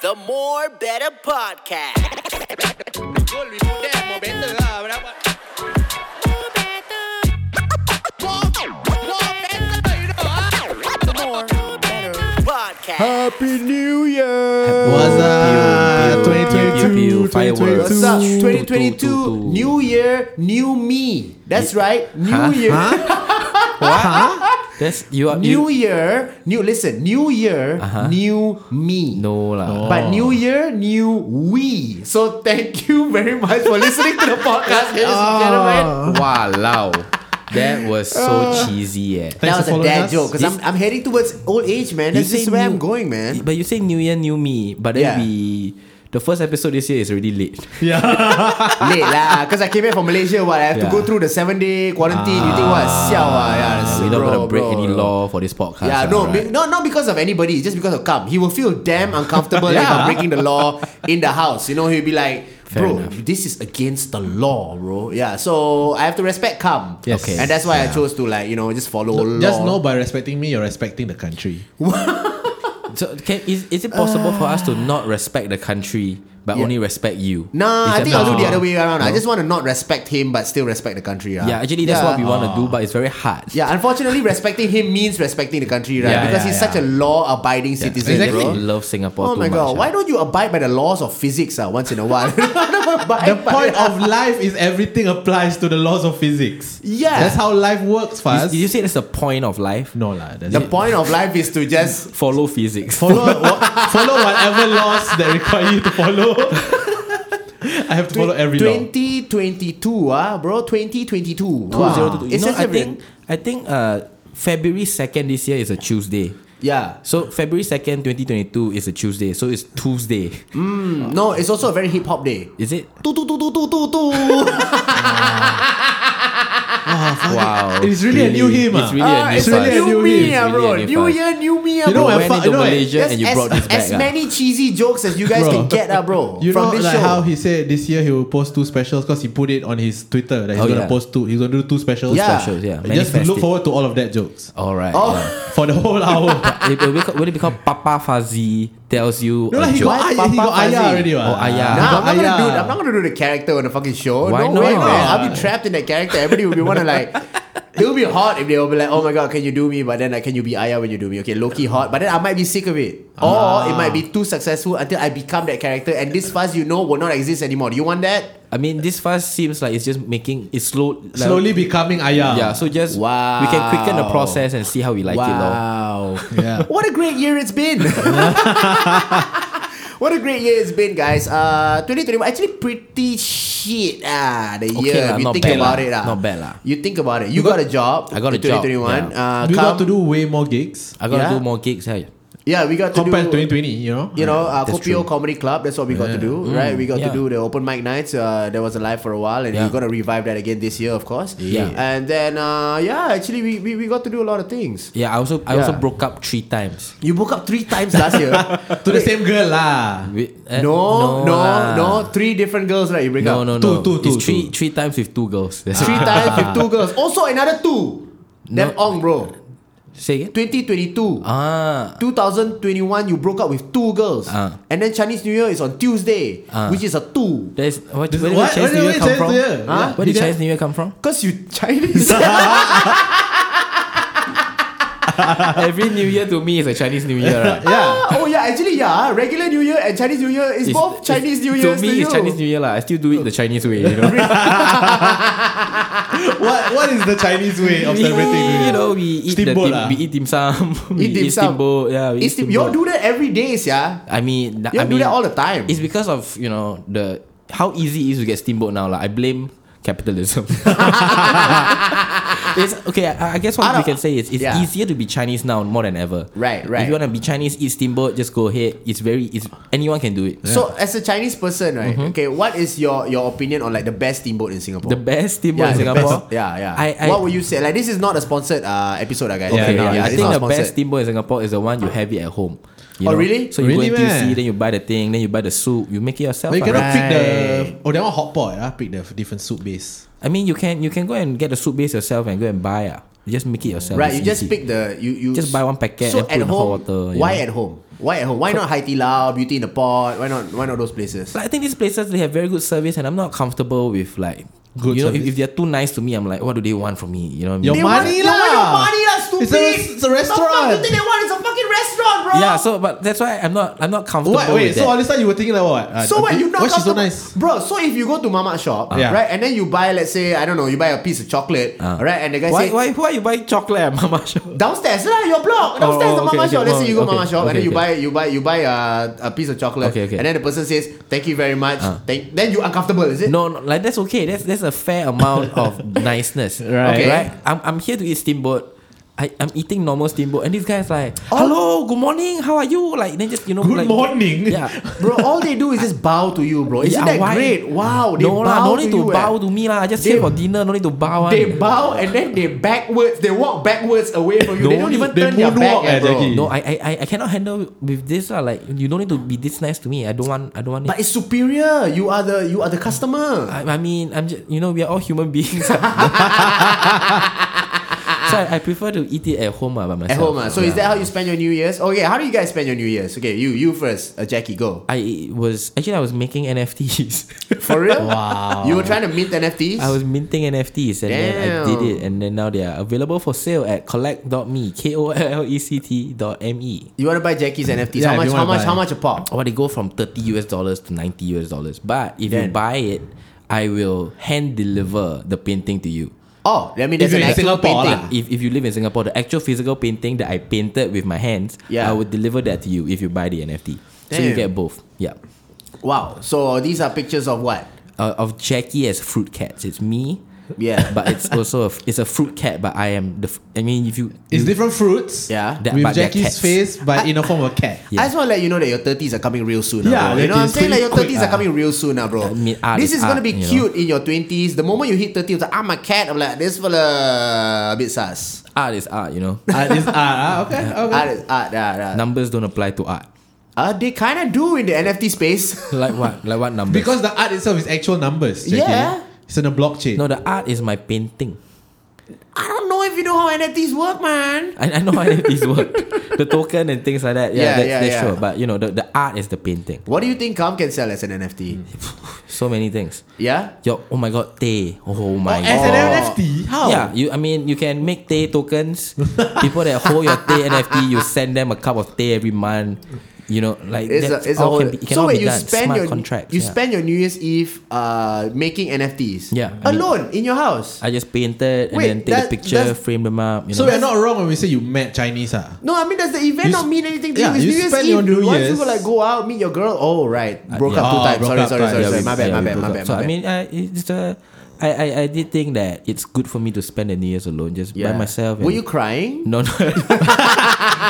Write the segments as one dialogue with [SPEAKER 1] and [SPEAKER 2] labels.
[SPEAKER 1] The More Better Podcast.
[SPEAKER 2] You'll be dead, more better, ah, berapa? More, more better, you know, ah.
[SPEAKER 1] Podcast.
[SPEAKER 3] Happy New Year!
[SPEAKER 4] What's up? Pew, pew, pew, pew, pew,
[SPEAKER 3] 2022,
[SPEAKER 4] fireworks.
[SPEAKER 3] What's up?
[SPEAKER 4] Two, two,
[SPEAKER 3] 2022,
[SPEAKER 4] two, two.
[SPEAKER 3] New Year, New Me. That's right, New Year,
[SPEAKER 4] That's you are
[SPEAKER 3] New
[SPEAKER 4] you,
[SPEAKER 3] Year, New. Listen, New Year,
[SPEAKER 4] Uh-huh.
[SPEAKER 3] New Me.
[SPEAKER 4] No lah.
[SPEAKER 3] But New Year, New We. So thank you very much for listening to the podcast, ladies
[SPEAKER 4] Ah.
[SPEAKER 3] and gentlemen.
[SPEAKER 4] Wow, that was
[SPEAKER 3] Ah.
[SPEAKER 4] so cheesy, eh.
[SPEAKER 3] That was a
[SPEAKER 5] for following
[SPEAKER 3] dad
[SPEAKER 5] us.
[SPEAKER 3] joke because I'm, I'm heading towards old age, man.
[SPEAKER 4] You
[SPEAKER 3] That's just
[SPEAKER 4] say
[SPEAKER 3] where
[SPEAKER 4] new-
[SPEAKER 3] I'm going, man.
[SPEAKER 4] But you say New Year, New Me, but
[SPEAKER 3] Yeah.
[SPEAKER 4] then we the first episode this year is already late.
[SPEAKER 3] Late lah Because I came here from Malaysia what, I have to
[SPEAKER 4] Yeah.
[SPEAKER 3] go through the 7 day quarantine You think what Siao ah yeah, that's-
[SPEAKER 4] we don't
[SPEAKER 3] bro,
[SPEAKER 4] gonna break
[SPEAKER 3] bro,
[SPEAKER 4] any
[SPEAKER 3] bro.
[SPEAKER 4] law for this podcast.
[SPEAKER 3] yeah,
[SPEAKER 4] ah,
[SPEAKER 3] no,
[SPEAKER 4] right?
[SPEAKER 3] be- no, not because of anybody. It's just because of Kam. He will feel damn
[SPEAKER 4] Oh.
[SPEAKER 3] uncomfortable if I'm breaking the law in the house. You know, he'll be like,
[SPEAKER 4] Fair
[SPEAKER 3] "Bro,
[SPEAKER 4] enough.
[SPEAKER 3] this is against the law, bro." Yeah, so I have to respect Kam.
[SPEAKER 5] Yes.
[SPEAKER 4] Okay.
[SPEAKER 3] and that's why I chose to like you know just follow law.
[SPEAKER 5] Just know by respecting me, you're respecting the country.
[SPEAKER 4] So can, is is it possible for us to not respect the country but only respect you?
[SPEAKER 3] Nah, I
[SPEAKER 4] Is that
[SPEAKER 3] think I'll do the
[SPEAKER 4] possible?
[SPEAKER 3] other way around. I just want to not respect him, but still respect the country. ah.
[SPEAKER 4] Yeah, actually that's
[SPEAKER 3] Yeah.
[SPEAKER 4] what we want to do, but it's very hard.
[SPEAKER 3] Yeah, unfortunately, respecting him means respecting the country, right?
[SPEAKER 4] Yeah,
[SPEAKER 3] because
[SPEAKER 4] yeah,
[SPEAKER 3] he's
[SPEAKER 4] yeah.
[SPEAKER 3] such a law-abiding citizen,
[SPEAKER 5] Exactly.
[SPEAKER 3] bro.
[SPEAKER 4] I love Singapore.
[SPEAKER 3] Oh
[SPEAKER 4] too
[SPEAKER 3] my
[SPEAKER 4] much,
[SPEAKER 3] god,
[SPEAKER 4] ah.
[SPEAKER 3] why don't you abide by the laws of physics uh, once in a while?
[SPEAKER 5] The point of life is everything applies to the laws of physics.
[SPEAKER 3] Yeah.
[SPEAKER 5] That's how life works for
[SPEAKER 4] Is-
[SPEAKER 5] us.
[SPEAKER 4] Did you say that's the point of life?
[SPEAKER 5] no lah. that's
[SPEAKER 3] the
[SPEAKER 5] it.
[SPEAKER 3] point of life is to just
[SPEAKER 4] Follow physics.
[SPEAKER 5] follow wha- follow whatever laws that require you to follow. I have to follow every law.
[SPEAKER 3] 2022, ah, bro, 2022. Wow.
[SPEAKER 4] You
[SPEAKER 3] It's
[SPEAKER 4] know,
[SPEAKER 3] just
[SPEAKER 4] I
[SPEAKER 3] everything.
[SPEAKER 4] think I think uh, February second this year is a Tuesday.
[SPEAKER 3] Yeah.
[SPEAKER 4] So February second, twenty twenty two is a Tuesday. So it's Tuesday. Hmm.
[SPEAKER 3] Mm, No, it's also a very hip hop day.
[SPEAKER 4] Is it?
[SPEAKER 3] Tu, tu, tu, tu, tu, tu, tu.
[SPEAKER 4] Wow.
[SPEAKER 5] It's really a new him,
[SPEAKER 4] It's
[SPEAKER 5] ah.
[SPEAKER 4] really
[SPEAKER 3] Ah,
[SPEAKER 4] a new
[SPEAKER 3] it's
[SPEAKER 4] fun.
[SPEAKER 5] really a
[SPEAKER 3] new
[SPEAKER 5] new
[SPEAKER 3] me,
[SPEAKER 4] year.
[SPEAKER 3] ah,
[SPEAKER 4] It's
[SPEAKER 3] bro.
[SPEAKER 4] really a new
[SPEAKER 3] New
[SPEAKER 4] fun.
[SPEAKER 3] year, new me, ah,
[SPEAKER 5] You know
[SPEAKER 3] bro.
[SPEAKER 4] You
[SPEAKER 5] what
[SPEAKER 4] went
[SPEAKER 5] I
[SPEAKER 4] into
[SPEAKER 5] know what-
[SPEAKER 4] Malaysia
[SPEAKER 3] Just
[SPEAKER 4] and you
[SPEAKER 3] as,
[SPEAKER 4] brought this
[SPEAKER 3] as
[SPEAKER 4] back. ah.
[SPEAKER 3] many cheesy jokes as you guys
[SPEAKER 5] Bro.
[SPEAKER 3] can get, ah, bro.
[SPEAKER 5] You
[SPEAKER 3] from
[SPEAKER 5] know
[SPEAKER 3] this
[SPEAKER 5] like
[SPEAKER 3] show.
[SPEAKER 5] how he said this year he will post two specials because he put it on his Twitter that he's
[SPEAKER 4] Oh,
[SPEAKER 5] gonna
[SPEAKER 4] yeah.
[SPEAKER 5] post two. He's gonna do two specials.
[SPEAKER 3] Yeah.
[SPEAKER 4] Specials, yeah.
[SPEAKER 5] Just
[SPEAKER 4] Manifest
[SPEAKER 5] look
[SPEAKER 4] it.
[SPEAKER 5] forward to all of that jokes
[SPEAKER 4] All right.
[SPEAKER 3] Oh.
[SPEAKER 4] yeah.
[SPEAKER 5] for the whole hour.
[SPEAKER 4] it will, be, called- will it be called Papa Fuzzy tells you
[SPEAKER 5] No,
[SPEAKER 4] a
[SPEAKER 5] lah, he
[SPEAKER 4] joke?
[SPEAKER 5] got, ayah,
[SPEAKER 3] Papa
[SPEAKER 5] he got ayah
[SPEAKER 3] Fazil.
[SPEAKER 5] already. what?
[SPEAKER 4] Oh, ayah.
[SPEAKER 3] Nah,
[SPEAKER 5] He got
[SPEAKER 3] I'm not gonna
[SPEAKER 5] ayah.
[SPEAKER 3] do. I'm not gonna do the character on the fucking show.
[SPEAKER 4] uh, Why
[SPEAKER 3] no way,
[SPEAKER 4] not?
[SPEAKER 3] man. I'll be trapped in that character. Everybody will be wanna like. It will be hot if they will be like, oh my god, can you do me? But then like, can you be Aya when you do me? Okay, Loki hot. But then I might be sick of it, or it might be
[SPEAKER 4] Ah.
[SPEAKER 3] too successful until I become that character, and this fast you know will not exist anymore. Do you want that?
[SPEAKER 4] I mean, this fast seems like it's just making it slow. Like,
[SPEAKER 5] slowly becoming ayah.
[SPEAKER 4] Yeah. So just we can quicken the
[SPEAKER 3] Wow.
[SPEAKER 4] process and see how we like it. Lor.
[SPEAKER 3] wow.
[SPEAKER 5] yeah.
[SPEAKER 3] What a great year it's been. What a great year it's been, guys. Uh, 2021 actually pretty shit ah the
[SPEAKER 4] Okay
[SPEAKER 3] year.
[SPEAKER 4] lah,
[SPEAKER 3] if you
[SPEAKER 4] not
[SPEAKER 3] think
[SPEAKER 4] bad
[SPEAKER 3] about
[SPEAKER 4] lah,
[SPEAKER 3] it ah.
[SPEAKER 4] not bad lah.
[SPEAKER 3] You think about it. You, got, a job.
[SPEAKER 4] I got a
[SPEAKER 3] in 2021.
[SPEAKER 4] job,
[SPEAKER 3] Uh,
[SPEAKER 5] we
[SPEAKER 3] come,
[SPEAKER 5] got to do way more gigs
[SPEAKER 4] I gotta
[SPEAKER 3] Yeah.
[SPEAKER 4] do more gigs. eh? Hey.
[SPEAKER 3] yeah, we got to
[SPEAKER 5] compared to
[SPEAKER 3] do.
[SPEAKER 5] 2020. You know.
[SPEAKER 3] You know, uh,
[SPEAKER 4] That's
[SPEAKER 3] Kopio
[SPEAKER 4] true.
[SPEAKER 3] Comedy Club. That's what we got to do,
[SPEAKER 5] Mm.
[SPEAKER 3] right? We got to
[SPEAKER 4] yeah.
[SPEAKER 3] do the open mic nights. Uh, that was alive for a while, and
[SPEAKER 4] Yeah.
[SPEAKER 3] we're gonna revive that again this year, of course.
[SPEAKER 4] Yeah.
[SPEAKER 3] And then, uh, yeah, actually, we, we, we got to do a lot of things.
[SPEAKER 4] Yeah, I also I also
[SPEAKER 3] Yeah.
[SPEAKER 4] broke up three times.
[SPEAKER 3] You broke up three times last year.
[SPEAKER 5] To the same girl lah.
[SPEAKER 4] With, eh,
[SPEAKER 3] no, no, no,
[SPEAKER 4] lah.
[SPEAKER 3] Three different girls, right? You break
[SPEAKER 4] no,
[SPEAKER 3] up.
[SPEAKER 4] no, no.
[SPEAKER 5] Two, two,
[SPEAKER 4] it's
[SPEAKER 5] two,
[SPEAKER 4] three,
[SPEAKER 5] two.
[SPEAKER 4] three times with two girls. That's
[SPEAKER 3] Three
[SPEAKER 4] it.
[SPEAKER 3] times with two girls. Also another two. Them on, bro.
[SPEAKER 4] Say again.
[SPEAKER 3] 2022.
[SPEAKER 4] Ah,
[SPEAKER 3] 2021, you broke up with two girls.
[SPEAKER 4] Ah.
[SPEAKER 3] And then Chinese New Year is on Tuesday,
[SPEAKER 4] Ah.
[SPEAKER 3] which is a two.
[SPEAKER 4] there's what? Where did
[SPEAKER 5] what?
[SPEAKER 4] Chinese New
[SPEAKER 5] Where
[SPEAKER 4] Year
[SPEAKER 5] did
[SPEAKER 4] come
[SPEAKER 5] Chinese
[SPEAKER 4] from?
[SPEAKER 5] New Year?
[SPEAKER 4] Huh?
[SPEAKER 5] Yeah.
[SPEAKER 4] Where did
[SPEAKER 5] Yeah.
[SPEAKER 4] Chinese New Year come from?
[SPEAKER 3] Because you Chinese.
[SPEAKER 4] Every New Year to me is a Chinese New Year. Right?
[SPEAKER 5] Yeah.
[SPEAKER 3] oh, yeah, actually, yeah. Regular New Year and Chinese New Year is
[SPEAKER 4] It's-
[SPEAKER 3] both Chinese New Year
[SPEAKER 4] To me, it's Chinese New Year lah. I still do it the Chinese way. You know,
[SPEAKER 5] what What is the Chinese way of
[SPEAKER 4] we,
[SPEAKER 5] celebrating? New
[SPEAKER 4] you
[SPEAKER 5] Year?
[SPEAKER 4] know, we eat
[SPEAKER 5] Steamboat
[SPEAKER 4] the tim-
[SPEAKER 5] lah.
[SPEAKER 4] we eat dim sum, we
[SPEAKER 3] Eat dim sum.
[SPEAKER 4] steamboat. Yeah, we eat
[SPEAKER 3] It's, you all
[SPEAKER 4] steamboat.
[SPEAKER 3] do that every day, yeah.
[SPEAKER 4] I mean,
[SPEAKER 3] You
[SPEAKER 4] I
[SPEAKER 3] all do
[SPEAKER 4] mean,
[SPEAKER 3] that all the time.
[SPEAKER 4] It's because of you know the how easy it is to get steamboat now. Like I blame capitalism. it's okay. I, I
[SPEAKER 3] I
[SPEAKER 4] guess what we
[SPEAKER 3] don't-
[SPEAKER 4] can say is it's
[SPEAKER 3] yeah.
[SPEAKER 4] easier to be Chinese now more than ever.
[SPEAKER 3] Right, right.
[SPEAKER 4] If you want to be Chinese, eat steamboat. Just go ahead. It's very. It's anyone can do it.
[SPEAKER 3] So, as a Chinese person, right? Okay, what is your, your opinion on like the best steamboat in Singapore?
[SPEAKER 4] Mm-hmm. the best steamboat
[SPEAKER 3] Yeah,
[SPEAKER 4] in
[SPEAKER 3] the
[SPEAKER 4] Singapore.
[SPEAKER 3] best- yeah, yeah.
[SPEAKER 4] I, I,
[SPEAKER 3] what would you say? Like, this is not a sponsored uh, episode, uh, guys.
[SPEAKER 5] Okay,
[SPEAKER 4] Okay,
[SPEAKER 5] Yeah, no,
[SPEAKER 4] yeah, I
[SPEAKER 3] it's
[SPEAKER 4] think
[SPEAKER 3] not
[SPEAKER 4] the best
[SPEAKER 3] sponsored.
[SPEAKER 4] steamboat in Singapore is the one you have it at home. You
[SPEAKER 3] Oh,
[SPEAKER 4] know?
[SPEAKER 3] really?
[SPEAKER 4] So you
[SPEAKER 5] Really,
[SPEAKER 4] go into
[SPEAKER 5] meh?
[SPEAKER 4] then you buy the thing, then you buy the soup, you make it yourself.
[SPEAKER 5] But you
[SPEAKER 4] ah.
[SPEAKER 5] cannot pick the
[SPEAKER 3] Alright.
[SPEAKER 5] oh that one hot pot. Ah, pick the different soup base.
[SPEAKER 4] I mean, you can you can go and get the soup base yourself and go and buy. ah. just make it yourself.
[SPEAKER 3] Right,
[SPEAKER 4] It's
[SPEAKER 3] you just
[SPEAKER 4] easy.
[SPEAKER 3] pick the you you
[SPEAKER 4] Just buy one packet
[SPEAKER 3] So
[SPEAKER 4] and put
[SPEAKER 3] at
[SPEAKER 4] in hot
[SPEAKER 3] home,
[SPEAKER 4] water,
[SPEAKER 3] Why
[SPEAKER 4] yeah.
[SPEAKER 3] at home? Why at home? Why not Hai Di Lao, Beauty in the Pot? Why not? Why not those places?
[SPEAKER 4] Like, I think these places they have very good service, and I'm not comfortable with like
[SPEAKER 5] Good
[SPEAKER 4] you know if,
[SPEAKER 5] service.
[SPEAKER 4] if they're too nice to me, I'm like, what do they want from me? You know what I mean?
[SPEAKER 5] Your
[SPEAKER 3] They want-
[SPEAKER 5] money
[SPEAKER 3] they want your
[SPEAKER 5] lah.
[SPEAKER 3] money lah,
[SPEAKER 5] It's a-
[SPEAKER 3] stupid.
[SPEAKER 5] it's a restaurant.
[SPEAKER 3] The fuck you think they want? It's a fucking restaurant, bro.
[SPEAKER 4] yeah, so but that's why I'm not I'm not comfortable
[SPEAKER 5] What? Wait.
[SPEAKER 4] with
[SPEAKER 5] So all
[SPEAKER 4] that.
[SPEAKER 5] this time you were thinking like what? Uh,
[SPEAKER 3] So what? You not
[SPEAKER 5] Why she so
[SPEAKER 3] comfortable-
[SPEAKER 5] nice?
[SPEAKER 3] bro? So if you go to mama shop,
[SPEAKER 5] Yeah.
[SPEAKER 3] right, and then you buy, let's say, I don't know, you buy a piece of chocolate,
[SPEAKER 4] Ah.
[SPEAKER 3] right, and the guy
[SPEAKER 4] why,
[SPEAKER 3] say,
[SPEAKER 4] why why you buy chocolate at Mama Shop?
[SPEAKER 3] downstairs lah, your block, downstairs
[SPEAKER 4] Oh,
[SPEAKER 3] the mama
[SPEAKER 4] okay, okay,
[SPEAKER 3] shop. let's say you go
[SPEAKER 4] okay,
[SPEAKER 3] mama shop, and
[SPEAKER 4] okay,
[SPEAKER 3] then you
[SPEAKER 4] okay.
[SPEAKER 3] buy, you buy, you buy uh, a, a piece of chocolate,
[SPEAKER 4] Okay, okay.
[SPEAKER 3] and then the person says, thank you very much.
[SPEAKER 4] Ah.
[SPEAKER 3] Thank. Then you uncomfortable, is it?
[SPEAKER 4] No, no, like that's okay. That's that's a fair amount of niceness.
[SPEAKER 5] Right.
[SPEAKER 3] Okay.
[SPEAKER 4] Right. I'm, I'm here to eat steamboat. I, I'm eating normal steamboat and this guy's like,
[SPEAKER 3] Oh.
[SPEAKER 4] Hello, good morning, how are you? Like then just you know like,
[SPEAKER 5] Good morning.
[SPEAKER 4] Yeah.
[SPEAKER 3] Bro, all they do is just bow to you, bro. Isn't
[SPEAKER 4] Yeah,
[SPEAKER 3] that
[SPEAKER 4] why?
[SPEAKER 3] great? Wow, they bow
[SPEAKER 4] no lah, no need to,
[SPEAKER 3] you, eh.
[SPEAKER 4] bow to me lah. I Just
[SPEAKER 3] They-
[SPEAKER 4] here for dinner, no need to bow.
[SPEAKER 3] They
[SPEAKER 4] one.
[SPEAKER 3] bow and then they backwards. They walk backwards away from you. they
[SPEAKER 5] No,
[SPEAKER 3] don't even
[SPEAKER 5] they
[SPEAKER 3] turn their back,
[SPEAKER 5] moonwalk,
[SPEAKER 3] eh,
[SPEAKER 5] eh,
[SPEAKER 3] bro.
[SPEAKER 5] Jackie.
[SPEAKER 4] No, I, I I- I cannot handle with this lah. Like you don't need to be this nice to me. I don't want I don't want
[SPEAKER 3] But
[SPEAKER 4] it.
[SPEAKER 3] it's superior. You are the you are the customer.
[SPEAKER 4] I, I mean I'm just you know we are all human beings. so I, I prefer to eat it at home ah, by myself.
[SPEAKER 3] At home, ah. so is
[SPEAKER 4] Yeah.
[SPEAKER 3] that how you spend your New Year's? Okay, how do you guys spend your New Year's? Okay, you you first, uh, Jackie, go.
[SPEAKER 4] I was actually I was making NFTs.
[SPEAKER 3] For real? wow. You were trying to mint NFTs.
[SPEAKER 4] I was minting NFTs and then I did
[SPEAKER 3] Damn.
[SPEAKER 4] it and then now they are available for sale at collect.me K O L L E C T dot M E.
[SPEAKER 3] You want to buy Jackie's NFTs?
[SPEAKER 5] Yeah,
[SPEAKER 3] how
[SPEAKER 5] if
[SPEAKER 3] much?
[SPEAKER 5] you
[SPEAKER 3] How
[SPEAKER 5] wanna
[SPEAKER 3] much?
[SPEAKER 5] buy.
[SPEAKER 3] How much a pop?
[SPEAKER 4] Or Oh, they go from thirty US dollars to ninety US dollars. But if you
[SPEAKER 3] Damn.
[SPEAKER 4] buy it, I will hand deliver the painting to you.
[SPEAKER 3] Oh, I mean, there's
[SPEAKER 5] If
[SPEAKER 3] an
[SPEAKER 5] you're in
[SPEAKER 3] actual
[SPEAKER 5] Singapore
[SPEAKER 3] painting.
[SPEAKER 5] lah.
[SPEAKER 4] If, if you live in Singapore, the actual physical painting that I painted with my hands,
[SPEAKER 3] Yeah.
[SPEAKER 4] I would deliver that to you if you buy the NFT. So you
[SPEAKER 3] Damn.
[SPEAKER 4] get both. Yeah.
[SPEAKER 3] Wow. So these are pictures of what?
[SPEAKER 4] Uh, of Jackie as fruit cats. It's me.
[SPEAKER 3] Yeah.
[SPEAKER 4] But it's also a, it's a fruit cat, but I am the f- I mean if you
[SPEAKER 5] It's different fruits.
[SPEAKER 3] Yeah.
[SPEAKER 4] That-
[SPEAKER 5] with
[SPEAKER 4] but they're
[SPEAKER 5] Jackie's
[SPEAKER 4] cats.
[SPEAKER 5] face, but in a form of a cat.
[SPEAKER 4] Yeah.
[SPEAKER 3] I just want to let you know that your 30s are coming real soon. ah,
[SPEAKER 5] Yeah,
[SPEAKER 3] bro. You know what I'm
[SPEAKER 5] it's
[SPEAKER 3] saying? Like
[SPEAKER 5] pretty
[SPEAKER 3] your 30s are
[SPEAKER 5] quick, ah.
[SPEAKER 3] coming real soon now, bro.
[SPEAKER 4] I mean, art
[SPEAKER 3] this
[SPEAKER 4] is
[SPEAKER 3] is going to
[SPEAKER 4] art,
[SPEAKER 3] be
[SPEAKER 4] you know.
[SPEAKER 3] cute in your 20s. The moment you hit 30, it's like, I'm a cat. I'm like, this fella a bit sus.
[SPEAKER 4] art is art, you know.
[SPEAKER 5] Ah, this- ah, ah, okay, okay.
[SPEAKER 3] Art is art. ah, ah.
[SPEAKER 4] Numbers don't apply to art.
[SPEAKER 3] Uh, they kind of do in the NFT space.
[SPEAKER 4] Like what? Like what numbers?
[SPEAKER 5] Because the art itself is actual numbers. Jackie.
[SPEAKER 3] Yeah.
[SPEAKER 5] It's in a blockchain.
[SPEAKER 4] no, the art is my painting.
[SPEAKER 3] I don't know if you know how NFTs work, man.
[SPEAKER 4] I, I know how NFTs work. The token and things like that. Yeah,
[SPEAKER 3] Yeah,
[SPEAKER 4] that's,
[SPEAKER 3] yeah,
[SPEAKER 4] that's
[SPEAKER 3] yeah.
[SPEAKER 4] sure. But you know, the, the art is the painting.
[SPEAKER 3] What do you think Calm can sell as an
[SPEAKER 5] Mm.
[SPEAKER 3] NFT?
[SPEAKER 4] So many things.
[SPEAKER 3] Yeah?
[SPEAKER 4] Yo, oh my god, Tay. Oh my
[SPEAKER 5] As
[SPEAKER 4] god.
[SPEAKER 5] an NFT, how?
[SPEAKER 4] Yeah, you. I mean, you can make Tay tokens. People that hold your Tay NFT, you send them a cup of Tay every month. You know, like
[SPEAKER 3] It's a,
[SPEAKER 4] that's
[SPEAKER 3] it's a whole,
[SPEAKER 4] all can be, it can
[SPEAKER 3] so
[SPEAKER 4] all
[SPEAKER 3] wait,
[SPEAKER 4] be
[SPEAKER 3] you
[SPEAKER 4] done.
[SPEAKER 3] spend
[SPEAKER 4] Smart
[SPEAKER 3] your
[SPEAKER 4] contracts.
[SPEAKER 3] you
[SPEAKER 4] yeah.
[SPEAKER 3] spend your New Year's Eve uh, making NFTs.
[SPEAKER 4] Yeah, I mean-
[SPEAKER 3] alone in your house.
[SPEAKER 4] I just painted and
[SPEAKER 3] Wait,
[SPEAKER 4] then take
[SPEAKER 3] that-
[SPEAKER 4] a picture,
[SPEAKER 3] that's-
[SPEAKER 4] frame them up. You
[SPEAKER 5] So
[SPEAKER 4] know?
[SPEAKER 5] we're not wrong when we say you met Chinese, ah.
[SPEAKER 3] No, I mean does the event
[SPEAKER 5] You
[SPEAKER 3] not
[SPEAKER 5] sp-
[SPEAKER 3] mean anything to
[SPEAKER 5] yeah,
[SPEAKER 3] you? It's
[SPEAKER 5] you
[SPEAKER 3] New Year's
[SPEAKER 5] spend
[SPEAKER 3] Eve.
[SPEAKER 5] your New
[SPEAKER 3] Once
[SPEAKER 5] Year's-
[SPEAKER 3] people like go out, meet your girl. Oh right, broke
[SPEAKER 4] Uh, yeah.
[SPEAKER 3] up two
[SPEAKER 5] Oh,
[SPEAKER 3] times.
[SPEAKER 5] broke
[SPEAKER 3] Sorry,
[SPEAKER 5] up
[SPEAKER 3] sorry,
[SPEAKER 5] twice.
[SPEAKER 3] sorry,
[SPEAKER 5] Yeah,
[SPEAKER 3] sorry.
[SPEAKER 5] we-
[SPEAKER 3] My bad,
[SPEAKER 4] yeah,
[SPEAKER 3] my
[SPEAKER 4] we
[SPEAKER 3] bad,
[SPEAKER 4] broke
[SPEAKER 3] my
[SPEAKER 4] up.
[SPEAKER 3] bad.
[SPEAKER 4] So
[SPEAKER 3] my
[SPEAKER 4] I
[SPEAKER 3] bad.
[SPEAKER 4] mean, I, it's a, I, I, I did think that it's good for me to spend the New Year's alone, just by myself.
[SPEAKER 3] Were
[SPEAKER 4] and-
[SPEAKER 3] you crying?
[SPEAKER 4] No, no,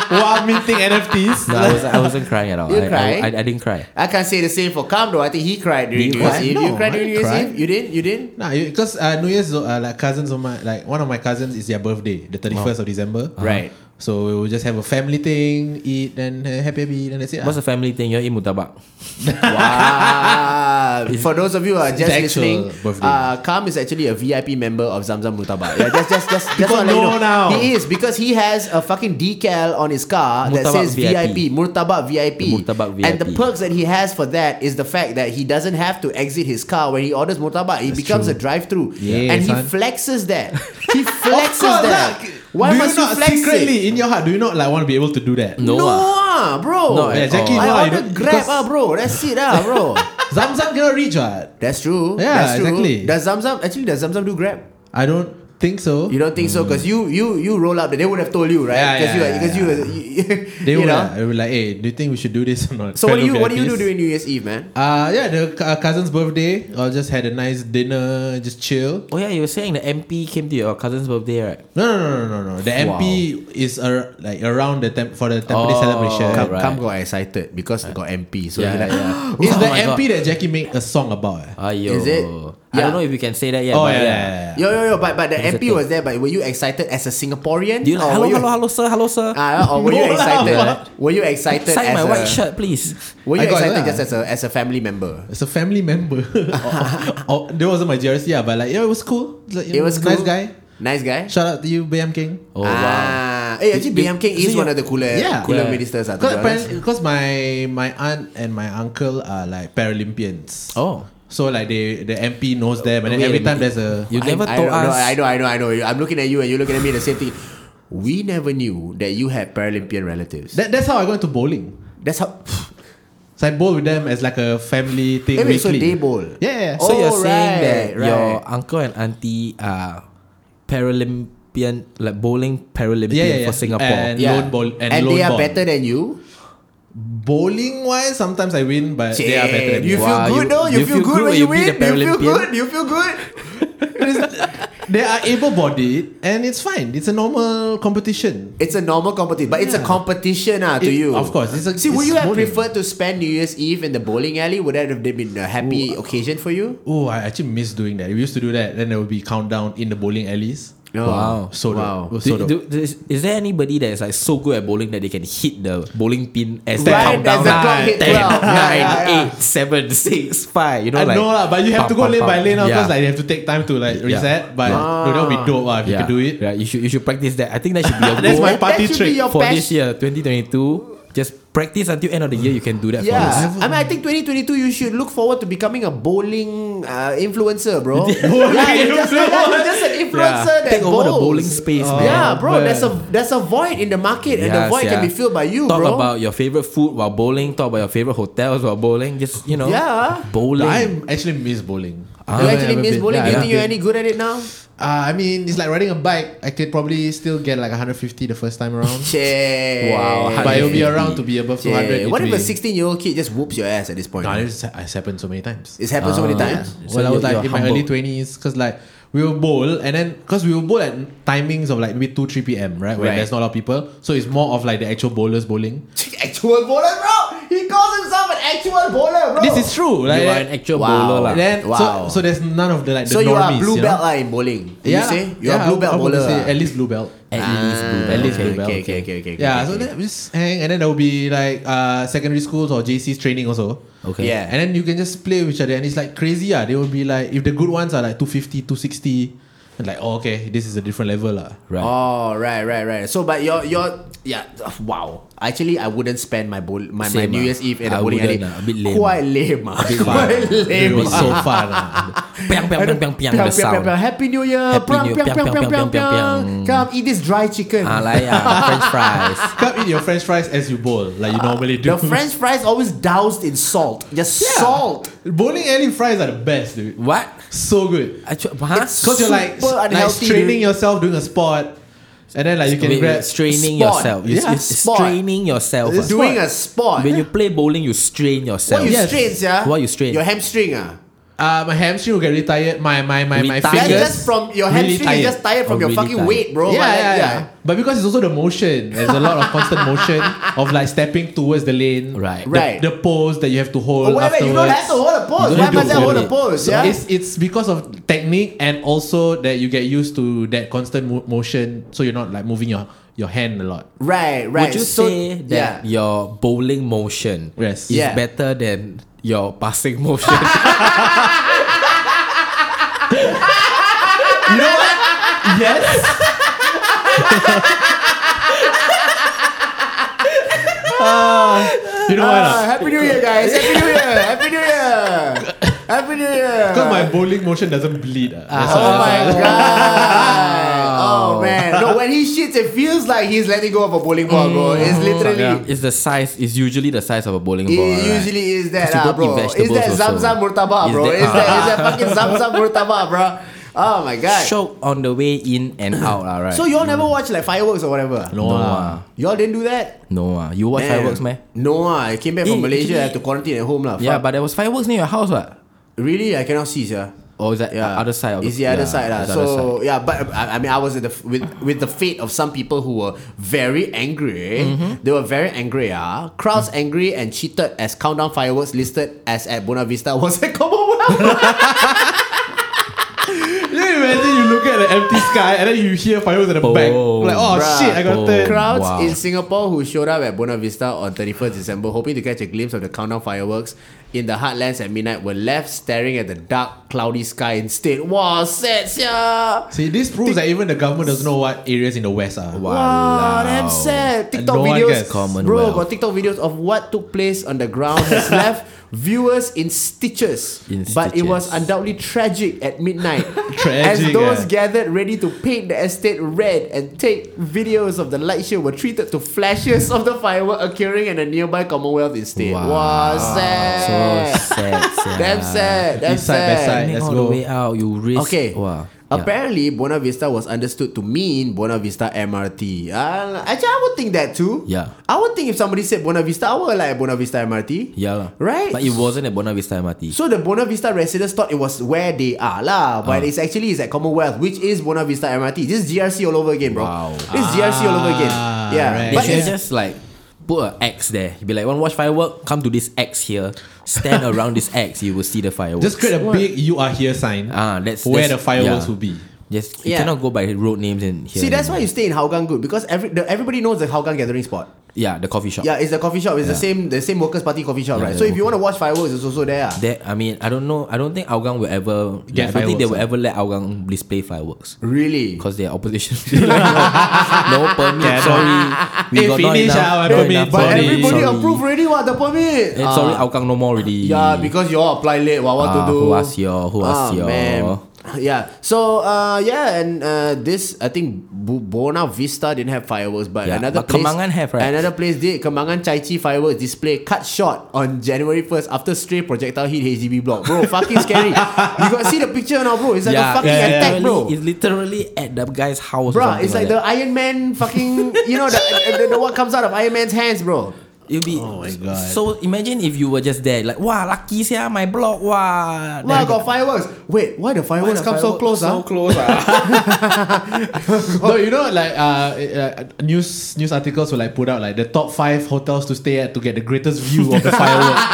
[SPEAKER 5] While minting NFTs.
[SPEAKER 4] no I, was, I wasn't crying at all.
[SPEAKER 3] You
[SPEAKER 4] I, I-
[SPEAKER 3] cried?
[SPEAKER 4] I, I didn't cry.
[SPEAKER 3] I can't say the same for Cam though. I think he cried during
[SPEAKER 4] Did
[SPEAKER 3] New
[SPEAKER 4] you
[SPEAKER 3] Year's
[SPEAKER 4] cry?
[SPEAKER 3] Eve. you
[SPEAKER 5] No,
[SPEAKER 3] cried
[SPEAKER 5] I
[SPEAKER 3] during New Year's
[SPEAKER 5] cried.
[SPEAKER 3] Eve. You didn't. You didn't.
[SPEAKER 5] Nah, because uh, New Year's uh, like cousins of my like one of my cousins is their birthday, the thirty first of December.
[SPEAKER 4] Uh-huh.
[SPEAKER 3] Uh-huh. Right.
[SPEAKER 5] So we will just have a family thing, eat, then uh, happy happy, then that's it.
[SPEAKER 4] What's
[SPEAKER 5] ah.
[SPEAKER 4] a family thing? You're in mutabak.
[SPEAKER 3] Wow. For those of you who are just
[SPEAKER 5] the actual
[SPEAKER 3] listening,
[SPEAKER 5] birthday.
[SPEAKER 3] uh, Kam is actually a VIP member of Zamzam Murtabak. Yeah, just, just, just, just
[SPEAKER 5] People
[SPEAKER 3] wanna let you
[SPEAKER 5] know now.
[SPEAKER 3] He is because he has a fucking decal on his car that
[SPEAKER 4] Murtabak
[SPEAKER 3] says
[SPEAKER 4] VIP.
[SPEAKER 3] VIP, Murtabak VIP.
[SPEAKER 4] The Murtabak
[SPEAKER 3] And the
[SPEAKER 4] VIP.
[SPEAKER 3] perks that he has for that is the fact that he doesn't have to exit his car when he orders Murtabak. He becomes a drive-through,
[SPEAKER 5] Yeah,
[SPEAKER 3] and he
[SPEAKER 5] son.
[SPEAKER 3] flexes that. He
[SPEAKER 5] Of
[SPEAKER 3] flexes
[SPEAKER 5] course,
[SPEAKER 3] that.
[SPEAKER 5] lah.
[SPEAKER 3] Why
[SPEAKER 5] do
[SPEAKER 3] must
[SPEAKER 5] you
[SPEAKER 3] you,
[SPEAKER 5] not
[SPEAKER 3] flex
[SPEAKER 5] secretly
[SPEAKER 3] it?
[SPEAKER 5] in your heart? Do you not like want to be able to do that?
[SPEAKER 4] No,
[SPEAKER 3] No,
[SPEAKER 4] ah.
[SPEAKER 3] ah, bro.
[SPEAKER 4] No,
[SPEAKER 5] Yeah,
[SPEAKER 4] at
[SPEAKER 5] Jackie,
[SPEAKER 4] all.
[SPEAKER 5] no,
[SPEAKER 3] I
[SPEAKER 5] you
[SPEAKER 3] ordered
[SPEAKER 5] don't-
[SPEAKER 3] Grab,
[SPEAKER 5] because
[SPEAKER 3] ah, bro. That's it, ah, bro.
[SPEAKER 5] Zamzam cannot reach what?
[SPEAKER 3] That's true.
[SPEAKER 5] Yeah,
[SPEAKER 3] That's true.
[SPEAKER 5] exactly.
[SPEAKER 3] Does Zamzam actually does Zamzam do Grab?
[SPEAKER 5] I don't think so.
[SPEAKER 3] You don't think so? Because you you you roll up, they would have told you, right?
[SPEAKER 5] Mm. Yeah,
[SPEAKER 3] Because
[SPEAKER 5] yeah,
[SPEAKER 3] you
[SPEAKER 5] yeah,
[SPEAKER 3] because you, you,
[SPEAKER 5] they
[SPEAKER 3] you
[SPEAKER 5] would.
[SPEAKER 3] know.
[SPEAKER 5] They would like, hey, do you think we should do this or not?
[SPEAKER 3] So what do
[SPEAKER 5] Kind
[SPEAKER 3] you
[SPEAKER 5] of
[SPEAKER 3] what do you do
[SPEAKER 5] VIPs.
[SPEAKER 3] during New Year's Eve, man?
[SPEAKER 5] Uh yeah, the c- uh, cousin's birthday. I just had a nice dinner, just chill.
[SPEAKER 4] Oh yeah, you were saying the MP came to your cousin's birthday, right?
[SPEAKER 5] No, no, no, no, no, no. The MP is ar- like around the temp- for the Tampines
[SPEAKER 4] Oh,
[SPEAKER 5] celebration.
[SPEAKER 4] Come- right. come
[SPEAKER 3] got excited because got MP. So
[SPEAKER 4] Yeah,
[SPEAKER 3] he
[SPEAKER 4] yeah.
[SPEAKER 5] It's
[SPEAKER 4] Oh
[SPEAKER 5] the
[SPEAKER 4] my
[SPEAKER 5] MP
[SPEAKER 4] God. Oh,
[SPEAKER 5] that Jackie made a song about. eh.
[SPEAKER 4] Ayo.
[SPEAKER 3] Is it?
[SPEAKER 4] I
[SPEAKER 3] Yeah.
[SPEAKER 4] don't know if you can say that yet.
[SPEAKER 5] oh
[SPEAKER 4] but
[SPEAKER 5] yeah, yeah, yeah.
[SPEAKER 3] Yo yo yo, but but the
[SPEAKER 4] That's
[SPEAKER 3] MP
[SPEAKER 4] the
[SPEAKER 3] was there. But were you excited as a Singaporean?
[SPEAKER 4] Do Oh, you like,
[SPEAKER 3] Or
[SPEAKER 4] hello,
[SPEAKER 3] were you,
[SPEAKER 4] hello, hello, sir, hello, sir.
[SPEAKER 3] Ah, or were you
[SPEAKER 5] No lah,
[SPEAKER 3] excited?
[SPEAKER 5] what?
[SPEAKER 3] were you excited?
[SPEAKER 4] Sign
[SPEAKER 3] as
[SPEAKER 4] my
[SPEAKER 3] a,
[SPEAKER 4] white shirt, please.
[SPEAKER 3] Were you
[SPEAKER 5] I got
[SPEAKER 3] excited
[SPEAKER 5] lah.
[SPEAKER 3] just as a as a family member?
[SPEAKER 5] It's a family member. oh, oh, oh, that wasn't my GRC, yeah, ah, but like yeah, it was cool. Like,
[SPEAKER 3] It
[SPEAKER 5] you know,
[SPEAKER 3] was
[SPEAKER 5] nice
[SPEAKER 3] cool.
[SPEAKER 5] guy.
[SPEAKER 3] Nice guy.
[SPEAKER 5] Shout out to you, BM King.
[SPEAKER 4] Oh wow.
[SPEAKER 3] ah, eh, actually, BM King is
[SPEAKER 5] so
[SPEAKER 3] one of the cooler,
[SPEAKER 5] Yeah.
[SPEAKER 3] cooler
[SPEAKER 4] Yeah.
[SPEAKER 3] ministers. ah, to be honest.
[SPEAKER 5] Because my my aunt and my uncle are like Paralympians.
[SPEAKER 4] Oh.
[SPEAKER 5] So like they the MP knows them, and then
[SPEAKER 4] Wait a
[SPEAKER 5] every time
[SPEAKER 4] minute.
[SPEAKER 5] there's a
[SPEAKER 4] You never
[SPEAKER 3] I
[SPEAKER 4] told
[SPEAKER 3] don't know,
[SPEAKER 4] us.
[SPEAKER 3] I know, I know, I know. I'm looking at you and you're looking at me the same thing. We never knew that you had Paralympian relatives.
[SPEAKER 5] that, that's how I go into bowling.
[SPEAKER 3] That's how.
[SPEAKER 5] So I bowl with them as like a family
[SPEAKER 3] Eh,
[SPEAKER 5] thing
[SPEAKER 3] wait, so
[SPEAKER 5] weekly.
[SPEAKER 3] they bowl?
[SPEAKER 5] Yeah. yeah.
[SPEAKER 4] So
[SPEAKER 3] Oh,
[SPEAKER 4] you're saying
[SPEAKER 3] right,
[SPEAKER 4] that
[SPEAKER 3] right.
[SPEAKER 4] your uncle and auntie are Paralympian, like bowling Paralympian
[SPEAKER 5] Yeah, yeah, yeah.
[SPEAKER 4] for Singapore.
[SPEAKER 5] And- lone ball- and lone
[SPEAKER 3] they are
[SPEAKER 5] ball.
[SPEAKER 3] better than you.
[SPEAKER 5] Bowling wise, sometimes I win, but they are better. Than
[SPEAKER 3] you
[SPEAKER 5] me.
[SPEAKER 3] feel
[SPEAKER 4] Wow,
[SPEAKER 3] good
[SPEAKER 4] you-
[SPEAKER 3] though. You, feel, good when you win.
[SPEAKER 4] beat
[SPEAKER 3] You
[SPEAKER 4] the
[SPEAKER 3] feel
[SPEAKER 4] Paralympian?
[SPEAKER 3] good. You feel good.
[SPEAKER 5] they are able-bodied, and it's fine. It's a normal competition.
[SPEAKER 3] It's a normal competition, but it's a competition ah, to
[SPEAKER 5] It-
[SPEAKER 3] you.
[SPEAKER 5] of course, it's a-
[SPEAKER 3] See, would
[SPEAKER 5] it's
[SPEAKER 3] you have
[SPEAKER 5] bowling.
[SPEAKER 3] preferred to spend New Year's Eve in the bowling alley? Would that have been a happy occasion for you?
[SPEAKER 5] Oh, I actually miss doing that. We used to do that. Then there would be countdown in the bowling alleys.
[SPEAKER 3] No.
[SPEAKER 4] Wow.
[SPEAKER 5] So dope.
[SPEAKER 3] Wow.
[SPEAKER 5] It was so
[SPEAKER 4] Do,
[SPEAKER 5] dope.
[SPEAKER 4] do, is, is there anybody that is like so good at bowling that they can hit the bowling pin as the
[SPEAKER 3] Right,
[SPEAKER 4] countdown?
[SPEAKER 3] as the clock hit
[SPEAKER 4] 10,
[SPEAKER 3] 12. Yeah,
[SPEAKER 4] 9,
[SPEAKER 3] yeah, yeah.
[SPEAKER 4] 8, 7, 6, 5. You know,
[SPEAKER 5] I
[SPEAKER 4] like,
[SPEAKER 5] know lah, but you have
[SPEAKER 4] pam,
[SPEAKER 5] to go
[SPEAKER 4] pam,
[SPEAKER 5] lane
[SPEAKER 4] pam.
[SPEAKER 5] by lane now
[SPEAKER 4] Yeah.
[SPEAKER 5] because like you have to take time to like
[SPEAKER 4] Yeah.
[SPEAKER 5] reset. But no, that would be dope lah if you
[SPEAKER 4] yeah.
[SPEAKER 5] could do it.
[SPEAKER 4] Yeah, you should you should practice that. I think that should be a
[SPEAKER 5] That's
[SPEAKER 4] goal
[SPEAKER 5] my party
[SPEAKER 3] should be
[SPEAKER 5] trick.
[SPEAKER 3] your
[SPEAKER 4] for
[SPEAKER 3] passion.
[SPEAKER 4] this year, 2022. Just practice until end of the year. You can do that for us.
[SPEAKER 3] Yeah, I mean, I think 2022 you should look forward to becoming a bowling uh, influencer, bro.
[SPEAKER 5] Bowling
[SPEAKER 3] yeah, you're just, yeah,
[SPEAKER 5] influencer.
[SPEAKER 3] you're just an influencer that
[SPEAKER 4] Take
[SPEAKER 3] bowls.
[SPEAKER 4] over the bowling space, man.
[SPEAKER 3] yeah, bro.
[SPEAKER 5] man.
[SPEAKER 3] There's a there's a void in the market, and the
[SPEAKER 4] Yes,
[SPEAKER 3] void
[SPEAKER 4] yeah.
[SPEAKER 3] can be filled by you,
[SPEAKER 4] Talk
[SPEAKER 3] bro.
[SPEAKER 4] about your favorite food while bowling. Talk about your favorite hotels while bowling. Just you know,
[SPEAKER 3] Yeah.
[SPEAKER 4] bowling.
[SPEAKER 5] I actually miss bowling.
[SPEAKER 3] Do you actually miss bowling? Do you
[SPEAKER 5] Yeah,
[SPEAKER 3] think you're any good at it now?
[SPEAKER 5] Uh, I mean, it's like riding a bike. I could probably still get like 150 the first time around.
[SPEAKER 3] Shit.
[SPEAKER 4] Wow,
[SPEAKER 5] but it'll
[SPEAKER 4] 150.
[SPEAKER 5] be around to be above
[SPEAKER 3] Shit.
[SPEAKER 5] 200.
[SPEAKER 3] What if
[SPEAKER 5] between-
[SPEAKER 3] a 16 year old kid just whoops your ass at this point?
[SPEAKER 5] Nah, this ha, has happened so many times.
[SPEAKER 3] it's happened so
[SPEAKER 4] Ah,
[SPEAKER 3] many times.
[SPEAKER 4] So
[SPEAKER 5] well, I
[SPEAKER 4] you're-
[SPEAKER 5] was like
[SPEAKER 4] you're
[SPEAKER 5] in my early
[SPEAKER 4] humbled.
[SPEAKER 5] 20s because like we will bowl and then because we will bowl at timings of like maybe 2 3 p.m. right when
[SPEAKER 3] Right.
[SPEAKER 5] there's not a lot of people so it's more of like the actual bowlers bowling
[SPEAKER 3] actual bowler, bro. He calls himself an actual bowler, bro.
[SPEAKER 5] this is true like
[SPEAKER 4] you are an actual
[SPEAKER 3] Wow.
[SPEAKER 4] bowler lah.
[SPEAKER 5] and then
[SPEAKER 3] Wow.
[SPEAKER 5] so, so there's none of the like the
[SPEAKER 3] so you are
[SPEAKER 5] normies,
[SPEAKER 3] blue
[SPEAKER 5] you know?
[SPEAKER 3] belt lah in bowling. Did
[SPEAKER 5] yeah
[SPEAKER 3] you say you
[SPEAKER 5] yeah,
[SPEAKER 3] are blue
[SPEAKER 5] I
[SPEAKER 3] belt
[SPEAKER 5] would
[SPEAKER 3] bowler.
[SPEAKER 5] say
[SPEAKER 3] ah.
[SPEAKER 5] at least blue belt
[SPEAKER 4] At least blue
[SPEAKER 5] at least
[SPEAKER 3] okay,
[SPEAKER 5] blue belt
[SPEAKER 3] okay, okay, okay, okay,
[SPEAKER 5] yeah
[SPEAKER 3] okay,
[SPEAKER 5] so
[SPEAKER 3] okay.
[SPEAKER 5] then we just hang and then there will be like uh secondary schools or JC's training also
[SPEAKER 4] Okay.
[SPEAKER 3] Yeah.
[SPEAKER 5] and then you can just play with each other and it's like crazy ah. they will be like if the good ones are like 250 260 and like oh okay this is a different level ah. lah.
[SPEAKER 4] Right.
[SPEAKER 3] Oh right, right, right. So, but your your yeah, wow. Actually, I wouldn't spend my bowl my, my
[SPEAKER 4] Same,
[SPEAKER 3] New
[SPEAKER 4] ah.
[SPEAKER 3] Year's Eve in a
[SPEAKER 4] I
[SPEAKER 3] bowling alley.
[SPEAKER 4] wouldn't, ah. A bit lame.
[SPEAKER 3] Quite lame, ah.
[SPEAKER 5] far.
[SPEAKER 3] Quite
[SPEAKER 5] It
[SPEAKER 3] lame.
[SPEAKER 5] was so far. ah. lah.
[SPEAKER 4] Piang piang piang piang piang the sound.
[SPEAKER 3] Happy New Year.
[SPEAKER 4] Happy
[SPEAKER 3] Piang,
[SPEAKER 4] New-
[SPEAKER 3] piang,
[SPEAKER 4] piang,
[SPEAKER 3] piang,
[SPEAKER 4] piang,
[SPEAKER 3] piang,
[SPEAKER 4] piang,
[SPEAKER 3] piang.
[SPEAKER 4] piang.
[SPEAKER 3] Come eat this dry chicken.
[SPEAKER 4] Ah, like ah, French fries.
[SPEAKER 5] Come eat your French fries as you bowl, like you normally do.
[SPEAKER 3] The Uh, French fries always doused in salt. Just
[SPEAKER 5] Yeah.
[SPEAKER 3] salt.
[SPEAKER 5] bowling alley fries are the best, dude.
[SPEAKER 4] What?
[SPEAKER 5] So good.
[SPEAKER 4] Actu- huh?
[SPEAKER 3] It's
[SPEAKER 5] Cause you're like,
[SPEAKER 3] Super
[SPEAKER 5] like
[SPEAKER 3] unhealthy,
[SPEAKER 5] straining
[SPEAKER 3] dude.
[SPEAKER 5] yourself doing a sport, and then like you can
[SPEAKER 4] Wait,
[SPEAKER 5] grab
[SPEAKER 4] wait, straining
[SPEAKER 3] Sport.
[SPEAKER 4] yourself. You,
[SPEAKER 5] Yeah,
[SPEAKER 4] you
[SPEAKER 3] sport.
[SPEAKER 4] straining yourself. ah.
[SPEAKER 5] It's doing
[SPEAKER 3] Doing a sport.
[SPEAKER 4] When you play bowling, you strain yourself.
[SPEAKER 3] what you
[SPEAKER 5] Yes.
[SPEAKER 3] strain, yeah?
[SPEAKER 4] What you strain?
[SPEAKER 3] Your hamstring, ah.
[SPEAKER 5] Uh, my hamstring will get really tired. My my my my
[SPEAKER 4] Retired?
[SPEAKER 3] That's just
[SPEAKER 5] fingers.
[SPEAKER 3] from your
[SPEAKER 5] really
[SPEAKER 3] hamstring. is just tired from
[SPEAKER 4] Oh,
[SPEAKER 3] your
[SPEAKER 4] really
[SPEAKER 3] fucking
[SPEAKER 4] tired.
[SPEAKER 3] weight, bro.
[SPEAKER 5] yeah,
[SPEAKER 3] But
[SPEAKER 5] yeah,
[SPEAKER 3] that-
[SPEAKER 5] yeah, But because it's also the motion. There's a lot of constant motion of like stepping towards the lane.
[SPEAKER 4] Right.
[SPEAKER 5] The,
[SPEAKER 3] Right.
[SPEAKER 5] the pose that you have to
[SPEAKER 3] Oh,
[SPEAKER 5] hold.
[SPEAKER 3] wait, wait, you don't
[SPEAKER 5] afterwards.
[SPEAKER 3] have to hold a
[SPEAKER 5] You
[SPEAKER 3] pose.
[SPEAKER 5] don't
[SPEAKER 3] Why
[SPEAKER 5] have to
[SPEAKER 3] must I
[SPEAKER 5] hold
[SPEAKER 3] hold a
[SPEAKER 5] it.
[SPEAKER 3] pose?
[SPEAKER 5] So
[SPEAKER 3] Yeah.
[SPEAKER 5] it's it's because of technique and also that you get used to that constant mo- motion, so you're not like moving your your hand a lot.
[SPEAKER 3] Right, right.
[SPEAKER 4] Would you
[SPEAKER 3] So-
[SPEAKER 4] say
[SPEAKER 3] yeah.
[SPEAKER 4] that your bowling motion
[SPEAKER 5] Yes.
[SPEAKER 4] is
[SPEAKER 3] Yeah.
[SPEAKER 4] better than your passing motion?
[SPEAKER 5] You know what? yes. Ah, you know what?
[SPEAKER 3] Ah, Happy New Year, guys. Happy New Year. Happy New Year. Happy New Year.
[SPEAKER 5] Because my bowling motion doesn't bleed. ah. That's
[SPEAKER 3] Oh
[SPEAKER 5] why-
[SPEAKER 3] my god! Oh man! No, when he shits, it feels like he's letting go of a bowling ball, bro. Oh,
[SPEAKER 4] Mm.
[SPEAKER 3] It's literally.
[SPEAKER 5] Yeah.
[SPEAKER 4] It's the size. It's usually the size of a bowling
[SPEAKER 3] It
[SPEAKER 4] ball. right?
[SPEAKER 3] usually is that,
[SPEAKER 4] 'Cause you
[SPEAKER 3] ah,
[SPEAKER 4] don't eat
[SPEAKER 3] bro. Is
[SPEAKER 4] vegetables
[SPEAKER 3] that
[SPEAKER 4] also.
[SPEAKER 3] zamzam murtaba,
[SPEAKER 4] Is
[SPEAKER 3] bro?
[SPEAKER 4] that-
[SPEAKER 3] Is that is that fucking zamzam murtaba, bro? Oh my god!
[SPEAKER 4] Shock on the way in and out, all right.
[SPEAKER 3] Uh-huh. So y'all never watch like fireworks or whatever?
[SPEAKER 5] No, ah.
[SPEAKER 3] Y'all didn't do that?
[SPEAKER 4] no ah, you watch
[SPEAKER 3] Damn.
[SPEAKER 4] fireworks, man.
[SPEAKER 3] No, ah, I came back from
[SPEAKER 4] Eh,
[SPEAKER 3] Malaysia.
[SPEAKER 4] actually-
[SPEAKER 3] I had to quarantine at home, lah.
[SPEAKER 4] Yeah,
[SPEAKER 3] Fuck.
[SPEAKER 4] but there was fireworks near your house, what?
[SPEAKER 3] really, I cannot see, sir.
[SPEAKER 4] Or is that
[SPEAKER 3] Yeah,
[SPEAKER 4] the other side? Of
[SPEAKER 3] It's the other side, lah.
[SPEAKER 4] it's the other
[SPEAKER 3] So
[SPEAKER 4] side.
[SPEAKER 3] yeah, but I, I mean, I was at the f- with with the fate of some people who were very angry.
[SPEAKER 4] Mm-hmm.
[SPEAKER 3] They were very angry. Ah, crowds angry and cheated as countdown fireworks listed as at Buena Vista was at Commonwealth.
[SPEAKER 5] Can you imagine you look at the empty sky and then you hear fireworks at the back?
[SPEAKER 4] Boom.
[SPEAKER 5] Like, oh
[SPEAKER 3] Bruh.
[SPEAKER 5] shit, I got
[SPEAKER 4] Boom.
[SPEAKER 5] third.
[SPEAKER 3] Crowds
[SPEAKER 4] Wow.
[SPEAKER 3] in Singapore who showed up at Buena Vista on 31st December, hoping to catch a glimpse of the countdown fireworks in the heartlands at midnight were left staring at the dark, cloudy sky instead. Wow, sad, sia.
[SPEAKER 5] See, this proves that even the government doesn't know what areas in the West are.
[SPEAKER 3] Wow, damn sad. TikTok
[SPEAKER 5] No one
[SPEAKER 3] videos,
[SPEAKER 5] gets
[SPEAKER 3] bro,
[SPEAKER 4] Commonwealth.
[SPEAKER 3] got TikTok videos of what took place on the ground has left viewers in stitches.
[SPEAKER 4] In
[SPEAKER 3] but it was
[SPEAKER 4] stitches.
[SPEAKER 3] undoubtedly tragic at midnight. as
[SPEAKER 5] Tragic,
[SPEAKER 3] those
[SPEAKER 5] eh?
[SPEAKER 3] gathered ready to paint the estate red and take videos of the light show were treated to flashes of the firework occurring in a nearby Commonwealth estate. Wow,
[SPEAKER 4] So
[SPEAKER 3] sad.
[SPEAKER 4] sad. sia.
[SPEAKER 3] Damn sad. Damn
[SPEAKER 5] East side,
[SPEAKER 3] sad.
[SPEAKER 5] best side.
[SPEAKER 4] Make
[SPEAKER 5] Let's
[SPEAKER 4] all
[SPEAKER 5] go.
[SPEAKER 4] the way out. You risk.
[SPEAKER 3] Okay.
[SPEAKER 4] Wow. Yeah.
[SPEAKER 3] Apparently, Buena Vista was understood to mean Buena Vista MRT. Uh, actually, I would think that too.
[SPEAKER 4] Yeah.
[SPEAKER 3] I would think if somebody said Buena Vista, I would like Buena Vista MRT.
[SPEAKER 4] Yeah lah.
[SPEAKER 3] Right?
[SPEAKER 4] But it wasn't at Buona Vista MRT.
[SPEAKER 3] So the Buena Vista residents thought it was where they are lah, but
[SPEAKER 4] Ah.
[SPEAKER 3] it's actually it's at Commonwealth, which is Buena Vista MRT. This is GRC all over again, bro.
[SPEAKER 4] Wow.
[SPEAKER 3] This is GRC all over again.
[SPEAKER 5] Ah,
[SPEAKER 3] Yeah.
[SPEAKER 5] right.
[SPEAKER 4] They
[SPEAKER 3] But
[SPEAKER 4] should
[SPEAKER 3] it's-
[SPEAKER 4] just like put an X there. Be like, want to watch firework? Come to this X here. Stand around this X. You will see the fireworks.
[SPEAKER 5] Just create a big "You are here" sign.
[SPEAKER 4] ah, that's
[SPEAKER 5] where
[SPEAKER 4] that's-
[SPEAKER 5] the fireworks
[SPEAKER 4] yeah.
[SPEAKER 5] will be.
[SPEAKER 4] Just you
[SPEAKER 3] Yeah.
[SPEAKER 4] cannot go by road names and here.
[SPEAKER 3] see, that's why
[SPEAKER 4] anymore.
[SPEAKER 3] you stay in Hougang good because every the, everybody knows the Hougang gathering spot.
[SPEAKER 4] Yeah, the coffee shop.
[SPEAKER 3] Yeah, it's the coffee shop. It's the same the same Workers' Party coffee shop,
[SPEAKER 4] Yeah,
[SPEAKER 3] right?
[SPEAKER 4] the
[SPEAKER 3] So if you want to watch fireworks, it's also there. ah.
[SPEAKER 4] That I mean, I don't know. I don't think Hougang will ever.
[SPEAKER 5] Get
[SPEAKER 4] I don't think they
[SPEAKER 5] fireworks,
[SPEAKER 4] will
[SPEAKER 5] ah.
[SPEAKER 4] ever let Hougang display fireworks
[SPEAKER 3] Really?
[SPEAKER 4] because they are opposition. no permit. sorry, we
[SPEAKER 5] Eh,
[SPEAKER 4] got not
[SPEAKER 5] finish
[SPEAKER 4] enough.
[SPEAKER 5] ah, my
[SPEAKER 4] not
[SPEAKER 5] permit,
[SPEAKER 4] enough,
[SPEAKER 3] But
[SPEAKER 5] Sorry,
[SPEAKER 3] everybody
[SPEAKER 4] sorry.
[SPEAKER 3] approve already what the permit.
[SPEAKER 4] Eh, sorry, Hougang no more already.
[SPEAKER 3] Ah. yeah, because you all apply late. What, what
[SPEAKER 4] Ah,
[SPEAKER 3] to do? Ah,
[SPEAKER 4] who ask you? Who ask you?
[SPEAKER 3] Yeah. So uh, yeah, and uh, this I think Bu- Buona Vista didn't have fireworks, but
[SPEAKER 4] Yeah,
[SPEAKER 3] another
[SPEAKER 4] but
[SPEAKER 3] place,
[SPEAKER 4] Kembangan have, right?
[SPEAKER 3] Another place did Kemangan Chai Chi fireworks display cut short on January first after stray projectile hit HDB block. Bro, fucking scary. You got see the picture now, bro? It's like a fucking
[SPEAKER 5] yeah, yeah.
[SPEAKER 3] attack, bro.
[SPEAKER 4] Literally- It's literally at the guy's house. or
[SPEAKER 3] Bro,
[SPEAKER 4] something
[SPEAKER 3] it's like, the
[SPEAKER 4] that.
[SPEAKER 3] Iron Man fucking, you know, the, the, the, the what comes out of Iron Man's hands, bro.
[SPEAKER 4] It'll be.
[SPEAKER 5] Oh my God.
[SPEAKER 4] So imagine if you were just there, like, wow, lucky sia, my block, wow.
[SPEAKER 3] Wow,
[SPEAKER 4] Then-
[SPEAKER 3] got fireworks. Wait, why the
[SPEAKER 4] Why
[SPEAKER 3] fireworks
[SPEAKER 4] the
[SPEAKER 3] come so
[SPEAKER 4] firework
[SPEAKER 3] close? ah?
[SPEAKER 4] So close, ah.
[SPEAKER 5] no, you know, like uh, uh, news news articles will like put out like the top five hotels to stay at to get the greatest view of the fireworks.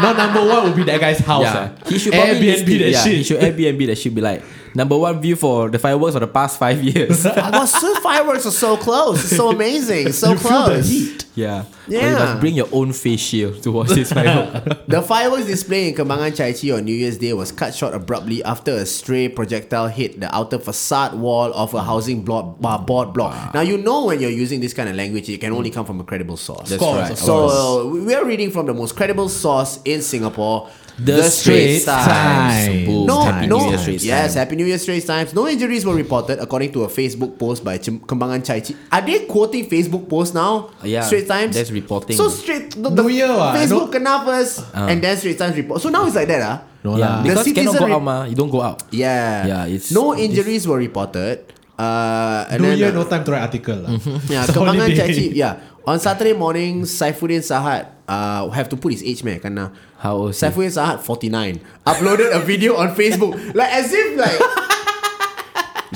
[SPEAKER 5] Not number one would be that guy's house.
[SPEAKER 4] yeah.
[SPEAKER 5] ah.
[SPEAKER 4] He should probably
[SPEAKER 5] Airbnb
[SPEAKER 4] list it.
[SPEAKER 5] that
[SPEAKER 4] yeah,
[SPEAKER 5] shit.
[SPEAKER 4] He should Airbnb that shit. Be like number one view for the fireworks of the past five years.
[SPEAKER 3] I was so fireworks are so close. It's so amazing. It's so
[SPEAKER 5] You feel
[SPEAKER 3] close.
[SPEAKER 5] the heat.
[SPEAKER 4] yeah. But you
[SPEAKER 3] Yeah.
[SPEAKER 4] must bring your own face shield to watch this fireworks.
[SPEAKER 3] The fireworks display in Kembangan Chai Chi on New Year's Day was cut short abruptly after a stray projectile hit the outer facade wall of a housing block, uh, board block. Now, you know when you're using this kind of language, it can only come from a credible source.
[SPEAKER 4] That's
[SPEAKER 5] course,
[SPEAKER 4] right. of
[SPEAKER 5] of
[SPEAKER 3] so,
[SPEAKER 4] course.
[SPEAKER 3] we- we are reading from the most credible source in Singapore,
[SPEAKER 4] The Straits Times.
[SPEAKER 3] Boom.
[SPEAKER 4] Boom.
[SPEAKER 3] No,
[SPEAKER 4] Happy
[SPEAKER 3] no,
[SPEAKER 4] New Year, Straits
[SPEAKER 3] yes,
[SPEAKER 4] Times.
[SPEAKER 3] Happy New Year, Straits Times. No injuries were reported, according to a Facebook post by Chim- Kembangan Chai Chi. Are they quoting Facebook posts now?
[SPEAKER 4] Uh, Yeah,
[SPEAKER 3] Straits Times.
[SPEAKER 4] that's reporting.
[SPEAKER 3] So straight the,
[SPEAKER 5] New Year, ah,
[SPEAKER 3] Facebook
[SPEAKER 5] no-
[SPEAKER 3] kena first, and then Straits Times report. So now it's like that, ah.
[SPEAKER 5] No
[SPEAKER 4] yeah,
[SPEAKER 3] The
[SPEAKER 4] because cannot
[SPEAKER 5] lah.
[SPEAKER 4] go
[SPEAKER 3] citizen
[SPEAKER 4] out, ma. You don't go out.
[SPEAKER 3] Yeah.
[SPEAKER 4] Yeah, it's-
[SPEAKER 3] no
[SPEAKER 4] this-
[SPEAKER 3] injuries were reported. Uh, and
[SPEAKER 5] New
[SPEAKER 3] then,
[SPEAKER 5] year,
[SPEAKER 3] uh,
[SPEAKER 5] no time to write article. lah.
[SPEAKER 3] Yeah,
[SPEAKER 4] Mm-hmm.
[SPEAKER 5] It's a
[SPEAKER 3] Kembangan
[SPEAKER 5] holiday.
[SPEAKER 3] Chachi. Yeah, on Saturday morning, Saifuddin Sahat uh have to put his age man karena
[SPEAKER 4] How old is he?
[SPEAKER 3] Saifuddin Sahat 49 uploaded a video on Facebook like as if like.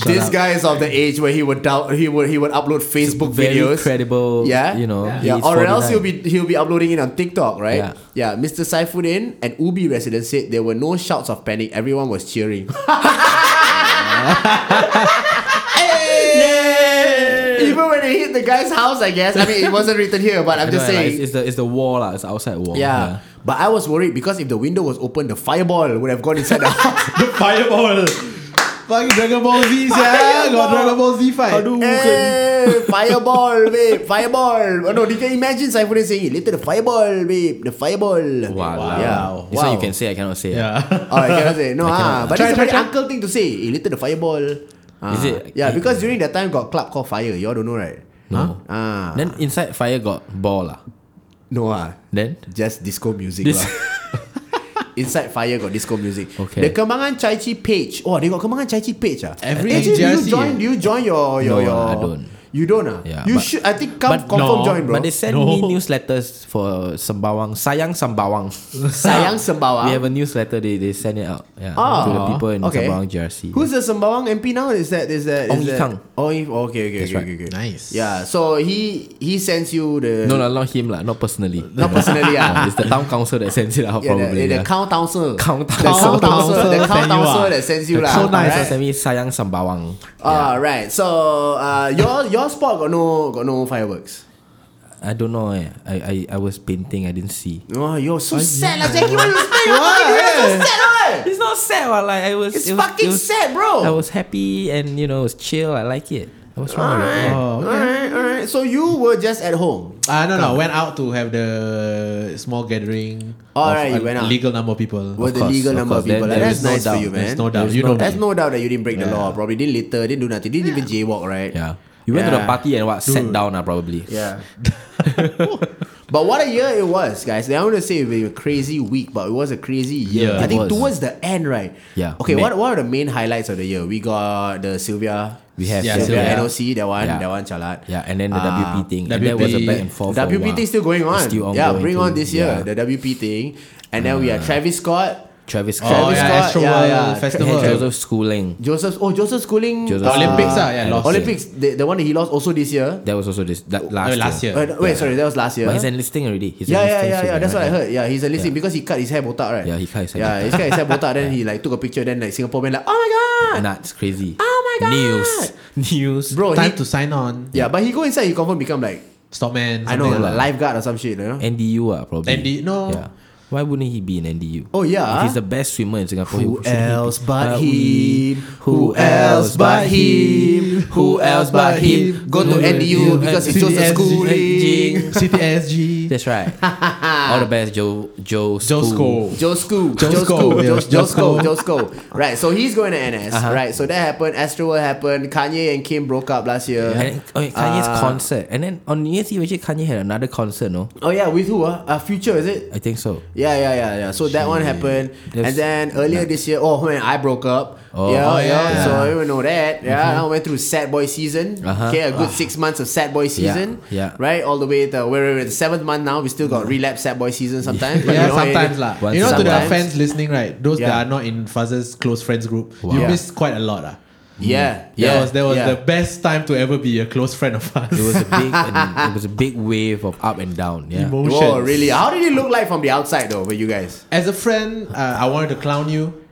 [SPEAKER 3] this guy is of the age where he would doubt he would he would upload Facebook
[SPEAKER 4] Very
[SPEAKER 3] videos.
[SPEAKER 4] credible.
[SPEAKER 3] Yeah,
[SPEAKER 4] You know.
[SPEAKER 3] yeah,
[SPEAKER 4] he's
[SPEAKER 3] or else
[SPEAKER 4] 49.
[SPEAKER 3] he'll be he'll be uploading it on TikTok, right?
[SPEAKER 4] Yeah.
[SPEAKER 3] Yeah, Mr. Saifuddin and Ubi residents said there were no shouts of panic. Everyone was cheering. Even when they hit the guy's house, I guess. I mean, it wasn't written here, but I'm
[SPEAKER 4] I
[SPEAKER 3] just
[SPEAKER 4] know, like,
[SPEAKER 3] saying.
[SPEAKER 4] it's, it's the it's the wall, lah. It's the outside wall.
[SPEAKER 3] yeah. but I was worried because if the window was open, the fireball would have gone inside the house.
[SPEAKER 5] the fireball. Fucking Dragon Ball Z, yeah. Got Dragon Ball Z fight. Eh.
[SPEAKER 3] hey, fireball, babe, fireball. Oh, no, you can imagine Saifuddin saying it. Later, the fireball, babe, the fireball.
[SPEAKER 4] Wow.
[SPEAKER 5] Wow.
[SPEAKER 3] Yeah.
[SPEAKER 4] This
[SPEAKER 3] wow.
[SPEAKER 4] one you can say. I cannot say.
[SPEAKER 5] Yeah.
[SPEAKER 3] Oh, I cannot say. No, ah, but
[SPEAKER 5] Try,
[SPEAKER 3] it's a
[SPEAKER 5] try,
[SPEAKER 3] very
[SPEAKER 5] try.
[SPEAKER 3] uncle thing to say. Eh, later, the fireball. Ah.
[SPEAKER 4] Is it?
[SPEAKER 3] Yeah, because during that time, got club called Fire. You all don't know, right?
[SPEAKER 4] No.
[SPEAKER 3] Ah.
[SPEAKER 4] Then inside fire got ball, lah.
[SPEAKER 3] No, ah.
[SPEAKER 4] Then
[SPEAKER 3] just disco music
[SPEAKER 4] Dis-
[SPEAKER 3] lah. Inside Fire got disco music.
[SPEAKER 4] Okay.
[SPEAKER 3] The Kembangan Chai Chi page. Oh, they got Kembangan Chai Chi page ah.
[SPEAKER 5] Every
[SPEAKER 3] Actually, do you
[SPEAKER 5] JRC.
[SPEAKER 3] join? Do you join your your
[SPEAKER 4] No,
[SPEAKER 3] your?
[SPEAKER 4] I don't.
[SPEAKER 3] You don't ah.
[SPEAKER 4] Yeah,
[SPEAKER 3] you
[SPEAKER 4] but-
[SPEAKER 3] should. I think come
[SPEAKER 4] but
[SPEAKER 3] confirm
[SPEAKER 5] no,
[SPEAKER 3] join bro.
[SPEAKER 4] But they send
[SPEAKER 5] No.
[SPEAKER 4] me newsletters for Sembawang, Sayang Sembawang.
[SPEAKER 3] Sayang Sembawang?
[SPEAKER 4] We have a newsletter. They, they send it out. Yeah,
[SPEAKER 3] Ah,
[SPEAKER 4] to the people in
[SPEAKER 3] okay.
[SPEAKER 4] Sembawang GRC.
[SPEAKER 3] Who's the Sembawang MP now? Is that is that? Is
[SPEAKER 4] Ong Yi
[SPEAKER 3] that-
[SPEAKER 4] Kang.
[SPEAKER 3] Ong Yi- oh, okay, okay,
[SPEAKER 4] That's
[SPEAKER 3] okay, okay,
[SPEAKER 4] right.
[SPEAKER 3] okay.
[SPEAKER 5] Nice.
[SPEAKER 3] Yeah. So he he sends you the
[SPEAKER 4] no, no, not him, lah. Not personally.
[SPEAKER 3] Not personally, ah.
[SPEAKER 4] Yeah, it's the town council that sends it out.
[SPEAKER 3] yeah, the,
[SPEAKER 4] probably.
[SPEAKER 3] the
[SPEAKER 4] yeah.
[SPEAKER 3] count council.
[SPEAKER 4] Count
[SPEAKER 3] The
[SPEAKER 4] council.
[SPEAKER 3] count council. The count
[SPEAKER 5] Count council
[SPEAKER 3] council
[SPEAKER 5] send you, ah.
[SPEAKER 3] that sends you
[SPEAKER 4] The
[SPEAKER 3] lah.
[SPEAKER 4] count
[SPEAKER 3] Alright.
[SPEAKER 4] council send me Sayang Sembawang.
[SPEAKER 3] Ah, Alright, so uh, your your spot got no got no fireworks.
[SPEAKER 4] I don't know. Eh. I, I I was painting. I didn't see.
[SPEAKER 3] Oh, you're so sad lah, Jackie. Why you spend your
[SPEAKER 5] Why?
[SPEAKER 3] money doing that so sad, why?
[SPEAKER 4] It's not sad. Well, like I was.
[SPEAKER 3] It's
[SPEAKER 4] it was,
[SPEAKER 3] fucking
[SPEAKER 4] it was,
[SPEAKER 3] sad, bro.
[SPEAKER 4] I was happy and you know it was chill. I like it. What's wrong Oh. with
[SPEAKER 3] Alright,
[SPEAKER 4] it?
[SPEAKER 3] alright, alright. So you were just at home.
[SPEAKER 5] Ah no no went out to have the small gathering.
[SPEAKER 3] All
[SPEAKER 5] of
[SPEAKER 3] right, you
[SPEAKER 5] a
[SPEAKER 3] went out.
[SPEAKER 5] legal number of people.
[SPEAKER 3] With the
[SPEAKER 4] course,
[SPEAKER 3] legal
[SPEAKER 4] of
[SPEAKER 3] number of
[SPEAKER 4] course.
[SPEAKER 3] people.
[SPEAKER 4] There-
[SPEAKER 3] Like, that's
[SPEAKER 4] there is no
[SPEAKER 3] nice for
[SPEAKER 4] doubt.
[SPEAKER 3] you, man.
[SPEAKER 5] There's no doubt.
[SPEAKER 4] There's
[SPEAKER 5] you
[SPEAKER 4] no
[SPEAKER 5] know
[SPEAKER 3] There's
[SPEAKER 5] me.
[SPEAKER 3] no doubt that you didn't break the law. Probably didn't litter, didn't do nothing, didn't even jaywalk, right?
[SPEAKER 4] Yeah. You went to
[SPEAKER 3] Yeah.
[SPEAKER 4] the party and what? Sat down, uh, probably.
[SPEAKER 3] Yeah. but what a year it was, guys. I want to say it was a crazy week, but it was a crazy year.
[SPEAKER 5] Yeah,
[SPEAKER 3] I
[SPEAKER 5] it
[SPEAKER 3] think
[SPEAKER 4] was.
[SPEAKER 3] towards the end, right?
[SPEAKER 4] Yeah.
[SPEAKER 3] Okay,
[SPEAKER 4] Mid-
[SPEAKER 3] what, what are the main highlights of the year? We got the Sylvia.
[SPEAKER 4] We have
[SPEAKER 5] Yeah,
[SPEAKER 3] Sylvia, NOC,
[SPEAKER 5] Sylvia.
[SPEAKER 3] that one,
[SPEAKER 4] Yeah.
[SPEAKER 3] that one, Chalat.
[SPEAKER 4] Yeah, and then the
[SPEAKER 3] Ah.
[SPEAKER 4] WP thing. And
[SPEAKER 5] WP.
[SPEAKER 4] that was a back and forth. for a
[SPEAKER 3] WP
[SPEAKER 4] while.
[SPEAKER 3] thing still going on.
[SPEAKER 4] It's still
[SPEAKER 3] yeah,
[SPEAKER 4] ongoing
[SPEAKER 3] bring on
[SPEAKER 4] thing.
[SPEAKER 3] this year,
[SPEAKER 4] Yeah.
[SPEAKER 3] the WP thing. And then we had Travis Scott,
[SPEAKER 4] Travis Scott.
[SPEAKER 5] Oh
[SPEAKER 3] Travis
[SPEAKER 5] yeah,
[SPEAKER 3] Scott,
[SPEAKER 5] Astro
[SPEAKER 3] yeah,
[SPEAKER 5] World
[SPEAKER 3] yeah. Tra-
[SPEAKER 5] Festival.
[SPEAKER 4] And Joseph Schooling.
[SPEAKER 3] Joseph, oh, Joseph Schooling.
[SPEAKER 4] Joseph
[SPEAKER 5] The Olympics, ah, yeah,
[SPEAKER 4] and
[SPEAKER 5] lost
[SPEAKER 3] Olympics, the, the one that he lost also this year.
[SPEAKER 4] That was also this that last,
[SPEAKER 5] Oh, last year.
[SPEAKER 3] Uh, wait, sorry, that was last year.
[SPEAKER 4] But he's enlisting already. He's
[SPEAKER 3] Yeah, yeah,
[SPEAKER 4] enlisting
[SPEAKER 3] yeah,
[SPEAKER 4] soon,
[SPEAKER 3] yeah. That's what I
[SPEAKER 4] right?
[SPEAKER 3] heard. Yeah, he's enlisting because he cut his hair botak, right?
[SPEAKER 4] Yeah, he cut his hair
[SPEAKER 3] Yeah,
[SPEAKER 4] botak.
[SPEAKER 3] he cut his hair botak. Then he like took a picture. Then like Singapore man like, oh my god,
[SPEAKER 4] Nuts, crazy.
[SPEAKER 3] Oh my God.
[SPEAKER 4] News, news.
[SPEAKER 3] bro.
[SPEAKER 5] Time
[SPEAKER 3] he,
[SPEAKER 5] to sign on.
[SPEAKER 3] yeah, but he go inside. He confirm become like
[SPEAKER 5] Stop man.
[SPEAKER 3] I know
[SPEAKER 5] something
[SPEAKER 3] like, Eh,
[SPEAKER 5] like
[SPEAKER 3] lifeguard or some shit. You know?
[SPEAKER 4] NDU, ah, probably.
[SPEAKER 5] ND no.
[SPEAKER 4] Yeah. Why wouldn't he be in NDU?
[SPEAKER 3] Oh, yeah.
[SPEAKER 4] If he's the best swimmer in Singapore.
[SPEAKER 3] Who
[SPEAKER 4] he shouldn't he
[SPEAKER 3] else
[SPEAKER 4] be-
[SPEAKER 3] but
[SPEAKER 4] Uh,
[SPEAKER 3] him?
[SPEAKER 4] Who else but him?
[SPEAKER 3] Who else but him? Go to NDU because it's
[SPEAKER 5] CTSG.
[SPEAKER 3] Joseph Schooling.
[SPEAKER 5] CTSG.
[SPEAKER 4] That's right. All the best, Joe. Joe.
[SPEAKER 5] Joe
[SPEAKER 4] School.
[SPEAKER 5] School.
[SPEAKER 3] Josco,
[SPEAKER 5] Josco,
[SPEAKER 3] Josco,
[SPEAKER 5] yeah,
[SPEAKER 3] Josco,
[SPEAKER 5] Josco.
[SPEAKER 3] Josco. Right, so he's going to NS. Right, so that happened. Astro World happened. Kanye and Kim broke up last year.
[SPEAKER 4] And then, oh, yeah, Kanye's
[SPEAKER 3] Uh,
[SPEAKER 4] concert, and then on New Year's Eve, actually Kanye had another concert. No,
[SPEAKER 3] Oh yeah, with who? Uh? uh Future is it?
[SPEAKER 4] I think so.
[SPEAKER 3] Yeah, yeah, yeah, yeah. So that one happened, and
[SPEAKER 4] That's
[SPEAKER 3] then earlier this year, oh man, I broke up.
[SPEAKER 4] Oh.
[SPEAKER 3] yeah,
[SPEAKER 4] Oh,
[SPEAKER 3] yeah,
[SPEAKER 5] yeah. Mm-hmm.
[SPEAKER 3] So everyone know that. Yeah, I went through sad boy season.
[SPEAKER 4] Uh-huh.
[SPEAKER 3] Okay, a good
[SPEAKER 5] Ah.
[SPEAKER 3] six months of sad boy season.
[SPEAKER 4] yeah.
[SPEAKER 3] Right, all the way to where we're in the seventh month now. We still got relapse sad boy season sometimes. but
[SPEAKER 5] Yeah,
[SPEAKER 3] you know,
[SPEAKER 5] sometimes
[SPEAKER 3] it-
[SPEAKER 5] lah.
[SPEAKER 4] Once
[SPEAKER 5] You know, to the
[SPEAKER 4] sometimes.
[SPEAKER 5] fans listening, right? Those
[SPEAKER 3] Yeah.
[SPEAKER 5] that are not in Faz's close friends group,
[SPEAKER 4] Wow.
[SPEAKER 5] you
[SPEAKER 4] Yeah.
[SPEAKER 5] missed quite a lot. Ah,
[SPEAKER 3] Yeah, yeah.
[SPEAKER 5] That was that was
[SPEAKER 3] yeah.
[SPEAKER 5] the best time to ever be a close friend of us.
[SPEAKER 4] It was a big, and it was a big wave of up and down. Yeah,
[SPEAKER 5] Emotions.
[SPEAKER 3] Whoa, really? How did it look like from the outside though, for you guys?
[SPEAKER 5] As a friend, uh, I wanted to clown you,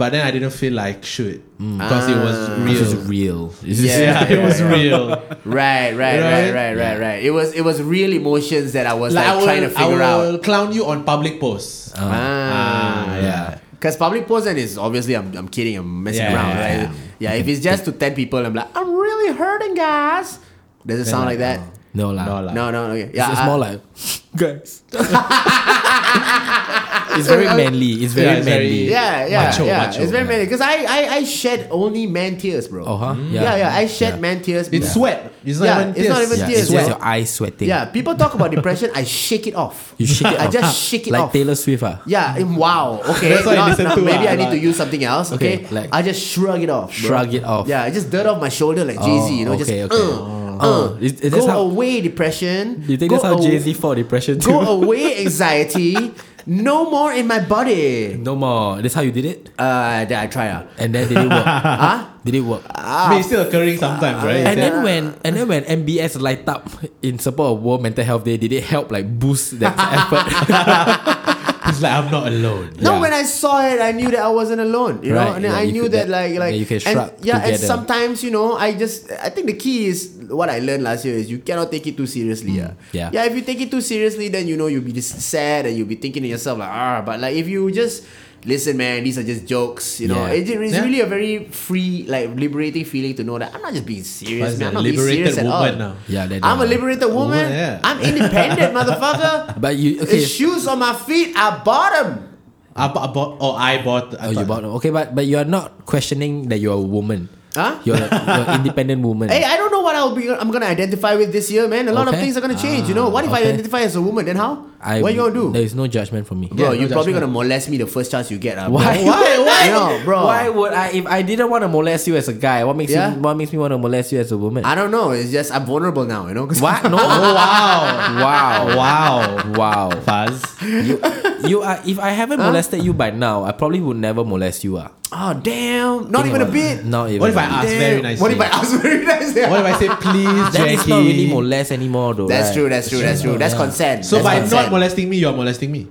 [SPEAKER 5] but then I didn't feel like shit because it was
[SPEAKER 4] this is
[SPEAKER 5] real.
[SPEAKER 4] real. This is-
[SPEAKER 5] Yeah,
[SPEAKER 3] Yeah,
[SPEAKER 5] it was
[SPEAKER 3] yeah, yeah.
[SPEAKER 5] real.
[SPEAKER 3] Right, right, right,
[SPEAKER 5] Right?
[SPEAKER 3] right, right, right. It was it was real emotions that I was
[SPEAKER 5] like
[SPEAKER 3] like,
[SPEAKER 5] I will,
[SPEAKER 3] trying to
[SPEAKER 5] I
[SPEAKER 3] figure out.
[SPEAKER 5] will Uh-huh. clown you on public posts.
[SPEAKER 3] Ah,
[SPEAKER 5] Ah,
[SPEAKER 3] yeah.
[SPEAKER 5] yeah.
[SPEAKER 3] Because public post then is obviously I'm, I'm kidding, I'm messing
[SPEAKER 5] Yeah,
[SPEAKER 3] around,
[SPEAKER 5] yeah,
[SPEAKER 3] right? Yeah. if it's just to 10 people, I'm like, I'm really hurting, guys. Does it sound like that?
[SPEAKER 4] no lah.
[SPEAKER 5] No lah.
[SPEAKER 3] No, no, okay.
[SPEAKER 4] It's,
[SPEAKER 3] Yeah, uh,
[SPEAKER 4] it's
[SPEAKER 3] I-
[SPEAKER 4] more like guys. it's very manly. It's very
[SPEAKER 5] it's very-
[SPEAKER 4] manly.
[SPEAKER 3] yeah, yeah,
[SPEAKER 5] Macho,
[SPEAKER 3] yeah.
[SPEAKER 5] macho,
[SPEAKER 3] it's very
[SPEAKER 5] yeah.
[SPEAKER 3] manly. Because I, I, I shed only man tears, bro.
[SPEAKER 4] Oh, huh?
[SPEAKER 3] Yeah,
[SPEAKER 4] Yeah.
[SPEAKER 3] Mm. yeah. I shed
[SPEAKER 4] Yeah.
[SPEAKER 3] man tears.
[SPEAKER 5] It's sweat. It's not
[SPEAKER 3] Yeah,
[SPEAKER 5] even
[SPEAKER 3] it's
[SPEAKER 5] tears.
[SPEAKER 3] not even
[SPEAKER 4] Yeah,
[SPEAKER 3] tears,
[SPEAKER 4] it's just
[SPEAKER 3] yeah.
[SPEAKER 4] your eyes sweating.
[SPEAKER 3] Yeah, people talk about depression. I shake it off.
[SPEAKER 4] You shake it
[SPEAKER 3] I
[SPEAKER 4] off.
[SPEAKER 3] just shake it
[SPEAKER 4] like
[SPEAKER 3] off.
[SPEAKER 4] Taylor Swift. Ah.
[SPEAKER 3] Yeah, and wow. Okay,
[SPEAKER 5] That's what I
[SPEAKER 3] not-
[SPEAKER 5] listen
[SPEAKER 3] not-
[SPEAKER 5] to,
[SPEAKER 3] maybe I
[SPEAKER 5] uh,
[SPEAKER 3] need to
[SPEAKER 5] like-
[SPEAKER 3] use something else. Okay,
[SPEAKER 4] Okay, like-
[SPEAKER 3] I just shrug it off. bro.
[SPEAKER 4] Shrug it off. Oh,
[SPEAKER 3] Yeah, I just dirt off my shoulder like Jay Z. You know, just
[SPEAKER 4] okay, okay.
[SPEAKER 3] uh, uh,
[SPEAKER 4] Oh. Is- is
[SPEAKER 3] go
[SPEAKER 4] this how-
[SPEAKER 3] away depression.
[SPEAKER 4] You think
[SPEAKER 3] Go
[SPEAKER 4] that's
[SPEAKER 3] aw-
[SPEAKER 4] how Jay Z for depression too?
[SPEAKER 3] Go away anxiety. No more in my body.
[SPEAKER 4] no more. That's how you did it,
[SPEAKER 3] Uh, then I try out.
[SPEAKER 4] and then did it work? huh? Did it work?
[SPEAKER 5] I mean, it's still occurring sometimes, right?
[SPEAKER 4] and
[SPEAKER 5] It's
[SPEAKER 4] then when and then when MBS light up in support of World Mental Health Day, did it help like boost that effort?
[SPEAKER 5] like- it's like I'm not alone.
[SPEAKER 3] No,
[SPEAKER 4] Yeah.
[SPEAKER 3] when I saw it, I knew that I wasn't alone. You know,
[SPEAKER 4] Right,
[SPEAKER 3] and then
[SPEAKER 4] yeah,
[SPEAKER 3] I
[SPEAKER 4] you
[SPEAKER 3] knew
[SPEAKER 4] could-
[SPEAKER 3] that,
[SPEAKER 4] that-
[SPEAKER 3] like like
[SPEAKER 4] yeah, you can
[SPEAKER 3] and,
[SPEAKER 4] shrug
[SPEAKER 3] yeah, and
[SPEAKER 4] together.
[SPEAKER 3] sometimes you know, I just I think the key is what I learned last year is you cannot take it too seriously. Yeah.
[SPEAKER 4] Mm, yeah.
[SPEAKER 3] Yeah. If you take it too seriously, then you know you'll be just sad and you'll be thinking to yourself like ah. But like if you just listen, man, these are just jokes. You know,
[SPEAKER 4] Yeah.
[SPEAKER 3] It- it's
[SPEAKER 5] Yeah.
[SPEAKER 3] really a very free, like liberating feeling to know that I'm not just being serious, man.
[SPEAKER 5] But it's
[SPEAKER 3] I'm
[SPEAKER 5] a
[SPEAKER 3] not being
[SPEAKER 5] liberated
[SPEAKER 3] serious at all.
[SPEAKER 5] woman now.
[SPEAKER 4] Yeah, that-
[SPEAKER 3] I'm a
[SPEAKER 4] that-
[SPEAKER 3] liberated woman.
[SPEAKER 5] Woman, yeah.
[SPEAKER 3] I'm independent, motherfucker.
[SPEAKER 4] But you-
[SPEAKER 3] The
[SPEAKER 4] okay.
[SPEAKER 3] shoes on my feet, I bought them.
[SPEAKER 5] I, bu- I bought. Oh, I bought. I
[SPEAKER 4] oh, you
[SPEAKER 5] thought-
[SPEAKER 4] bought okay, but but you are not questioning that you are a woman.
[SPEAKER 3] Huh?
[SPEAKER 4] You're, you're an independent woman.
[SPEAKER 3] Hey, I don't know what I'll be. I'm gonna identify with this year, man. A lot of
[SPEAKER 4] Okay. Ah,
[SPEAKER 3] things are gonna change. you know, what if I
[SPEAKER 4] okay.
[SPEAKER 3] identify as a woman? Then how?
[SPEAKER 4] I-
[SPEAKER 3] what you gonna do,
[SPEAKER 4] There is no judgment from me.
[SPEAKER 3] bro?
[SPEAKER 5] Yeah, no
[SPEAKER 3] you're probably gonna
[SPEAKER 5] judgment.
[SPEAKER 3] molest me the first chance you get. Uh,
[SPEAKER 4] Why?
[SPEAKER 3] Bro. Why? No, bro.
[SPEAKER 4] Why would I? If I didn't want to molest you as a guy, what makes
[SPEAKER 3] Yeah.
[SPEAKER 4] you? What makes me want to molest you as a woman?
[SPEAKER 3] I don't know. It's just I'm vulnerable now. You know? 'cause-
[SPEAKER 4] what? No. wow. Wow.
[SPEAKER 5] Wow.
[SPEAKER 4] Wow.
[SPEAKER 5] Fuzz.
[SPEAKER 4] You, you are. If I haven't molested you by now, I probably would never molest you. Ah.
[SPEAKER 3] Oh damn! Not
[SPEAKER 4] Think
[SPEAKER 3] even a
[SPEAKER 4] about
[SPEAKER 3] bit.
[SPEAKER 4] it. Not even.
[SPEAKER 5] What if I
[SPEAKER 4] a bit.
[SPEAKER 5] ask
[SPEAKER 3] Damn.
[SPEAKER 5] very nicely?
[SPEAKER 3] What if I ask very nicely?
[SPEAKER 5] What if I say please,
[SPEAKER 4] Then
[SPEAKER 5] Jackie?
[SPEAKER 4] it's not really molest anymore, though.
[SPEAKER 3] That's
[SPEAKER 4] right?
[SPEAKER 3] true. That's true. That's true. That's consent.
[SPEAKER 5] So
[SPEAKER 3] that's
[SPEAKER 5] by
[SPEAKER 3] consent.
[SPEAKER 5] not molesting me, you are molesting me.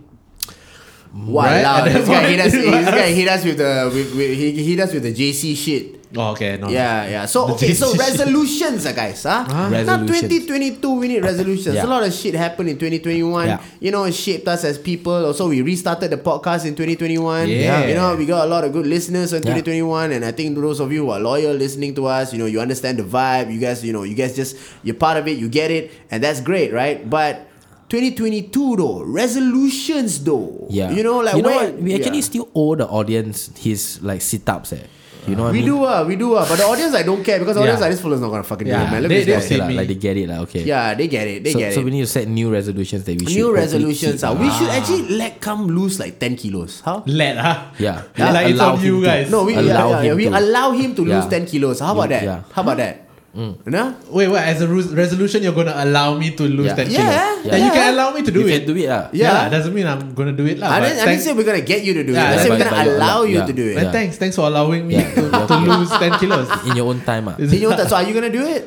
[SPEAKER 3] Wow,
[SPEAKER 5] Right?
[SPEAKER 3] this
[SPEAKER 5] That's
[SPEAKER 3] guy
[SPEAKER 5] what
[SPEAKER 3] hit
[SPEAKER 5] it
[SPEAKER 3] us.
[SPEAKER 5] is.
[SPEAKER 3] This guy hit us with the with, with, he he hit us with the JC shit.
[SPEAKER 5] Oh, okay. No.
[SPEAKER 3] Yeah, yeah. So okay, so resolutions, uh, guys. Huh? Now
[SPEAKER 4] Resolutions.
[SPEAKER 3] 2022, we need resolutions.
[SPEAKER 4] Yeah.
[SPEAKER 3] A lot of shit happened in 2021.
[SPEAKER 4] Yeah.
[SPEAKER 3] You know, it shaped us as people. Also, we restarted the podcast in 2021.
[SPEAKER 5] Yeah.
[SPEAKER 3] You know, we got a lot of good listeners in
[SPEAKER 4] Yeah.
[SPEAKER 3] 2021, and I think those of you who are loyal listening to us, you know, you understand the vibe. You guys, you know, you guys just you're part of it. You get it, and that's great, right? But 2022 though resolutions though
[SPEAKER 4] Yeah.
[SPEAKER 3] you know like
[SPEAKER 4] you know
[SPEAKER 3] where-
[SPEAKER 4] what? We actually
[SPEAKER 3] Yeah.
[SPEAKER 4] still owe the audience his like sit ups. Eh. You know what
[SPEAKER 3] We
[SPEAKER 4] I mean?
[SPEAKER 3] do ah, we do ah, but the audience I don't care because the
[SPEAKER 4] Yeah.
[SPEAKER 3] audience like this fella's not gonna fucking
[SPEAKER 5] Yeah.
[SPEAKER 3] do it, man. Look
[SPEAKER 5] They-
[SPEAKER 3] at this
[SPEAKER 5] they've
[SPEAKER 3] guy.
[SPEAKER 4] Okay,
[SPEAKER 5] seen
[SPEAKER 4] lah,
[SPEAKER 5] me.
[SPEAKER 4] like they get it, like okay.
[SPEAKER 3] Yeah, they get it. They
[SPEAKER 4] so,
[SPEAKER 3] get
[SPEAKER 4] so
[SPEAKER 3] it.
[SPEAKER 4] we need to set new resolutions that we should
[SPEAKER 3] New
[SPEAKER 4] hopefully
[SPEAKER 3] resolutions
[SPEAKER 4] keep.
[SPEAKER 3] ah, we should actually let come loose like ten kilos. How?
[SPEAKER 5] Let, huh?
[SPEAKER 4] Yeah.
[SPEAKER 5] Like,
[SPEAKER 4] Let-
[SPEAKER 5] it's
[SPEAKER 4] allow
[SPEAKER 5] on you
[SPEAKER 4] him to.
[SPEAKER 5] guys.
[SPEAKER 3] No, we yeah,
[SPEAKER 4] Allow
[SPEAKER 3] yeah, yeah,
[SPEAKER 4] him
[SPEAKER 3] we
[SPEAKER 4] to.
[SPEAKER 3] allow him to lose
[SPEAKER 4] Yeah.
[SPEAKER 3] ten kilos. How about that?
[SPEAKER 4] Yeah. Mm.
[SPEAKER 3] How about that? Nah?
[SPEAKER 5] Wait, what? As a res- resolution, you're gonna allow me to lose
[SPEAKER 4] Yeah.
[SPEAKER 5] 10
[SPEAKER 3] Yeah,
[SPEAKER 5] kilos.
[SPEAKER 3] yeah.
[SPEAKER 5] Then you
[SPEAKER 3] Yeah.
[SPEAKER 5] can allow me to do
[SPEAKER 4] you
[SPEAKER 5] it.
[SPEAKER 4] Can do it, ah.
[SPEAKER 3] Yeah.
[SPEAKER 5] doesn't mean I'm gonna do it lah.
[SPEAKER 3] I
[SPEAKER 5] but
[SPEAKER 3] didn't, I didn't
[SPEAKER 5] thanks-
[SPEAKER 3] say we're gonna get you to do it.
[SPEAKER 5] Yeah,
[SPEAKER 3] I
[SPEAKER 5] yeah,
[SPEAKER 3] said we're
[SPEAKER 4] but-
[SPEAKER 3] gonna
[SPEAKER 4] but-
[SPEAKER 3] allow you
[SPEAKER 4] yeah.
[SPEAKER 3] to do it.
[SPEAKER 5] but thanks, thanks for allowing me
[SPEAKER 4] Yeah.
[SPEAKER 5] to,
[SPEAKER 4] Yeah.
[SPEAKER 5] to lose ten kilos.
[SPEAKER 4] In your own time, ah.
[SPEAKER 5] Is-
[SPEAKER 3] In your own time, so are you gonna do it?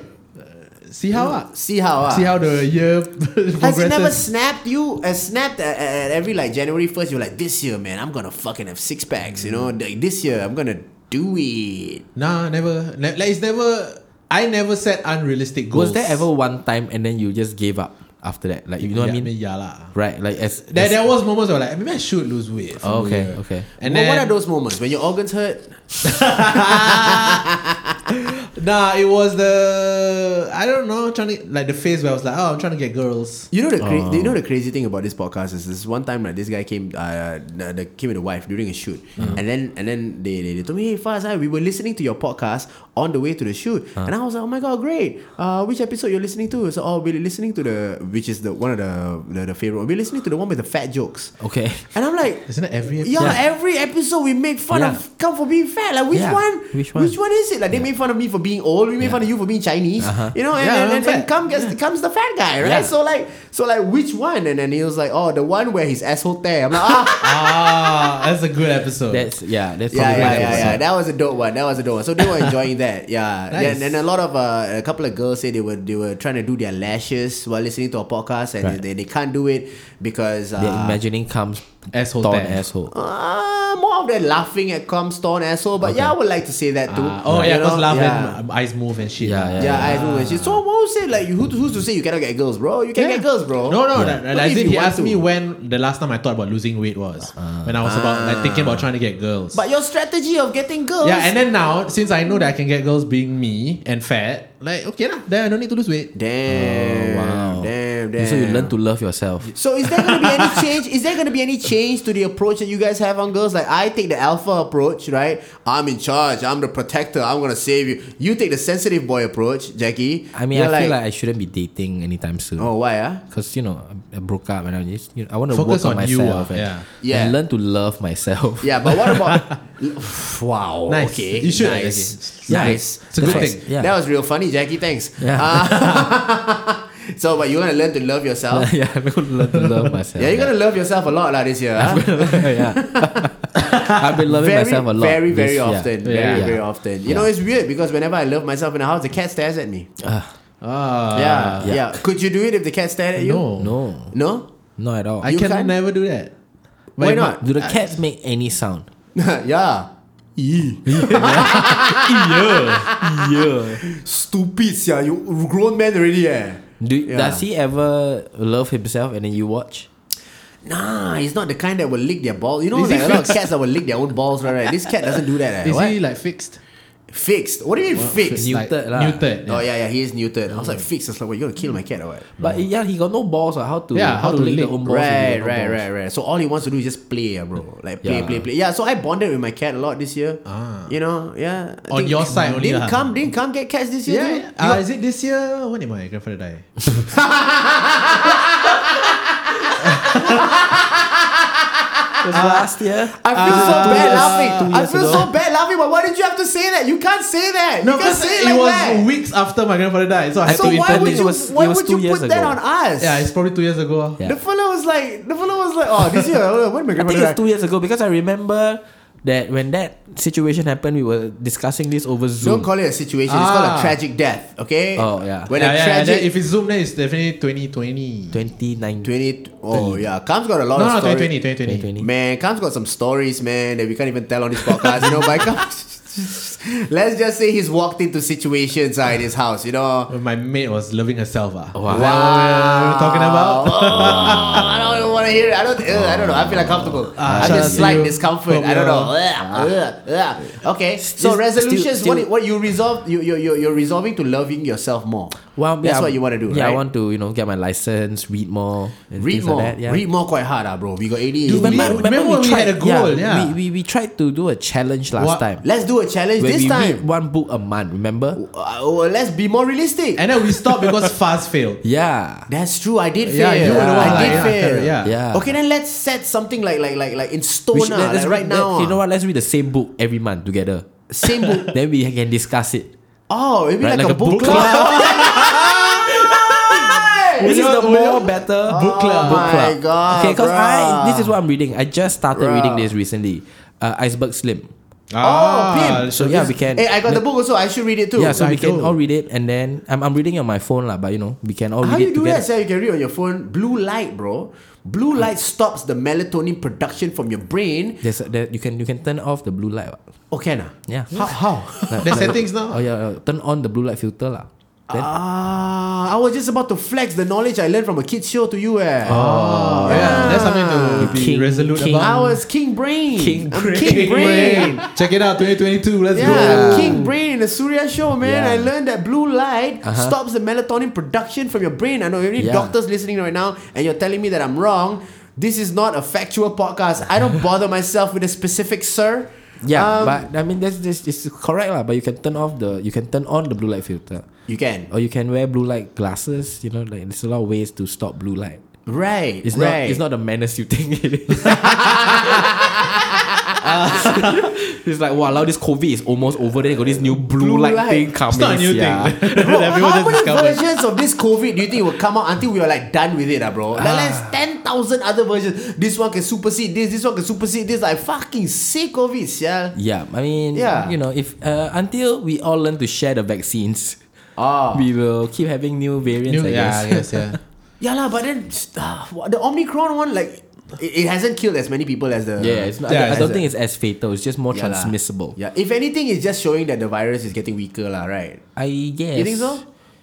[SPEAKER 5] See how ah.
[SPEAKER 3] See how ah.
[SPEAKER 5] See how the year progresses.
[SPEAKER 3] Has it never snapped you? Uh, snapped at, at every like January first. You're like, this year, man, I'm gonna fucking have six packs. You know, like this year, I'm gonna do it.
[SPEAKER 5] Nah, never. Ne- like it's never. I never set unrealistic
[SPEAKER 4] Was
[SPEAKER 5] goals.
[SPEAKER 4] there ever one time and then you just gave up after that? Like you know
[SPEAKER 5] yeah,
[SPEAKER 4] what I mean?
[SPEAKER 5] Yeah lah.
[SPEAKER 4] Right. Like as as-
[SPEAKER 5] There, there was moments where like maybe I should lose weight. for
[SPEAKER 4] Oh,
[SPEAKER 5] the
[SPEAKER 4] okay,
[SPEAKER 5] year.
[SPEAKER 4] okay.
[SPEAKER 5] And
[SPEAKER 3] Wha-
[SPEAKER 5] then
[SPEAKER 3] what are those moments when your organs hurt?
[SPEAKER 5] Nah, it was the I don't know trying to like the phase where I was like, oh, I'm trying to get girls.
[SPEAKER 3] You know the cra-
[SPEAKER 5] Uh.
[SPEAKER 3] you know the crazy thing about this podcast is this one time like this guy came uh the, the- came with a wife during a shoot
[SPEAKER 5] Uh-huh.
[SPEAKER 3] and then and then they, they, they told me hey Faz hi, we were listening to your podcast on the way to the shoot
[SPEAKER 5] Uh.
[SPEAKER 3] and I was like oh my god great uh which episode you're listening to so oh we're listening to the which is the one of the the, the favorite we're listening to the one with the fat jokes
[SPEAKER 4] Okay.
[SPEAKER 3] and I'm like
[SPEAKER 5] Isn't it every episode?
[SPEAKER 3] yeah, every episode we make fun
[SPEAKER 4] Yeah.
[SPEAKER 3] of come for being fat. Like which
[SPEAKER 4] Yeah.
[SPEAKER 3] one?
[SPEAKER 4] Which one?
[SPEAKER 3] Which one is it? Like they made fun of me for being old. We made fun of you for being Chinese.
[SPEAKER 4] Uh-huh.
[SPEAKER 3] You know, and,
[SPEAKER 5] Yeah,
[SPEAKER 3] and,
[SPEAKER 5] I'm
[SPEAKER 3] and then
[SPEAKER 5] fat.
[SPEAKER 3] come gets, comes the fat guy, right?
[SPEAKER 4] Yeah.
[SPEAKER 3] So like, so like, which one? And then he was like, oh, the one where his asshole tear. I'm like, ah.
[SPEAKER 5] Ah, that's a good episode.
[SPEAKER 4] That's yeah. That's
[SPEAKER 3] Yeah,
[SPEAKER 4] probably
[SPEAKER 3] yeah,
[SPEAKER 4] what it
[SPEAKER 3] yeah,
[SPEAKER 4] was,
[SPEAKER 3] yeah.
[SPEAKER 4] ah.
[SPEAKER 3] That was a dope one. That was a dope one. So they were enjoying that. Yeah.
[SPEAKER 5] Nice.
[SPEAKER 3] Yeah, And, and a lot of uh, a couple of girls say they were they were trying to do their lashes while listening to a podcast and
[SPEAKER 4] Right.
[SPEAKER 3] they, they can't do it because uh,
[SPEAKER 4] They're imagining comes
[SPEAKER 5] Asshole
[SPEAKER 4] torn
[SPEAKER 5] tear.
[SPEAKER 4] asshole.
[SPEAKER 3] Uh, more of that laughing at Comstone asshole, but yeah, I would like to say that too.
[SPEAKER 5] Ah, oh yeah,
[SPEAKER 3] You know,
[SPEAKER 5] because laugh
[SPEAKER 3] yeah.
[SPEAKER 5] and um, eyes move and shit. Ah.
[SPEAKER 4] Yeah,
[SPEAKER 3] Yeah, I know that shit. So what would say like you who, who's to say you cannot get girls, bro? You can
[SPEAKER 5] Yeah.
[SPEAKER 3] get girls, bro.
[SPEAKER 5] No, no, that,
[SPEAKER 3] What
[SPEAKER 5] I
[SPEAKER 3] if
[SPEAKER 5] think
[SPEAKER 3] you
[SPEAKER 5] he
[SPEAKER 3] want
[SPEAKER 5] asked
[SPEAKER 3] to?
[SPEAKER 5] me when the last time I thought about losing weight was when I was about like thinking about trying to get girls.
[SPEAKER 3] But your strategy of getting girls,
[SPEAKER 5] yeah, and then now since I know that I can get girls being me and fat, like okay lah, then Oh, I don't need to lose weight.
[SPEAKER 3] damn,
[SPEAKER 4] wow.
[SPEAKER 3] damn, damn.
[SPEAKER 4] So you learn to love yourself.
[SPEAKER 3] So is there gonna be any change? Is there gonna be any change to the approach that you guys have on girls? Like I take the alpha approach, right? I'm in charge. I'm the protector. I'm gonna save you. You take the sensitive boy approach, Jackie.
[SPEAKER 4] I mean,
[SPEAKER 3] You're
[SPEAKER 4] I feel like I shouldn't be dating anytime soon.
[SPEAKER 3] oh, why? Huh?
[SPEAKER 4] Cause you know I I broke up and I just you know, I want to
[SPEAKER 5] Focus
[SPEAKER 4] work on,
[SPEAKER 5] on you,
[SPEAKER 4] myself
[SPEAKER 5] ah.
[SPEAKER 4] and,
[SPEAKER 5] Yeah.
[SPEAKER 3] Yeah.
[SPEAKER 4] and learn to love myself.
[SPEAKER 3] Yeah, but what about? wow.
[SPEAKER 5] Nice.
[SPEAKER 3] Oh, Okay.
[SPEAKER 5] You should,
[SPEAKER 3] Nice.
[SPEAKER 5] Jackie.
[SPEAKER 3] Nice.
[SPEAKER 5] It's a good
[SPEAKER 3] Nice.
[SPEAKER 5] thing.
[SPEAKER 4] Yeah.
[SPEAKER 3] That was real funny, Jackie. Thanks.
[SPEAKER 4] Yeah.
[SPEAKER 3] Ah. Uh, so, but you're gonna learn to love yourself.
[SPEAKER 4] yeah, I'm gonna learn to love myself.
[SPEAKER 3] Yeah, you're gonna love yourself a lot lah this year. huh?
[SPEAKER 4] yeah. I've been loving
[SPEAKER 3] Very,
[SPEAKER 4] myself a lot.
[SPEAKER 3] very,
[SPEAKER 4] this
[SPEAKER 3] very
[SPEAKER 4] year.
[SPEAKER 3] often.
[SPEAKER 5] Yeah.
[SPEAKER 3] Very,
[SPEAKER 5] Yeah.
[SPEAKER 3] very often. You know, it's weird because whenever I love myself in the house, the cat stares at me.
[SPEAKER 5] Ah,
[SPEAKER 3] yeah,
[SPEAKER 4] yuck.
[SPEAKER 3] yeah. Could you do it if the cat stared at you?
[SPEAKER 5] no,
[SPEAKER 4] No,
[SPEAKER 3] No.
[SPEAKER 4] not at all.
[SPEAKER 5] I
[SPEAKER 3] You
[SPEAKER 5] can
[SPEAKER 3] can't?
[SPEAKER 5] never do that.
[SPEAKER 3] Why
[SPEAKER 5] But-
[SPEAKER 3] not?
[SPEAKER 4] Do the cats make any sound?
[SPEAKER 3] yeah.
[SPEAKER 4] Yeah.
[SPEAKER 3] Stupid, yeah. You grown man already, eh?
[SPEAKER 4] Do,
[SPEAKER 3] Yeah.
[SPEAKER 4] Does he ever love himself and then you watch?
[SPEAKER 3] Nah, he's not the kind that will lick their balls. You know,
[SPEAKER 5] Is he
[SPEAKER 3] like a lot of
[SPEAKER 5] fixed?
[SPEAKER 3] cats that will lick their own balls, right? right? This cat doesn't do that. Eh?
[SPEAKER 5] Is
[SPEAKER 3] what?
[SPEAKER 5] he like fixed?
[SPEAKER 3] Fixed. What do you mean fixed?
[SPEAKER 4] fixed. Neutered lah.
[SPEAKER 5] Neutered.
[SPEAKER 3] Oh yeah, yeah, he is neutered. I was like fixed. It's like, what? You gonna kill my cat or what?
[SPEAKER 4] But yeah, he got no balls. Or how to
[SPEAKER 5] Yeah,
[SPEAKER 4] how,
[SPEAKER 5] how
[SPEAKER 4] to,
[SPEAKER 5] to
[SPEAKER 4] lick the
[SPEAKER 5] lick.
[SPEAKER 4] own balls?
[SPEAKER 3] Right,
[SPEAKER 4] if you got no
[SPEAKER 3] right,
[SPEAKER 4] balls?
[SPEAKER 3] right, right. So all he wants to do is just play, ah, bro. Like play,
[SPEAKER 4] Yeah.
[SPEAKER 3] play, play. Yeah. So I bonded with my cat a lot this year. Ah. You know, yeah. I
[SPEAKER 5] On
[SPEAKER 3] think-
[SPEAKER 5] your side only
[SPEAKER 3] Didn't
[SPEAKER 5] lah.
[SPEAKER 3] come, didn't come get cats this year.
[SPEAKER 5] Yeah,
[SPEAKER 3] dude.
[SPEAKER 5] yeah. Uh, is it this year? When did my grandfather die?
[SPEAKER 4] Was last year.
[SPEAKER 3] I feel so
[SPEAKER 5] two
[SPEAKER 3] bad
[SPEAKER 5] years-
[SPEAKER 3] laughing.
[SPEAKER 4] two
[SPEAKER 3] I
[SPEAKER 4] years
[SPEAKER 3] feel
[SPEAKER 4] ago.
[SPEAKER 3] so bad laughing. But why did you have to say that? You can't say that. you can't say it,
[SPEAKER 5] it
[SPEAKER 3] like
[SPEAKER 5] was
[SPEAKER 3] that.
[SPEAKER 5] weeks after my grandfather died, so I had
[SPEAKER 3] So
[SPEAKER 5] to
[SPEAKER 3] why
[SPEAKER 5] intern
[SPEAKER 3] would
[SPEAKER 4] it
[SPEAKER 3] you?
[SPEAKER 4] was-
[SPEAKER 3] why
[SPEAKER 4] it was
[SPEAKER 3] would
[SPEAKER 4] two
[SPEAKER 3] you
[SPEAKER 4] years
[SPEAKER 3] put that on
[SPEAKER 4] ago.
[SPEAKER 3] us?
[SPEAKER 5] Yeah, it's probably two years ago.
[SPEAKER 4] Yeah.
[SPEAKER 3] The fella was like, the fella was like, oh, this year, when my
[SPEAKER 4] I think
[SPEAKER 3] grandmother
[SPEAKER 4] it's two years ago because I remember that when that situation happened, we were discussing this over Zoom.
[SPEAKER 3] Don't call it a situation. It's called a
[SPEAKER 5] Ah.
[SPEAKER 3] tragic death. Okay.
[SPEAKER 4] Oh, yeah.
[SPEAKER 3] When
[SPEAKER 5] yeah,
[SPEAKER 3] a
[SPEAKER 5] yeah, and
[SPEAKER 3] tragic
[SPEAKER 5] then if it's Zoom, then it's definitely 2020.
[SPEAKER 4] 2019.
[SPEAKER 3] twenty. Oh yeah, Kam's got a lot
[SPEAKER 5] No,
[SPEAKER 3] of
[SPEAKER 5] no,
[SPEAKER 3] stories.
[SPEAKER 5] 2020,
[SPEAKER 4] 2020.
[SPEAKER 5] 2020.
[SPEAKER 3] Man, Kam's got some stories, man, that we can't even tell on this podcast. you know, by Kam. Let's just say he's walked into situations uh, in his house, you know.
[SPEAKER 5] My mate was loving herself. Ah.
[SPEAKER 4] Oh, Wow.
[SPEAKER 5] Is that what we were talking about?
[SPEAKER 3] Oh, I don't even want to hear it. I don't. Uh, I don't know. I feel uncomfortable. I
[SPEAKER 5] Uh, shout
[SPEAKER 3] feel
[SPEAKER 5] out to
[SPEAKER 3] slight
[SPEAKER 5] you. uh,
[SPEAKER 3] discomfort.
[SPEAKER 5] Hope
[SPEAKER 3] I don't
[SPEAKER 5] you're-
[SPEAKER 3] know. Ugh, ugh, ugh. Okay. So
[SPEAKER 4] Uh, Still-
[SPEAKER 3] resolutions.
[SPEAKER 4] still-
[SPEAKER 3] what? What you resolve? You you you you're resolving to loving yourself more.
[SPEAKER 4] Well,
[SPEAKER 3] that's
[SPEAKER 4] yeah,
[SPEAKER 3] what you want to do,
[SPEAKER 4] Yeah,
[SPEAKER 3] right?
[SPEAKER 4] I want to you know get my license, read more, and
[SPEAKER 3] read
[SPEAKER 4] things
[SPEAKER 3] more.
[SPEAKER 4] Like that, yeah.
[SPEAKER 3] Read more quite hard, ah, bro. We got ADHD.
[SPEAKER 4] Remember,
[SPEAKER 5] Dude, Remember
[SPEAKER 4] remember,
[SPEAKER 5] when we
[SPEAKER 4] we tried
[SPEAKER 5] had a goal, yeah.
[SPEAKER 4] we, we, we tried to do a challenge last
[SPEAKER 5] What-
[SPEAKER 4] time.
[SPEAKER 3] Let's do a challenge
[SPEAKER 4] Where
[SPEAKER 3] this
[SPEAKER 4] we
[SPEAKER 3] time.
[SPEAKER 4] read one book a month. Remember?
[SPEAKER 3] Uh, well, let's be more realistic.
[SPEAKER 5] And then we stopped because fast failed.
[SPEAKER 4] Yeah.
[SPEAKER 3] That's true. I did
[SPEAKER 5] Yeah,
[SPEAKER 3] fail.
[SPEAKER 5] you were the
[SPEAKER 3] I
[SPEAKER 5] one like,
[SPEAKER 3] did
[SPEAKER 5] yeah,
[SPEAKER 3] fail.
[SPEAKER 5] correct, yeah.
[SPEAKER 4] Yeah.
[SPEAKER 3] Okay, then let's set something like like like like in stone.
[SPEAKER 4] We should-
[SPEAKER 3] ah,
[SPEAKER 4] let's
[SPEAKER 3] like right
[SPEAKER 4] read-
[SPEAKER 3] now,
[SPEAKER 4] You know
[SPEAKER 3] ah.
[SPEAKER 4] what? Let's read the same book every month together.
[SPEAKER 3] Same book.
[SPEAKER 4] Then we can discuss it.
[SPEAKER 3] Oh, it'd be
[SPEAKER 4] Right,
[SPEAKER 3] like, a, book, club.
[SPEAKER 4] This is
[SPEAKER 5] know-
[SPEAKER 4] the
[SPEAKER 5] we know-
[SPEAKER 4] more better book club.
[SPEAKER 3] oh my God,
[SPEAKER 4] Okay, because
[SPEAKER 3] bruh.
[SPEAKER 4] I this is what I'm reading. I just started
[SPEAKER 3] Bruh.
[SPEAKER 4] reading this recently. Uh, Iceberg Slim.
[SPEAKER 3] Oh,
[SPEAKER 5] Ah,
[SPEAKER 3] Pim.
[SPEAKER 4] So yeah, we can.
[SPEAKER 3] Hey, I got the book also. I should read it too.
[SPEAKER 4] yeah, so we
[SPEAKER 5] I
[SPEAKER 4] can
[SPEAKER 5] do.
[SPEAKER 4] all read it, and then I'm, I'm reading it on my phone lah. But you know, we can all
[SPEAKER 3] How you
[SPEAKER 4] read it
[SPEAKER 3] do
[SPEAKER 4] together.
[SPEAKER 3] that, sir? You can read on your phone. Blue light, bro. Blue light stops the melatonin production from your brain.
[SPEAKER 4] There's a, there, you can you can turn off the blue light. what.
[SPEAKER 3] Okay, nah.
[SPEAKER 4] Yeah.
[SPEAKER 3] How? how?
[SPEAKER 5] There's settings
[SPEAKER 4] Oh
[SPEAKER 5] now.
[SPEAKER 4] yeah, uh, turn on the blue light filter lah.
[SPEAKER 3] Uh,
[SPEAKER 4] Then
[SPEAKER 3] Ah, I was just about to flex the knowledge I learned from a kids show to you, eh.
[SPEAKER 5] Oh, yeah. That's something to be
[SPEAKER 4] King-
[SPEAKER 5] resolute
[SPEAKER 4] King.
[SPEAKER 5] about.
[SPEAKER 3] I was King Brain.
[SPEAKER 4] King
[SPEAKER 3] I'm
[SPEAKER 4] Brain.
[SPEAKER 3] King Brain.
[SPEAKER 5] Check it out, 2022. Let's
[SPEAKER 3] Yeah,
[SPEAKER 5] go.
[SPEAKER 3] King Brain in the Surya show, man.
[SPEAKER 4] Yeah. Uh-huh.
[SPEAKER 3] I learned that blue light stops the melatonin production from your brain. I know any
[SPEAKER 4] Yeah.
[SPEAKER 3] doctors listening right now, and you're telling me that I'm wrong. This is not a factual podcast. I don't bother myself with a specific sir.
[SPEAKER 4] yeah,
[SPEAKER 3] Um,
[SPEAKER 4] but I mean that's this is correct lah. But you can turn off the you can turn on the blue light filter,
[SPEAKER 3] you can.
[SPEAKER 4] or you can wear blue light glasses. You know, like there's a lot of ways to stop blue light.
[SPEAKER 3] Right.
[SPEAKER 4] It's
[SPEAKER 3] right.
[SPEAKER 4] not it's not the menace you think it is. it's like wow, now this COVID is almost over. Then you got this new blue,
[SPEAKER 3] Blue
[SPEAKER 4] light,
[SPEAKER 3] light.
[SPEAKER 4] thing coming.
[SPEAKER 5] It's not a new
[SPEAKER 4] sia.
[SPEAKER 5] thing.
[SPEAKER 3] Bro,
[SPEAKER 5] that everyone
[SPEAKER 3] how
[SPEAKER 5] just
[SPEAKER 3] many
[SPEAKER 5] discovered.
[SPEAKER 3] versions of this COVID do you think will come out until we are like done with it, ah, bro? Like, There's ten thousand other versions. This one can supersede this. This one can supersede this. Like fucking sick of it, yeah.
[SPEAKER 4] Yeah, I mean,
[SPEAKER 3] Yeah.
[SPEAKER 4] you know, if uh, until we all learn to share the vaccines,
[SPEAKER 3] Ah.
[SPEAKER 4] we will keep having new variants.
[SPEAKER 5] New,
[SPEAKER 4] I
[SPEAKER 5] yeah,
[SPEAKER 4] guess.
[SPEAKER 5] I guess, yeah.
[SPEAKER 3] Yeah, lah, but then uh, the Omicron one, like, it, it hasn't killed as many people as the.
[SPEAKER 4] Yeah, it's not,
[SPEAKER 5] Yeah,
[SPEAKER 4] I, I don't
[SPEAKER 5] it's-
[SPEAKER 4] think it's as fatal. It's just more
[SPEAKER 3] Yeah lah.
[SPEAKER 4] transmissible.
[SPEAKER 3] Yeah, if anything, it's just showing that the virus is getting weaker, lah, right?
[SPEAKER 4] I guess.
[SPEAKER 3] You think so?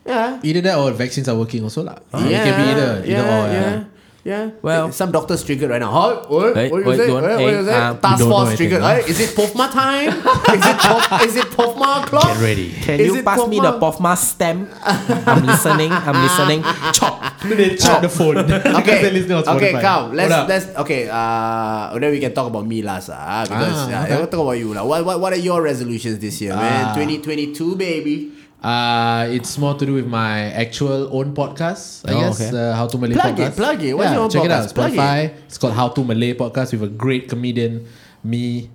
[SPEAKER 3] Yeah.
[SPEAKER 5] Either that or vaccines are working also. lah.
[SPEAKER 3] Oh, yeah.
[SPEAKER 5] It can be either.
[SPEAKER 3] yeah,
[SPEAKER 5] either or, yeah.
[SPEAKER 3] yeah. yeah.
[SPEAKER 4] Well-
[SPEAKER 3] some doctors triggered right now. Huh? What,
[SPEAKER 4] Hey,
[SPEAKER 3] what you
[SPEAKER 4] wait,
[SPEAKER 3] say?
[SPEAKER 4] don't-
[SPEAKER 3] What, what you
[SPEAKER 4] hey,
[SPEAKER 3] say?
[SPEAKER 4] um, we
[SPEAKER 3] Task
[SPEAKER 5] don't know
[SPEAKER 3] force
[SPEAKER 5] anything,
[SPEAKER 3] triggered.
[SPEAKER 5] huh?
[SPEAKER 3] Hey, is it POFMA time? is it Pof, is it POFMA clock? Get ready.
[SPEAKER 4] Can you pass me the POFMA stamp? I'm listening. I'm listening. Chop.
[SPEAKER 5] They chop the phone. Because they're
[SPEAKER 3] Okay,
[SPEAKER 5] listening on
[SPEAKER 3] okay,
[SPEAKER 5] Spotify.
[SPEAKER 3] come. Let's
[SPEAKER 5] Hold up.
[SPEAKER 3] let's okay. Uh, then we can talk about me last. Ah, because ah,
[SPEAKER 5] Ah, okay. Ah.
[SPEAKER 3] okay. talk about you lah. What, what what are your resolutions this year, man? Twenty twenty two, baby.
[SPEAKER 5] Uh, it's more to do with my actual own podcast, I
[SPEAKER 4] Oh,
[SPEAKER 5] guess.
[SPEAKER 4] okay.
[SPEAKER 5] Uh, How to Malay
[SPEAKER 3] Plug it,
[SPEAKER 5] podcast.
[SPEAKER 3] plug it. What's your own
[SPEAKER 5] check
[SPEAKER 3] podcast?
[SPEAKER 5] it out.
[SPEAKER 3] Plug it.
[SPEAKER 5] Spotify. It's called How to Malay Podcast with a great comedian, me,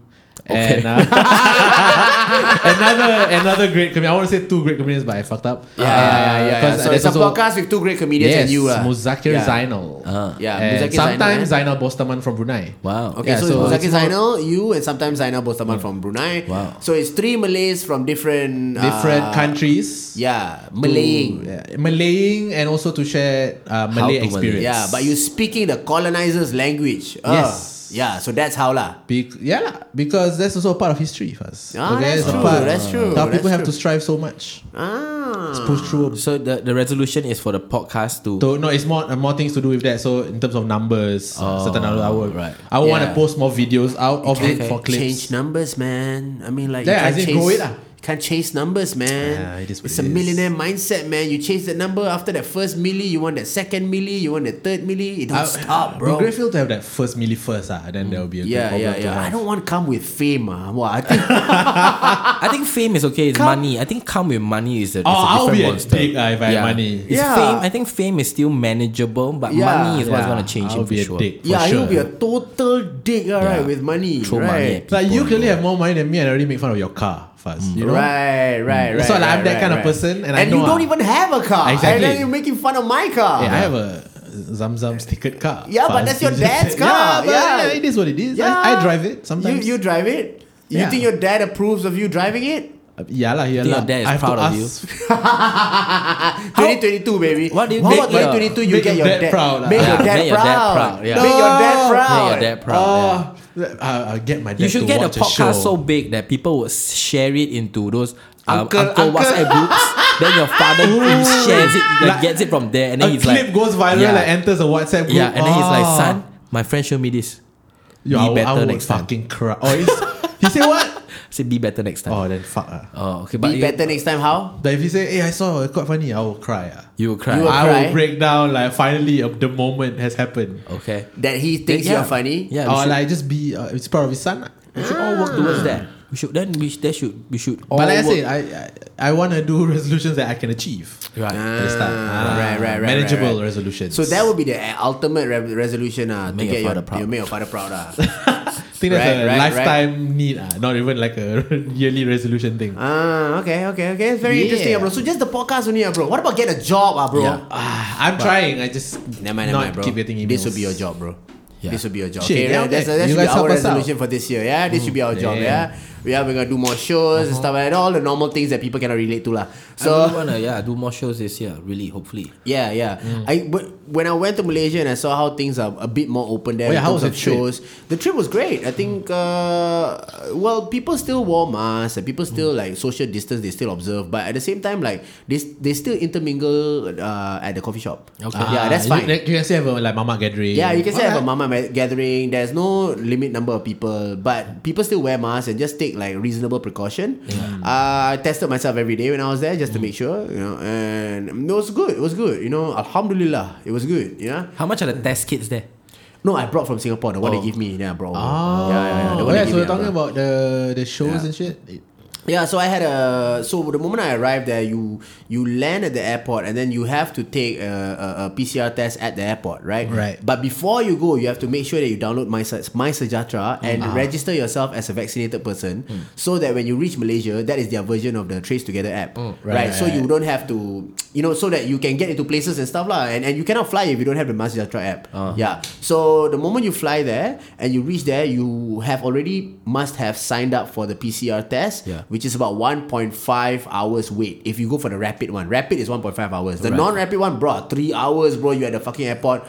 [SPEAKER 5] and uh, another another great comedian. I want to say two great comedians, but I fucked up. Uh,
[SPEAKER 3] Yeah, yeah, yeah. yeah, yeah. So it's a
[SPEAKER 5] podcast.
[SPEAKER 3] podcast with two great comedians
[SPEAKER 5] Yes,
[SPEAKER 3] and you lah.
[SPEAKER 5] Muzakir
[SPEAKER 3] uh, yeah. Uh,
[SPEAKER 5] Zainal.
[SPEAKER 3] Yeah,
[SPEAKER 5] And
[SPEAKER 3] Muzakir Zainal,
[SPEAKER 5] sometimes
[SPEAKER 3] eh?
[SPEAKER 5] Zainal Bostaman from Brunei.
[SPEAKER 4] Wow.
[SPEAKER 3] Okay,
[SPEAKER 5] Yeah,
[SPEAKER 3] so,
[SPEAKER 5] so
[SPEAKER 3] Muzakir
[SPEAKER 5] it's more-
[SPEAKER 3] Zainal, you, and sometimes Zainal Bostaman from Brunei.
[SPEAKER 4] Wow.
[SPEAKER 3] So it's three Malays from different
[SPEAKER 5] Different
[SPEAKER 3] uh,
[SPEAKER 5] countries.
[SPEAKER 3] Yeah,
[SPEAKER 5] to-
[SPEAKER 3] Malaying.
[SPEAKER 5] yeah, Malaying and also to share uh, Malay
[SPEAKER 4] to Malay.
[SPEAKER 5] experience.
[SPEAKER 3] Yeah, but you speaking the colonizers' language. Uh,
[SPEAKER 5] Yes.
[SPEAKER 3] Yeah, so that's how lah.
[SPEAKER 5] Bec- yeah, lah, because that's also a part of history for us.
[SPEAKER 3] Ah, that's
[SPEAKER 5] It's a
[SPEAKER 3] true, that's true,
[SPEAKER 5] Now people
[SPEAKER 3] that's
[SPEAKER 5] have
[SPEAKER 3] true.
[SPEAKER 5] to strive so much.
[SPEAKER 3] Ah.
[SPEAKER 5] Push through.
[SPEAKER 4] So the, the resolution is for the podcast to.
[SPEAKER 5] So no, it's more uh, more things to do with that. So in terms of numbers, uh, certain I would
[SPEAKER 4] right.
[SPEAKER 5] I would want
[SPEAKER 3] Oh,
[SPEAKER 5] to
[SPEAKER 3] Yeah.
[SPEAKER 5] post more videos out of it
[SPEAKER 3] Can't
[SPEAKER 5] for clips.
[SPEAKER 3] Change numbers, man. I mean, like
[SPEAKER 5] Yeah,
[SPEAKER 3] you can't
[SPEAKER 5] as in
[SPEAKER 3] chase,
[SPEAKER 5] grow it lah.
[SPEAKER 3] you can't chase numbers, man.
[SPEAKER 5] Yeah, it is what
[SPEAKER 3] it's
[SPEAKER 5] it
[SPEAKER 3] a
[SPEAKER 5] is.
[SPEAKER 3] millionaire mindset, man. You chase that number after that first milli, you want that second milli, you want the third milli. It don't
[SPEAKER 5] I-
[SPEAKER 3] stop,
[SPEAKER 5] We're
[SPEAKER 3] bro.
[SPEAKER 5] grateful to have that first milli first, ah. Then there will be a good
[SPEAKER 3] Yeah,
[SPEAKER 5] problem
[SPEAKER 3] yeah,
[SPEAKER 5] to
[SPEAKER 3] yeah.
[SPEAKER 5] have.
[SPEAKER 3] I don't want come with fame, ah. Wow, I think
[SPEAKER 4] I think fame is okay. It's
[SPEAKER 3] Come-
[SPEAKER 4] money. I think come with money is a, is
[SPEAKER 5] Oh,
[SPEAKER 4] a
[SPEAKER 5] I'll
[SPEAKER 4] different
[SPEAKER 5] be a
[SPEAKER 4] monster.
[SPEAKER 5] dick, uh, if I have
[SPEAKER 4] yeah.
[SPEAKER 5] money.
[SPEAKER 4] It's
[SPEAKER 3] Yeah.
[SPEAKER 4] fame. I think fame is still manageable, but
[SPEAKER 3] Yeah.
[SPEAKER 4] money is what's
[SPEAKER 5] Yeah,
[SPEAKER 4] gonna change
[SPEAKER 5] I'll
[SPEAKER 4] him for
[SPEAKER 5] be a
[SPEAKER 4] sure.
[SPEAKER 5] dick.
[SPEAKER 3] yeah,
[SPEAKER 5] for
[SPEAKER 3] he'll
[SPEAKER 5] sure.
[SPEAKER 3] be a total dick, all right,
[SPEAKER 4] Yeah.
[SPEAKER 3] with money,
[SPEAKER 4] Throw
[SPEAKER 3] right?
[SPEAKER 4] money at
[SPEAKER 5] Like you
[SPEAKER 4] people,
[SPEAKER 5] clearly have more money than me, and already make fun of your car first. You know,
[SPEAKER 3] Mm. Right, right, right.
[SPEAKER 5] So, Mm. like, I'm
[SPEAKER 3] right,
[SPEAKER 5] that
[SPEAKER 3] right,
[SPEAKER 5] kind of
[SPEAKER 3] right.
[SPEAKER 5] person, and I
[SPEAKER 3] you
[SPEAKER 5] know
[SPEAKER 3] don't
[SPEAKER 5] I-
[SPEAKER 3] even have a car, and
[SPEAKER 5] Exactly.
[SPEAKER 3] then you're making fun of my car.
[SPEAKER 5] Yeah, I have a Zamzam stickered car.
[SPEAKER 3] Yeah, but
[SPEAKER 5] Fast.
[SPEAKER 3] that's your dad's car.
[SPEAKER 5] yeah, but
[SPEAKER 3] Yeah.
[SPEAKER 5] yeah, it is what it is.
[SPEAKER 3] Yeah.
[SPEAKER 5] I, I drive it sometimes.
[SPEAKER 3] You you drive it. You
[SPEAKER 5] Yeah.
[SPEAKER 3] think your dad approves of you driving it?
[SPEAKER 5] Uh, Yeah, lah, yeah,
[SPEAKER 4] Think
[SPEAKER 5] lah.
[SPEAKER 4] your dad is
[SPEAKER 5] I have
[SPEAKER 4] proud
[SPEAKER 5] to
[SPEAKER 4] of
[SPEAKER 5] ask,
[SPEAKER 4] you.
[SPEAKER 3] 2022 baby
[SPEAKER 4] What do you
[SPEAKER 3] How
[SPEAKER 4] make
[SPEAKER 3] about
[SPEAKER 4] your-
[SPEAKER 3] 2022 you
[SPEAKER 5] make
[SPEAKER 3] get
[SPEAKER 5] your
[SPEAKER 3] your
[SPEAKER 5] dad proud lah.
[SPEAKER 3] Make
[SPEAKER 4] Yeah,
[SPEAKER 3] your dad
[SPEAKER 4] make your dad proud,
[SPEAKER 3] proud
[SPEAKER 4] yeah.
[SPEAKER 3] Make your dad
[SPEAKER 5] No.
[SPEAKER 3] proud
[SPEAKER 4] Make your dad proud. yeah.
[SPEAKER 5] Oh, I'll, I'll get my dad
[SPEAKER 4] You should
[SPEAKER 5] to
[SPEAKER 4] get a
[SPEAKER 5] watch
[SPEAKER 4] podcast so
[SPEAKER 5] show.
[SPEAKER 4] big that people would share it into those um,
[SPEAKER 3] Uncle,
[SPEAKER 4] uncle,
[SPEAKER 3] uncle.
[SPEAKER 4] WhatsApp groups. then your father shares it, like,
[SPEAKER 5] Like,
[SPEAKER 4] gets it from there, and
[SPEAKER 5] a
[SPEAKER 4] then he's
[SPEAKER 5] clip
[SPEAKER 4] like,
[SPEAKER 5] goes viral
[SPEAKER 4] yeah,
[SPEAKER 5] like enters a WhatsApp group.
[SPEAKER 4] yeah, and then he's like,
[SPEAKER 5] Ah.
[SPEAKER 4] son, my friend showed me this.
[SPEAKER 5] Yo,
[SPEAKER 4] be
[SPEAKER 5] I, would- I
[SPEAKER 4] better
[SPEAKER 5] would
[SPEAKER 4] next time."
[SPEAKER 5] fucking cry. Oh, it's, he said what?
[SPEAKER 4] Say be better next time.
[SPEAKER 5] Oh, then fuck. ah.
[SPEAKER 4] Oh, okay, but
[SPEAKER 3] Be
[SPEAKER 4] you,
[SPEAKER 3] better next time how?
[SPEAKER 5] But if he say, hey, I saw it quite funny, I will cry. ah.
[SPEAKER 4] you will cry.
[SPEAKER 3] You will
[SPEAKER 5] I
[SPEAKER 3] cry.
[SPEAKER 5] will break down. Like finally, uh, the moment has happened.
[SPEAKER 4] okay.
[SPEAKER 3] That he thinks
[SPEAKER 4] Yeah.
[SPEAKER 3] you're funny
[SPEAKER 4] Yeah, we
[SPEAKER 5] or
[SPEAKER 4] should,
[SPEAKER 5] like just be uh, it's part of his son. ah.
[SPEAKER 4] we should all work towards that. We should then we that should we should all
[SPEAKER 5] But like I
[SPEAKER 4] work.
[SPEAKER 5] said, I I, I want to do resolutions that I can achieve.
[SPEAKER 4] Right.
[SPEAKER 5] At the start. Ah,
[SPEAKER 3] right, right, right,
[SPEAKER 5] Manageable
[SPEAKER 3] right, right.
[SPEAKER 5] resolutions.
[SPEAKER 3] So that would be the uh, ultimate re- resolution ah, to
[SPEAKER 4] Make
[SPEAKER 3] get your,
[SPEAKER 4] your father proud.
[SPEAKER 3] you make your father proud ah.
[SPEAKER 5] I think that's
[SPEAKER 3] right,
[SPEAKER 5] a
[SPEAKER 3] right, right.
[SPEAKER 5] lifetime need. ah, not even like a yearly resolution thing.
[SPEAKER 3] ah, okay, okay, okay. It's very
[SPEAKER 5] Yeah.
[SPEAKER 3] interesting, ah, bro. So just the podcast only, ah, bro. What about get a job, ah, bro?
[SPEAKER 4] Yeah.
[SPEAKER 5] Ah, I'm trying. I just
[SPEAKER 3] Never mind, never
[SPEAKER 5] not
[SPEAKER 3] mind, bro.
[SPEAKER 5] keep getting emails.
[SPEAKER 3] This will be your job, bro.
[SPEAKER 4] Yeah.
[SPEAKER 3] This will be your job.
[SPEAKER 5] Shit,
[SPEAKER 3] okay,
[SPEAKER 5] yeah,
[SPEAKER 3] right? that's,
[SPEAKER 5] okay.
[SPEAKER 3] that
[SPEAKER 5] You
[SPEAKER 3] should be
[SPEAKER 5] guys help
[SPEAKER 3] our
[SPEAKER 5] us out. Mm-hmm.
[SPEAKER 3] resolution for this year. Yeah, this should be our job.
[SPEAKER 5] Yeah. Uh-huh.
[SPEAKER 3] Yeah, we are gonna do more shows and stuff like that. All the normal things that people cannot relate to, lah.
[SPEAKER 4] so I
[SPEAKER 3] So
[SPEAKER 4] really wanna yeah do more shows this year. Really, hopefully.
[SPEAKER 3] yeah, yeah.
[SPEAKER 5] Mm.
[SPEAKER 3] I but when I went to Malaysia and I saw how things are a bit more open there.
[SPEAKER 5] Oh,
[SPEAKER 3] in
[SPEAKER 5] yeah, how
[SPEAKER 3] terms
[SPEAKER 5] was
[SPEAKER 3] of
[SPEAKER 5] the trip? Mm.
[SPEAKER 3] shows? The trip was great. I think. Uh, well, people still wore masks. And people
[SPEAKER 5] Mm.
[SPEAKER 3] still like social distance. They still observe, but at the same time, like they they still intermingle uh, at the coffee shop.
[SPEAKER 4] Okay.
[SPEAKER 5] Ah,
[SPEAKER 3] yeah, that's
[SPEAKER 5] you-
[SPEAKER 3] fine.
[SPEAKER 5] You, can still have a like mama gathering.
[SPEAKER 3] Yeah, you can still have a
[SPEAKER 5] Alright.
[SPEAKER 3] mama ma- gathering. There's no limit number of people, but people still wear masks and just take like reasonable precaution. Uh, I tested myself every day when I was there just to
[SPEAKER 5] Mm.
[SPEAKER 3] make sure, you know. And it was good. It was good. You know, Alhamdulillah, it was good. You know.
[SPEAKER 4] How much are the test kits there?
[SPEAKER 3] No, I brought from Singapore the one they
[SPEAKER 4] Oh.
[SPEAKER 3] give me. Yeah, bro.
[SPEAKER 5] Oh,
[SPEAKER 3] yeah, yeah, yeah. The
[SPEAKER 5] Oh,
[SPEAKER 3] one they give
[SPEAKER 5] yeah, so
[SPEAKER 3] me, I
[SPEAKER 5] we're talking
[SPEAKER 3] brought.
[SPEAKER 5] about the the shows
[SPEAKER 3] Yeah.
[SPEAKER 5] and shit. It-
[SPEAKER 3] Yeah, so I had a so the moment I arrived there, you you land at the airport and then you have to take a, a, a PCR test at the airport, right?
[SPEAKER 5] Right.
[SPEAKER 3] But before you go, you have to make sure that you download my Sa- my Sejahtera and register yourself as a vaccinated person, so that when you reach Malaysia, that is their version of the Trace Together app,
[SPEAKER 5] right,
[SPEAKER 3] right, So
[SPEAKER 5] right,
[SPEAKER 3] you don't have to, you know, so that you can get into places and stuff lah. And, and you cannot fly if you don't have the my Sejahtera app.
[SPEAKER 5] Uh-huh.
[SPEAKER 3] Yeah. So the moment you fly there and you reach there, you have already must have signed up for the PCR test
[SPEAKER 4] Yeah.
[SPEAKER 3] which is about 1.5 hours wait if you go for the rapid one. Rapid is 1.5 hours. The non-rapid one, bro, three hours, bro. You at the fucking airport,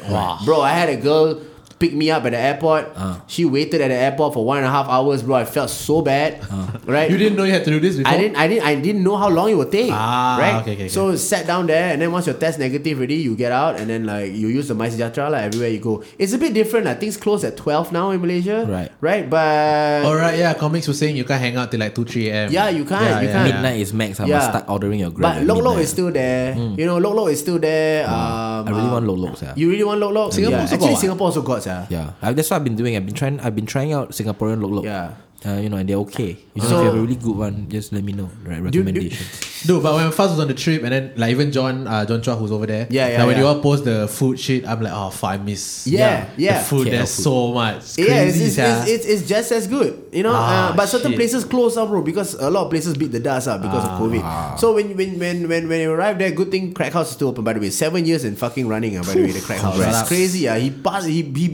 [SPEAKER 3] bro. I had a girl pick me up at the airport.
[SPEAKER 5] Uh.
[SPEAKER 3] She waited at the airport for one and a half hours, bro. I felt so bad, right?
[SPEAKER 5] Uh. You didn't know you had to do this before.
[SPEAKER 3] I didn't, I didn't, I didn't know how long it would take.
[SPEAKER 5] Ah,
[SPEAKER 3] right.
[SPEAKER 5] okay, okay, okay.
[SPEAKER 3] So sat down there, and then once your test negative ready, you get out, and then like you use the MySejahtera like everywhere you go. It's a bit different. Like things close at twelve now in Malaysia.
[SPEAKER 4] Right.
[SPEAKER 3] Right, but
[SPEAKER 5] All right, yeah. Comics were saying you can't hang out till like two, three a.m.
[SPEAKER 3] Yeah, you can't, you can't. Yeah.
[SPEAKER 4] Midnight is max. I must
[SPEAKER 3] Yeah.
[SPEAKER 4] start ordering your grab.
[SPEAKER 3] But
[SPEAKER 4] at
[SPEAKER 3] Lok Lok
[SPEAKER 4] midnight.
[SPEAKER 3] is still there.
[SPEAKER 5] Hmm.
[SPEAKER 3] You know, Lok Lok is still there. Um,
[SPEAKER 5] Ah,
[SPEAKER 4] I really
[SPEAKER 3] um,
[SPEAKER 4] want Lok Loks, yeah.
[SPEAKER 3] You really want Lok Lok?
[SPEAKER 5] Singapore
[SPEAKER 3] yeah.
[SPEAKER 5] also
[SPEAKER 3] Actually,
[SPEAKER 5] got what?
[SPEAKER 3] Singapore also got, yeah.
[SPEAKER 4] Yeah, I, that's what I've been doing. I've been trying. I've been trying out Singaporean lok lok.
[SPEAKER 3] Yeah.
[SPEAKER 4] Uh, you know, and they're okay. You know,
[SPEAKER 3] So-
[SPEAKER 4] if you have a really good one, just let me know. Right,
[SPEAKER 3] do-
[SPEAKER 4] recommendations.
[SPEAKER 5] Dude, but when Faz was on the trip, and then like even John, uh, John Chua who's over there.
[SPEAKER 3] Yeah, yeah,
[SPEAKER 5] Like when
[SPEAKER 3] yeah.
[SPEAKER 5] you all post the food shit, I'm like, oh, fuck, I miss.
[SPEAKER 3] Yeah, yeah.
[SPEAKER 5] The food,
[SPEAKER 4] KL
[SPEAKER 5] there's
[SPEAKER 4] food.
[SPEAKER 5] so much. It's
[SPEAKER 3] yeah, it's,
[SPEAKER 5] crazy,
[SPEAKER 3] it's,
[SPEAKER 5] sia.
[SPEAKER 3] it's, it's, it's just as good, you know. uh,
[SPEAKER 5] Ah,
[SPEAKER 3] but certain
[SPEAKER 5] shit. Ah.
[SPEAKER 3] places close up, bro, because a lot of places beat the dust up because of COVID. So when when when when when you arrive there, good thing crack house is still open. By the way, seven years and fucking running. Uh, by the way, the crack house it's
[SPEAKER 5] Congrats.
[SPEAKER 3] crazy. Yeah, he passed. He he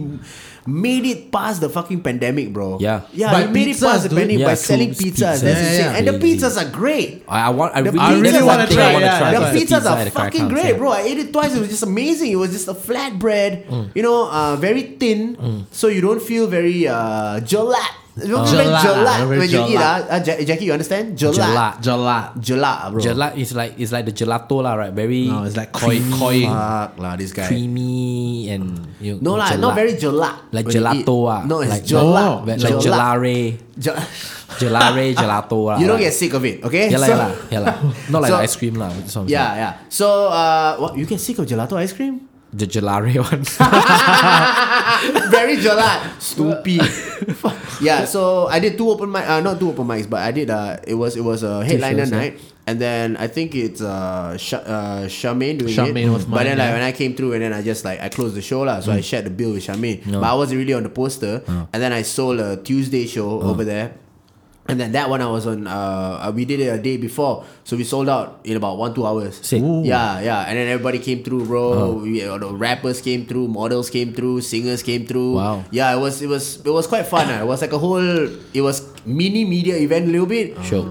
[SPEAKER 3] made it past the fucking pandemic, bro.
[SPEAKER 4] Yeah.
[SPEAKER 3] yeah.
[SPEAKER 5] By
[SPEAKER 3] he made it
[SPEAKER 5] pizzas,
[SPEAKER 3] past the
[SPEAKER 5] dude.
[SPEAKER 3] pandemic
[SPEAKER 4] Yeah,
[SPEAKER 3] by
[SPEAKER 4] true.
[SPEAKER 3] selling
[SPEAKER 4] It's
[SPEAKER 3] pizzas.
[SPEAKER 4] pizza.
[SPEAKER 3] That's
[SPEAKER 5] Yeah,
[SPEAKER 3] insane,
[SPEAKER 5] yeah,
[SPEAKER 3] and the
[SPEAKER 4] crazy.
[SPEAKER 3] pizzas are great.
[SPEAKER 4] I, I want. I
[SPEAKER 3] The pizzas
[SPEAKER 4] really, that's
[SPEAKER 5] are
[SPEAKER 4] one
[SPEAKER 5] great,
[SPEAKER 4] thing I want to
[SPEAKER 5] yeah.
[SPEAKER 4] try.
[SPEAKER 5] The
[SPEAKER 4] is
[SPEAKER 3] the pizzas
[SPEAKER 4] pizza at
[SPEAKER 3] are
[SPEAKER 4] the Crack eh?
[SPEAKER 3] fucking
[SPEAKER 4] House,
[SPEAKER 3] great,
[SPEAKER 4] yeah.
[SPEAKER 3] bro. I ate it twice. It was just amazing. It was just a flat bread,
[SPEAKER 4] Mm.
[SPEAKER 3] you know, uh, very thin, so you don't feel very uh, gelat. You don't feel very
[SPEAKER 5] Gelat,
[SPEAKER 3] gelat
[SPEAKER 5] very
[SPEAKER 3] when you eat.
[SPEAKER 5] gelat.
[SPEAKER 3] Uh, uh, Ja- Jackie, you understand? Gelat.
[SPEAKER 4] Gelat.
[SPEAKER 5] Jalat.
[SPEAKER 3] Gelat, bro.
[SPEAKER 4] Gelat is like it's like the gelato lah, right? Very
[SPEAKER 5] No, it's like koi,
[SPEAKER 4] creamy,
[SPEAKER 5] koi.
[SPEAKER 3] Fuck lah, this guy.
[SPEAKER 4] creamy and you
[SPEAKER 3] uh, No lah,
[SPEAKER 4] gelat.
[SPEAKER 3] not very gelat.
[SPEAKER 4] like
[SPEAKER 3] when you eat.
[SPEAKER 4] gelato ah.
[SPEAKER 3] No, it's Oh,
[SPEAKER 4] like,
[SPEAKER 3] gelat.
[SPEAKER 4] Like gelare,
[SPEAKER 3] Gel-
[SPEAKER 4] gelare gelato lah.
[SPEAKER 3] You don't get
[SPEAKER 4] like.
[SPEAKER 3] sick of it, okay?
[SPEAKER 4] Yeah lah,
[SPEAKER 3] So-
[SPEAKER 4] yeah lah, yeah lah. Not like
[SPEAKER 3] So-
[SPEAKER 4] the ice cream lah. that's what I'm
[SPEAKER 3] Yeah, yeah. So, uh, what, you get sick of gelato ice cream?
[SPEAKER 4] saying. the gelare one.
[SPEAKER 3] very gelat, stupid. Fuck. yeah, so I did two open mic, uh, not two open mics, but I did. Uh, it was it was a headliner
[SPEAKER 4] shows, yeah.
[SPEAKER 3] night, and then I think it's uh, Sha- uh Charmaine doing it.
[SPEAKER 5] Charmaine was
[SPEAKER 3] but
[SPEAKER 5] mine,
[SPEAKER 3] then like
[SPEAKER 5] yeah.
[SPEAKER 3] when I came through, and then I just like I closed the show lah, so I shared the bill with Charmaine. But I wasn't really on the poster, and then I sold a Tuesday show over there. And then that one I was on. Uh, uh, we did it a day before, so we sold out in about one two hours.
[SPEAKER 4] Sick. Ooh.
[SPEAKER 3] Yeah, yeah. And then everybody came through,
[SPEAKER 4] Uh-huh.
[SPEAKER 3] bro. We, uh, the rappers came through, models came through, singers came through.
[SPEAKER 4] Wow.
[SPEAKER 3] Yeah, it was it
[SPEAKER 4] Uh.
[SPEAKER 3] was it was quite fun. ah. It was like a whole it was mini media event a little bit.
[SPEAKER 4] Sure.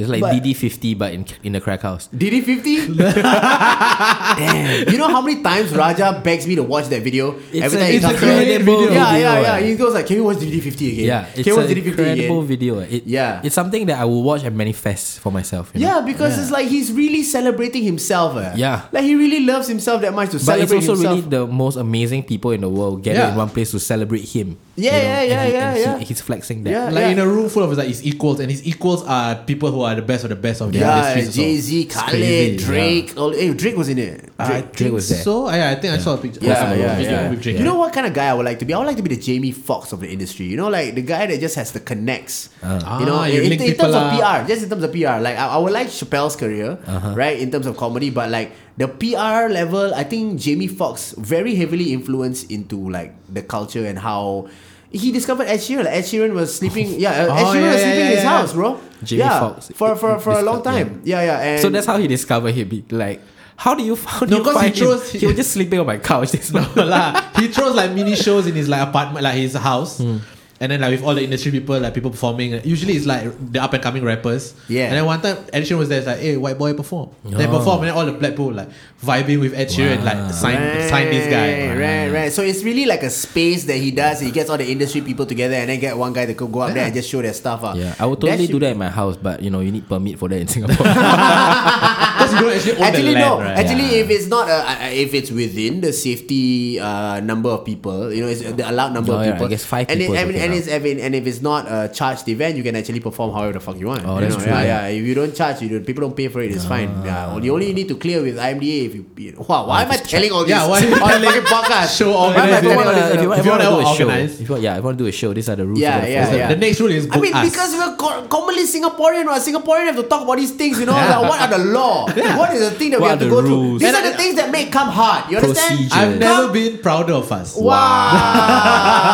[SPEAKER 4] It's like
[SPEAKER 3] But-
[SPEAKER 4] DD50 but in in a crack house.
[SPEAKER 3] DD50? Damn. You know how many times Raja begs me to watch that video?
[SPEAKER 4] It's,
[SPEAKER 3] Every
[SPEAKER 4] a,
[SPEAKER 3] time he
[SPEAKER 4] it's
[SPEAKER 3] comes to-
[SPEAKER 4] a credible video.
[SPEAKER 3] Yeah, yeah, yeah.
[SPEAKER 4] eh.
[SPEAKER 3] He goes like, can you watch DD50 again?
[SPEAKER 4] Yeah,
[SPEAKER 3] can
[SPEAKER 4] it's
[SPEAKER 3] you watch
[SPEAKER 4] an
[SPEAKER 3] DD50
[SPEAKER 4] incredible
[SPEAKER 3] again?
[SPEAKER 4] video. It,
[SPEAKER 3] Yeah.
[SPEAKER 4] it's something that I will watch and manifest for myself. you know?
[SPEAKER 3] Yeah, because it's like he's really celebrating himself. Eh.
[SPEAKER 4] Yeah.
[SPEAKER 3] Like he really loves himself that much to
[SPEAKER 4] but it's
[SPEAKER 3] celebrate
[SPEAKER 4] also
[SPEAKER 3] himself.
[SPEAKER 4] really the most amazing people in the world getting in
[SPEAKER 5] Yeah.
[SPEAKER 4] one place to celebrate him.
[SPEAKER 3] Yeah, yeah,
[SPEAKER 4] and
[SPEAKER 3] yeah,
[SPEAKER 4] he-
[SPEAKER 3] yeah,
[SPEAKER 4] and he-
[SPEAKER 3] yeah.
[SPEAKER 4] he's flexing that.
[SPEAKER 3] Yeah.
[SPEAKER 5] Like in a room full of like his equals, and his equals are people who are the best of the best of their
[SPEAKER 3] yeah,
[SPEAKER 5] industries. also.
[SPEAKER 3] Jay Z,
[SPEAKER 5] It's crazy,
[SPEAKER 3] Khalid,
[SPEAKER 5] yeah.
[SPEAKER 3] Drake. All, hey, Drake was in it.
[SPEAKER 5] I
[SPEAKER 3] Drake.
[SPEAKER 5] think
[SPEAKER 4] Drake was there.
[SPEAKER 5] So oh, yeah, I think I saw a picture.
[SPEAKER 3] Yeah,
[SPEAKER 5] a
[SPEAKER 3] yeah,
[SPEAKER 5] video
[SPEAKER 3] yeah.
[SPEAKER 5] with Drake.
[SPEAKER 3] You know what kind of guy I would like to be? I would like to be the Jamie Foxx of the industry. You know, like the guy that just has the connects. you know,
[SPEAKER 5] Ah, you
[SPEAKER 3] in,
[SPEAKER 5] link
[SPEAKER 3] in
[SPEAKER 5] people
[SPEAKER 3] terms of
[SPEAKER 5] up.
[SPEAKER 3] PR, just in terms of PR. Like I, I would like Chappelle's career, right? In terms of comedy, but like the PR level, I think Jamie Foxx very heavily influenced into like the culture and how. He discovered Ed Sheeran. Like Ed Sheeran was sleeping. Yeah, uh,
[SPEAKER 5] Oh,
[SPEAKER 3] Ed Sheeran
[SPEAKER 5] yeah,
[SPEAKER 3] was
[SPEAKER 5] yeah,
[SPEAKER 3] sleeping in
[SPEAKER 5] yeah,
[SPEAKER 3] his
[SPEAKER 5] yeah.
[SPEAKER 3] house, bro.
[SPEAKER 4] Jamie
[SPEAKER 3] yeah,
[SPEAKER 4] Foxx.
[SPEAKER 3] for for for a long
[SPEAKER 4] Discovered,
[SPEAKER 3] time.
[SPEAKER 4] yeah.
[SPEAKER 3] Yeah, yeah. and
[SPEAKER 4] So that's how he discovered him. He- Like, how do you how do you
[SPEAKER 5] No, 'cause he
[SPEAKER 4] find
[SPEAKER 5] chose-
[SPEAKER 4] him? He was just sleeping on my couch just now.
[SPEAKER 5] lah. He throws like mini shows in his like apartment, like his house.
[SPEAKER 3] Hmm.
[SPEAKER 5] And then like with all the industry people, like people performing. Usually it's like the up and coming rappers.
[SPEAKER 3] Yeah.
[SPEAKER 5] And then one time Ed Sheeran was there, it's like, hey, white boy perform. They
[SPEAKER 4] Oh.
[SPEAKER 5] perform and then all the black people like vibing with Ed Sheeran, like sign sign this
[SPEAKER 4] Ah.
[SPEAKER 5] guy.
[SPEAKER 3] Right, right. So it's really like a space that he does. He gets all the industry people together and then get one guy to go go up there and just show their stuff. Uh.
[SPEAKER 4] Yeah, I would totally do
[SPEAKER 3] should-
[SPEAKER 4] that in my house, but you know, you need permit for that in Singapore.
[SPEAKER 5] Because you don't actually own
[SPEAKER 3] Actually
[SPEAKER 5] the land,
[SPEAKER 3] no.
[SPEAKER 5] right?
[SPEAKER 3] Actually, if it's not, uh, uh, if it's within the safety uh, number of people, you know, it's the allowed number
[SPEAKER 4] Oh,
[SPEAKER 3] of
[SPEAKER 4] yeah, I
[SPEAKER 3] people.
[SPEAKER 4] guess five
[SPEAKER 3] and
[SPEAKER 4] people
[SPEAKER 3] It,
[SPEAKER 4] is
[SPEAKER 3] and,
[SPEAKER 4] okay
[SPEAKER 3] and
[SPEAKER 4] now.
[SPEAKER 3] it's and, and if it's not a charged event, you can actually perform however the fuck you want.
[SPEAKER 4] Oh,
[SPEAKER 3] you
[SPEAKER 4] that's
[SPEAKER 3] know?
[SPEAKER 4] true,
[SPEAKER 3] Yeah,
[SPEAKER 4] yeah. Ah.
[SPEAKER 3] yeah. If you don't charge, you don't, people don't pay for it. It's fine. Yeah. You only need to clear with IMDA if you. Wow,
[SPEAKER 4] Oh,
[SPEAKER 3] why am I telling all this?
[SPEAKER 5] Yeah, why
[SPEAKER 3] on
[SPEAKER 5] you
[SPEAKER 3] the fucking podcast?
[SPEAKER 5] show
[SPEAKER 3] Why am I
[SPEAKER 5] organization?
[SPEAKER 3] telling all
[SPEAKER 5] wanna-
[SPEAKER 3] this?
[SPEAKER 5] if you
[SPEAKER 4] if you
[SPEAKER 5] wanna
[SPEAKER 4] wanna do a show,
[SPEAKER 5] organise-
[SPEAKER 4] if you, yeah, if you want to do a show, these are the rules.
[SPEAKER 3] Yeah,
[SPEAKER 4] for the
[SPEAKER 3] yeah,
[SPEAKER 4] first-
[SPEAKER 3] yeah.
[SPEAKER 5] The next rule is
[SPEAKER 3] I
[SPEAKER 5] book
[SPEAKER 3] mean,
[SPEAKER 5] us.
[SPEAKER 3] because we're co- commonly Singaporean, right? Singaporean have to talk about these things, you know? Like, what are the law? What is the thing that
[SPEAKER 4] What
[SPEAKER 3] we have
[SPEAKER 4] are
[SPEAKER 3] to
[SPEAKER 4] the
[SPEAKER 3] go
[SPEAKER 4] rules?
[SPEAKER 3] through? These
[SPEAKER 5] And
[SPEAKER 3] are
[SPEAKER 5] I-
[SPEAKER 3] the things that make come hard. You understand?
[SPEAKER 4] Procedure.
[SPEAKER 5] I've
[SPEAKER 4] Yes.
[SPEAKER 5] never been prouder of us.
[SPEAKER 3] Wow.